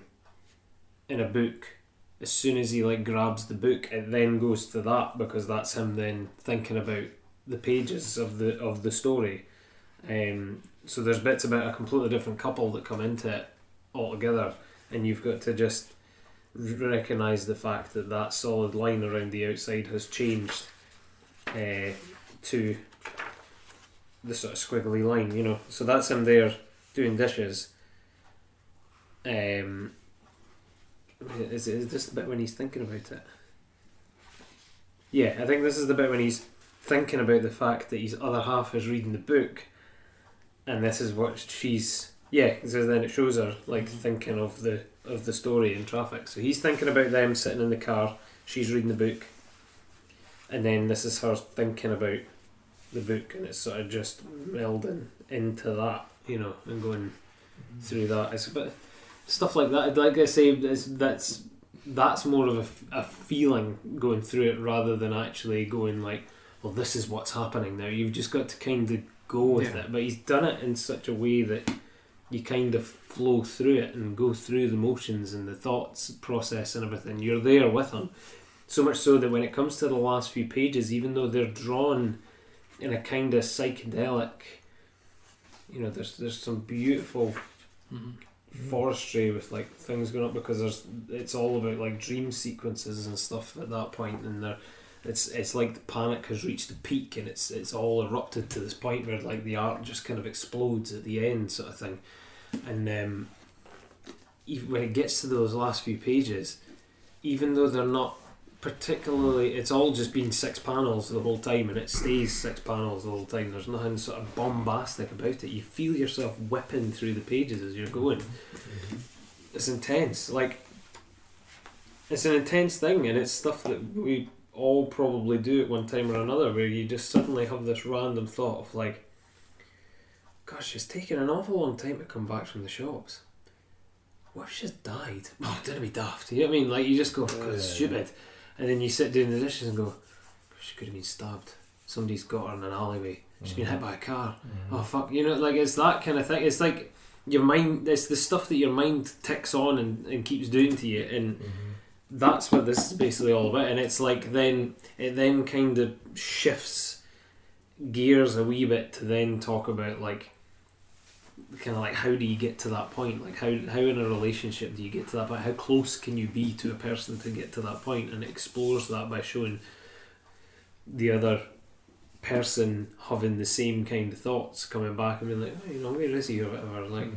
Speaker 2: in a book, as soon as he like grabs the book, it then goes to that because that's him then thinking about the pages of the of the story. Um, so there's bits about a completely different couple that come into it altogether, and you've got to just recognize the fact that that solid line around the outside has changed uh, to the sort of squiggly line, you know. So that's him there doing dishes. Um, is, is this the bit when he's thinking about it? Yeah, I think this is the bit when he's thinking about the fact that his other half is reading the book, and this is what she's yeah. So then it shows her like thinking of the of the story in traffic. So he's thinking about them sitting in the car. She's reading the book, and then this is her thinking about the book, and it's sort of just melding into that, you know, and going through that. It's a bit stuff like that. Like I say, that's that's that's more of a f- a, feeling going through it rather than actually going like, well, this is what's happening now. You've just got to kind of go with
Speaker 5: Yeah.
Speaker 2: it. But he's done it in such a way that you kind of flow through it and go through the motions and the thoughts process and everything. You're there with him. So much so that when it comes to the last few pages, even though they're drawn in a kind of psychedelic, you know, there's there's some beautiful forestry with like things going up because there's it's all about like dream sequences and stuff at that point and they're it's it's like the panic has reached a peak and it's it's all erupted to this point where like the art just kind of explodes at the end sort of thing and um even when it gets to those last few pages even though they're not particularly it's all just been six panels the whole time and it stays six panels the whole time there's nothing sort of bombastic about it you feel yourself whipping through the pages as you're going it's intense like it's an intense thing and it's stuff that we all probably do at one time or another where you just suddenly have this random thought of like gosh it's taken an awful long time to come back from the shops what if she's died oh didn't be daft you know what I mean like you just go "Oh, God, it's stupid and then you sit doing the dishes and go she could have been stabbed somebody's got her in an alleyway she's been hit by a car oh fuck you know like it's that kind of thing it's like your mind it's the stuff that your mind ticks on and, and keeps doing to you and that's what this is basically all about and it's like then it then kind of shifts gears a wee bit to then talk about like kind of like how do you get to that point like how how in a relationship do you get to that point how close can you be to a person to get to that point and it explores that by showing the other person having the same kind of thoughts coming back and being like oh, you know where is he or whatever like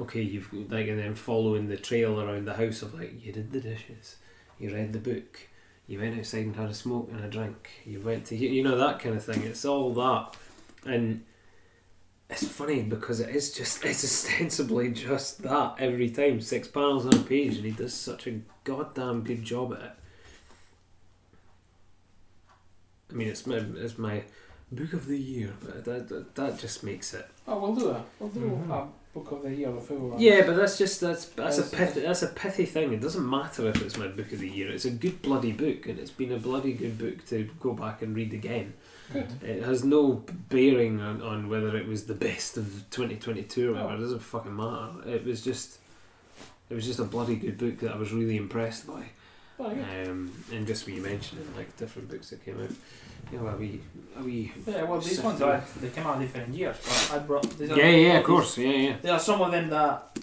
Speaker 2: okay, you've like, and then following the trail around the house of like, you did the dishes, you read the book, you went outside and had a smoke and a drink, you went to, you know, that kind of thing. It's all that, and it's funny because it is just, it's ostensibly just that every time, six panels on a page, and he does such a goddamn good job at it. I mean, it's my, it's my book of the year, but that, that, that just makes it Mm-hmm.
Speaker 4: Oh, we'll do that. We'll do a book of the year or two.
Speaker 2: yeah, but that's just that's that's a
Speaker 4: That's-
Speaker 2: pithy, that's a pithy thing. It doesn't matter if it's my book of the year. It's a good bloody book, and it's been a bloody good book to go back and read again.
Speaker 7: 음.
Speaker 4: Good.
Speaker 2: It has no bearing on, on whether it was the best of twenty twenty two or whatever. It doesn't fucking matter. It was just it was just a bloody good book that I was really impressed by.
Speaker 4: Very good.
Speaker 2: Um, and just when you mentioned like different books that came out, you know, are we are we?
Speaker 4: Yeah, well, these
Speaker 2: Sift
Speaker 4: ones
Speaker 2: through.
Speaker 4: are they came out different years, but I brought these are
Speaker 2: Yeah, yeah,
Speaker 4: these-
Speaker 2: of course, yeah, yeah.
Speaker 4: There are some of them that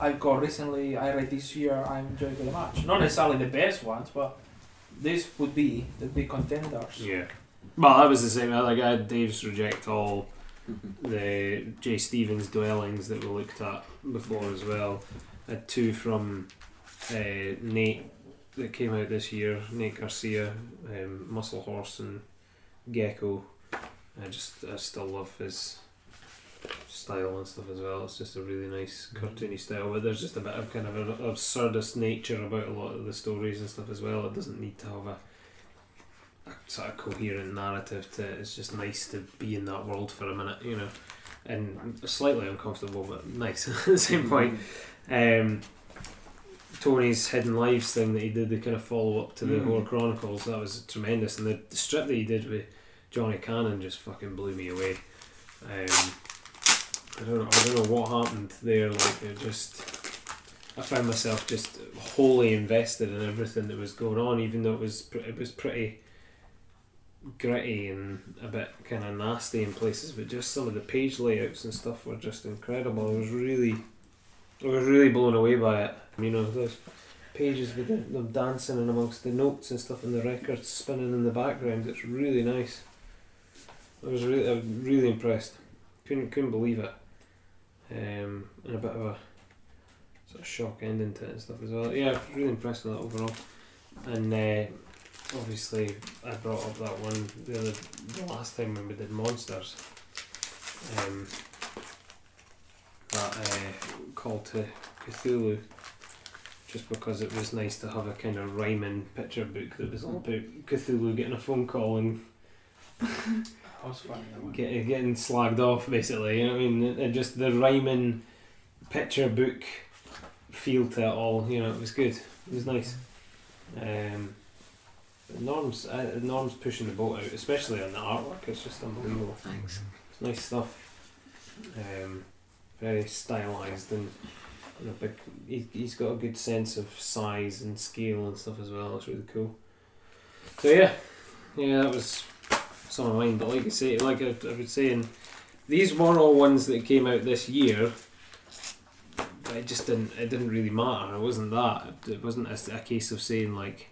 Speaker 4: I got recently. I read this year. I enjoyed very much. Not necessarily the best ones, but these would be the big contenders.
Speaker 2: Yeah. Well, that was the same. Like I had Dave's reject all the J. Stevens dwellings that we looked at before as well. I had two from uh, Nate that came out this year. Nate Garcia, um, Muscle Horse, and Gecko. I just I still love his style and stuff as well. It's just a really nice cartoony style, but there's just a bit of kind of an absurdist nature about a lot of the stories and stuff as well. It doesn't need to have a a sort of coherent narrative to it's just nice to be in that world for a minute, you know. And slightly uncomfortable but nice at the same point. Um Tony's Hidden Lives thing that he did, the kind of follow up to the
Speaker 5: Mm.
Speaker 2: Horror Chronicles, that was tremendous. And the strip that he did with Johnny Cannon just fucking blew me away. Um, I don't know, I don't know what happened there. Like it just, I found myself just wholly invested in everything that was going on, even though it was pr- it was pretty gritty and a bit kind of nasty in places. But just some of the page layouts and stuff were just incredible. I was really, I was really blown away by it. You know, those pages with the- them dancing and amongst the notes and stuff, and the records spinning in the background. It's really nice. I was really, I was really impressed. Couldn't, couldn't believe it. Um, and a bit of a sort of shock ending to it and stuff as well. Yeah, really impressed with that overall. And uh, obviously, I brought up that one the other the last time when we did monsters. Um, that uh, call to Cthulhu, just because it was nice to have a kind of rhyming picture book that was all about Cthulhu getting a phone call and
Speaker 15: That was funny. That one.
Speaker 2: get, getting slagged off basically. You know what I mean? It, it just the rhyming picture book feel to it all. You know, it was good. It was nice. Um, but Norm's uh, Norm's pushing the boat out, especially on the artwork. It's just unbelievable.
Speaker 4: Thanks.
Speaker 2: It's nice stuff. Um, very stylized and. and a big, he, he's got a good sense of size and scale and stuff as well. It's really cool. So yeah, yeah, that was some of mine, but like I say, like I, I was saying, these were all ones that came out this year. But it just didn't. It didn't really matter. It wasn't that. It, it wasn't a, a case of saying like,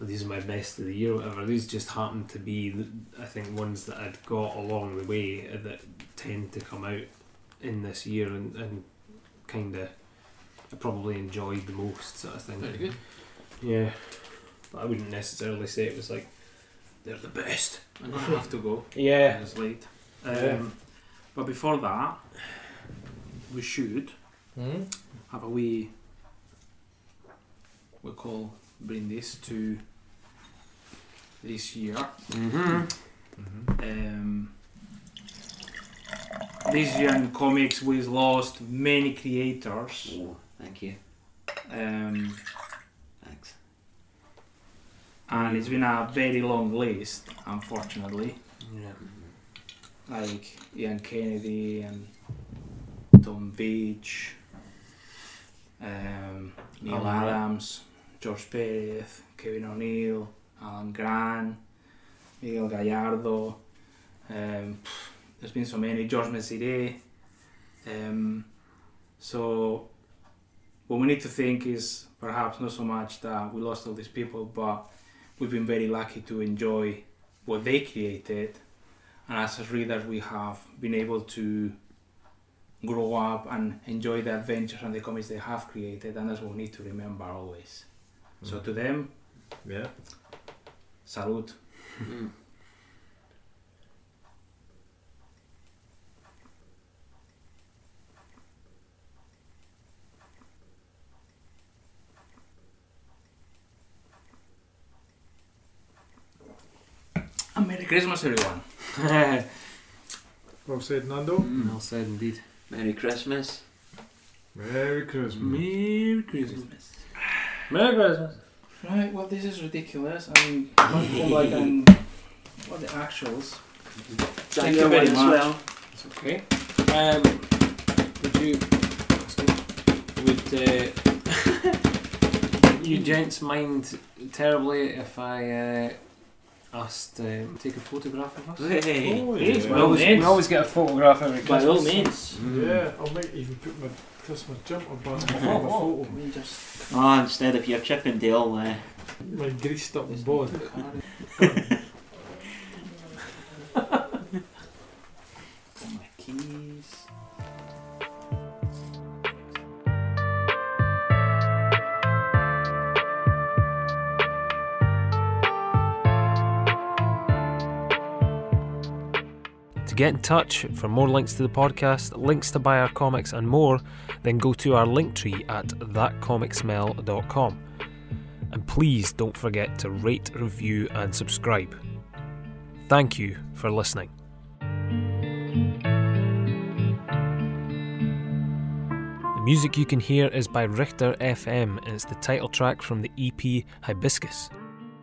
Speaker 2: "Oh, "These are my best of the year" or whatever. These just happened to be, th- I think, ones that I'd got along the way uh, that tend to come out in this year and, and kind of, I probably enjoyed the most sort of thing.
Speaker 4: Very good.
Speaker 2: Yeah, but I wouldn't necessarily say it was like they're the best.
Speaker 4: I'm gonna have to go.
Speaker 2: Yeah,
Speaker 4: It's late. Um,
Speaker 2: Yeah.
Speaker 4: But before that, we should
Speaker 15: Hmm?
Speaker 4: have a wee we call brindis to this year. Um, this year in comics, we've lost many creators.
Speaker 5: Oh, thank you.
Speaker 4: Um,
Speaker 5: Thanks.
Speaker 4: and it's been a very long list, unfortunately.
Speaker 2: yeah.
Speaker 4: Like Ian Kennedy and Tom Beach, um, Neil
Speaker 2: Alan Grant.
Speaker 4: Adams, George Perez, Kevin O'Neill, Alan Grant, Miguel Gallardo. Um, pff, there's been so many. George Messire. Um, so what we need to think is perhaps not so much that we lost all these people, but we've been very lucky to enjoy what they created. And as a reader, we have been able to grow up and enjoy the adventures and the comics they have created, and that's what we need to remember always. So to them,
Speaker 16: Yeah.
Speaker 4: salute.
Speaker 5: Mm.
Speaker 4: And Merry Christmas, everyone.
Speaker 3: Well said, Nando.
Speaker 2: Well said indeed.
Speaker 5: Merry Christmas.
Speaker 3: Merry Christmas.
Speaker 2: Merry Christmas.
Speaker 4: Christmas.
Speaker 2: Merry Christmas.
Speaker 4: Right, well, this is ridiculous. I mean, like, um, what the actuals? Thank you
Speaker 5: your
Speaker 4: very
Speaker 5: wine
Speaker 4: much.
Speaker 2: It's okay. Um, would you would uh, you gents mind terribly if I uh, asked uh, take a photograph of us?
Speaker 5: Hey.
Speaker 3: Oh, yeah.
Speaker 4: Please,
Speaker 2: We
Speaker 4: By all
Speaker 2: always, we
Speaker 4: means.
Speaker 2: always get a photograph every
Speaker 4: By
Speaker 2: Christmas.
Speaker 4: all means.
Speaker 3: Yeah,
Speaker 2: Mm.
Speaker 3: I might even put my Christmas jumper back on the
Speaker 4: Oh,
Speaker 3: photo.
Speaker 4: I mean, just
Speaker 5: Oh, instead of your Chippendale, uh,
Speaker 3: My greased up bod.
Speaker 4: all my keys.
Speaker 2: To get in touch for more links to the podcast, links to buy our comics, and more, then go to our link tree at thatcomicsmell.com. And please don't forget to rate, review, and subscribe. Thank you for listening. The music you can hear is by Richter FM and it's the title track from the EP Hibiscus.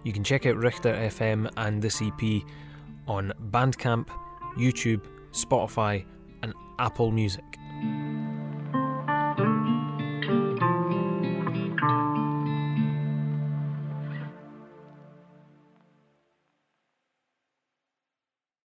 Speaker 2: You can check out Richter FM and this E EP on Bandcamp, YouTube, Spotify, and Apple Music.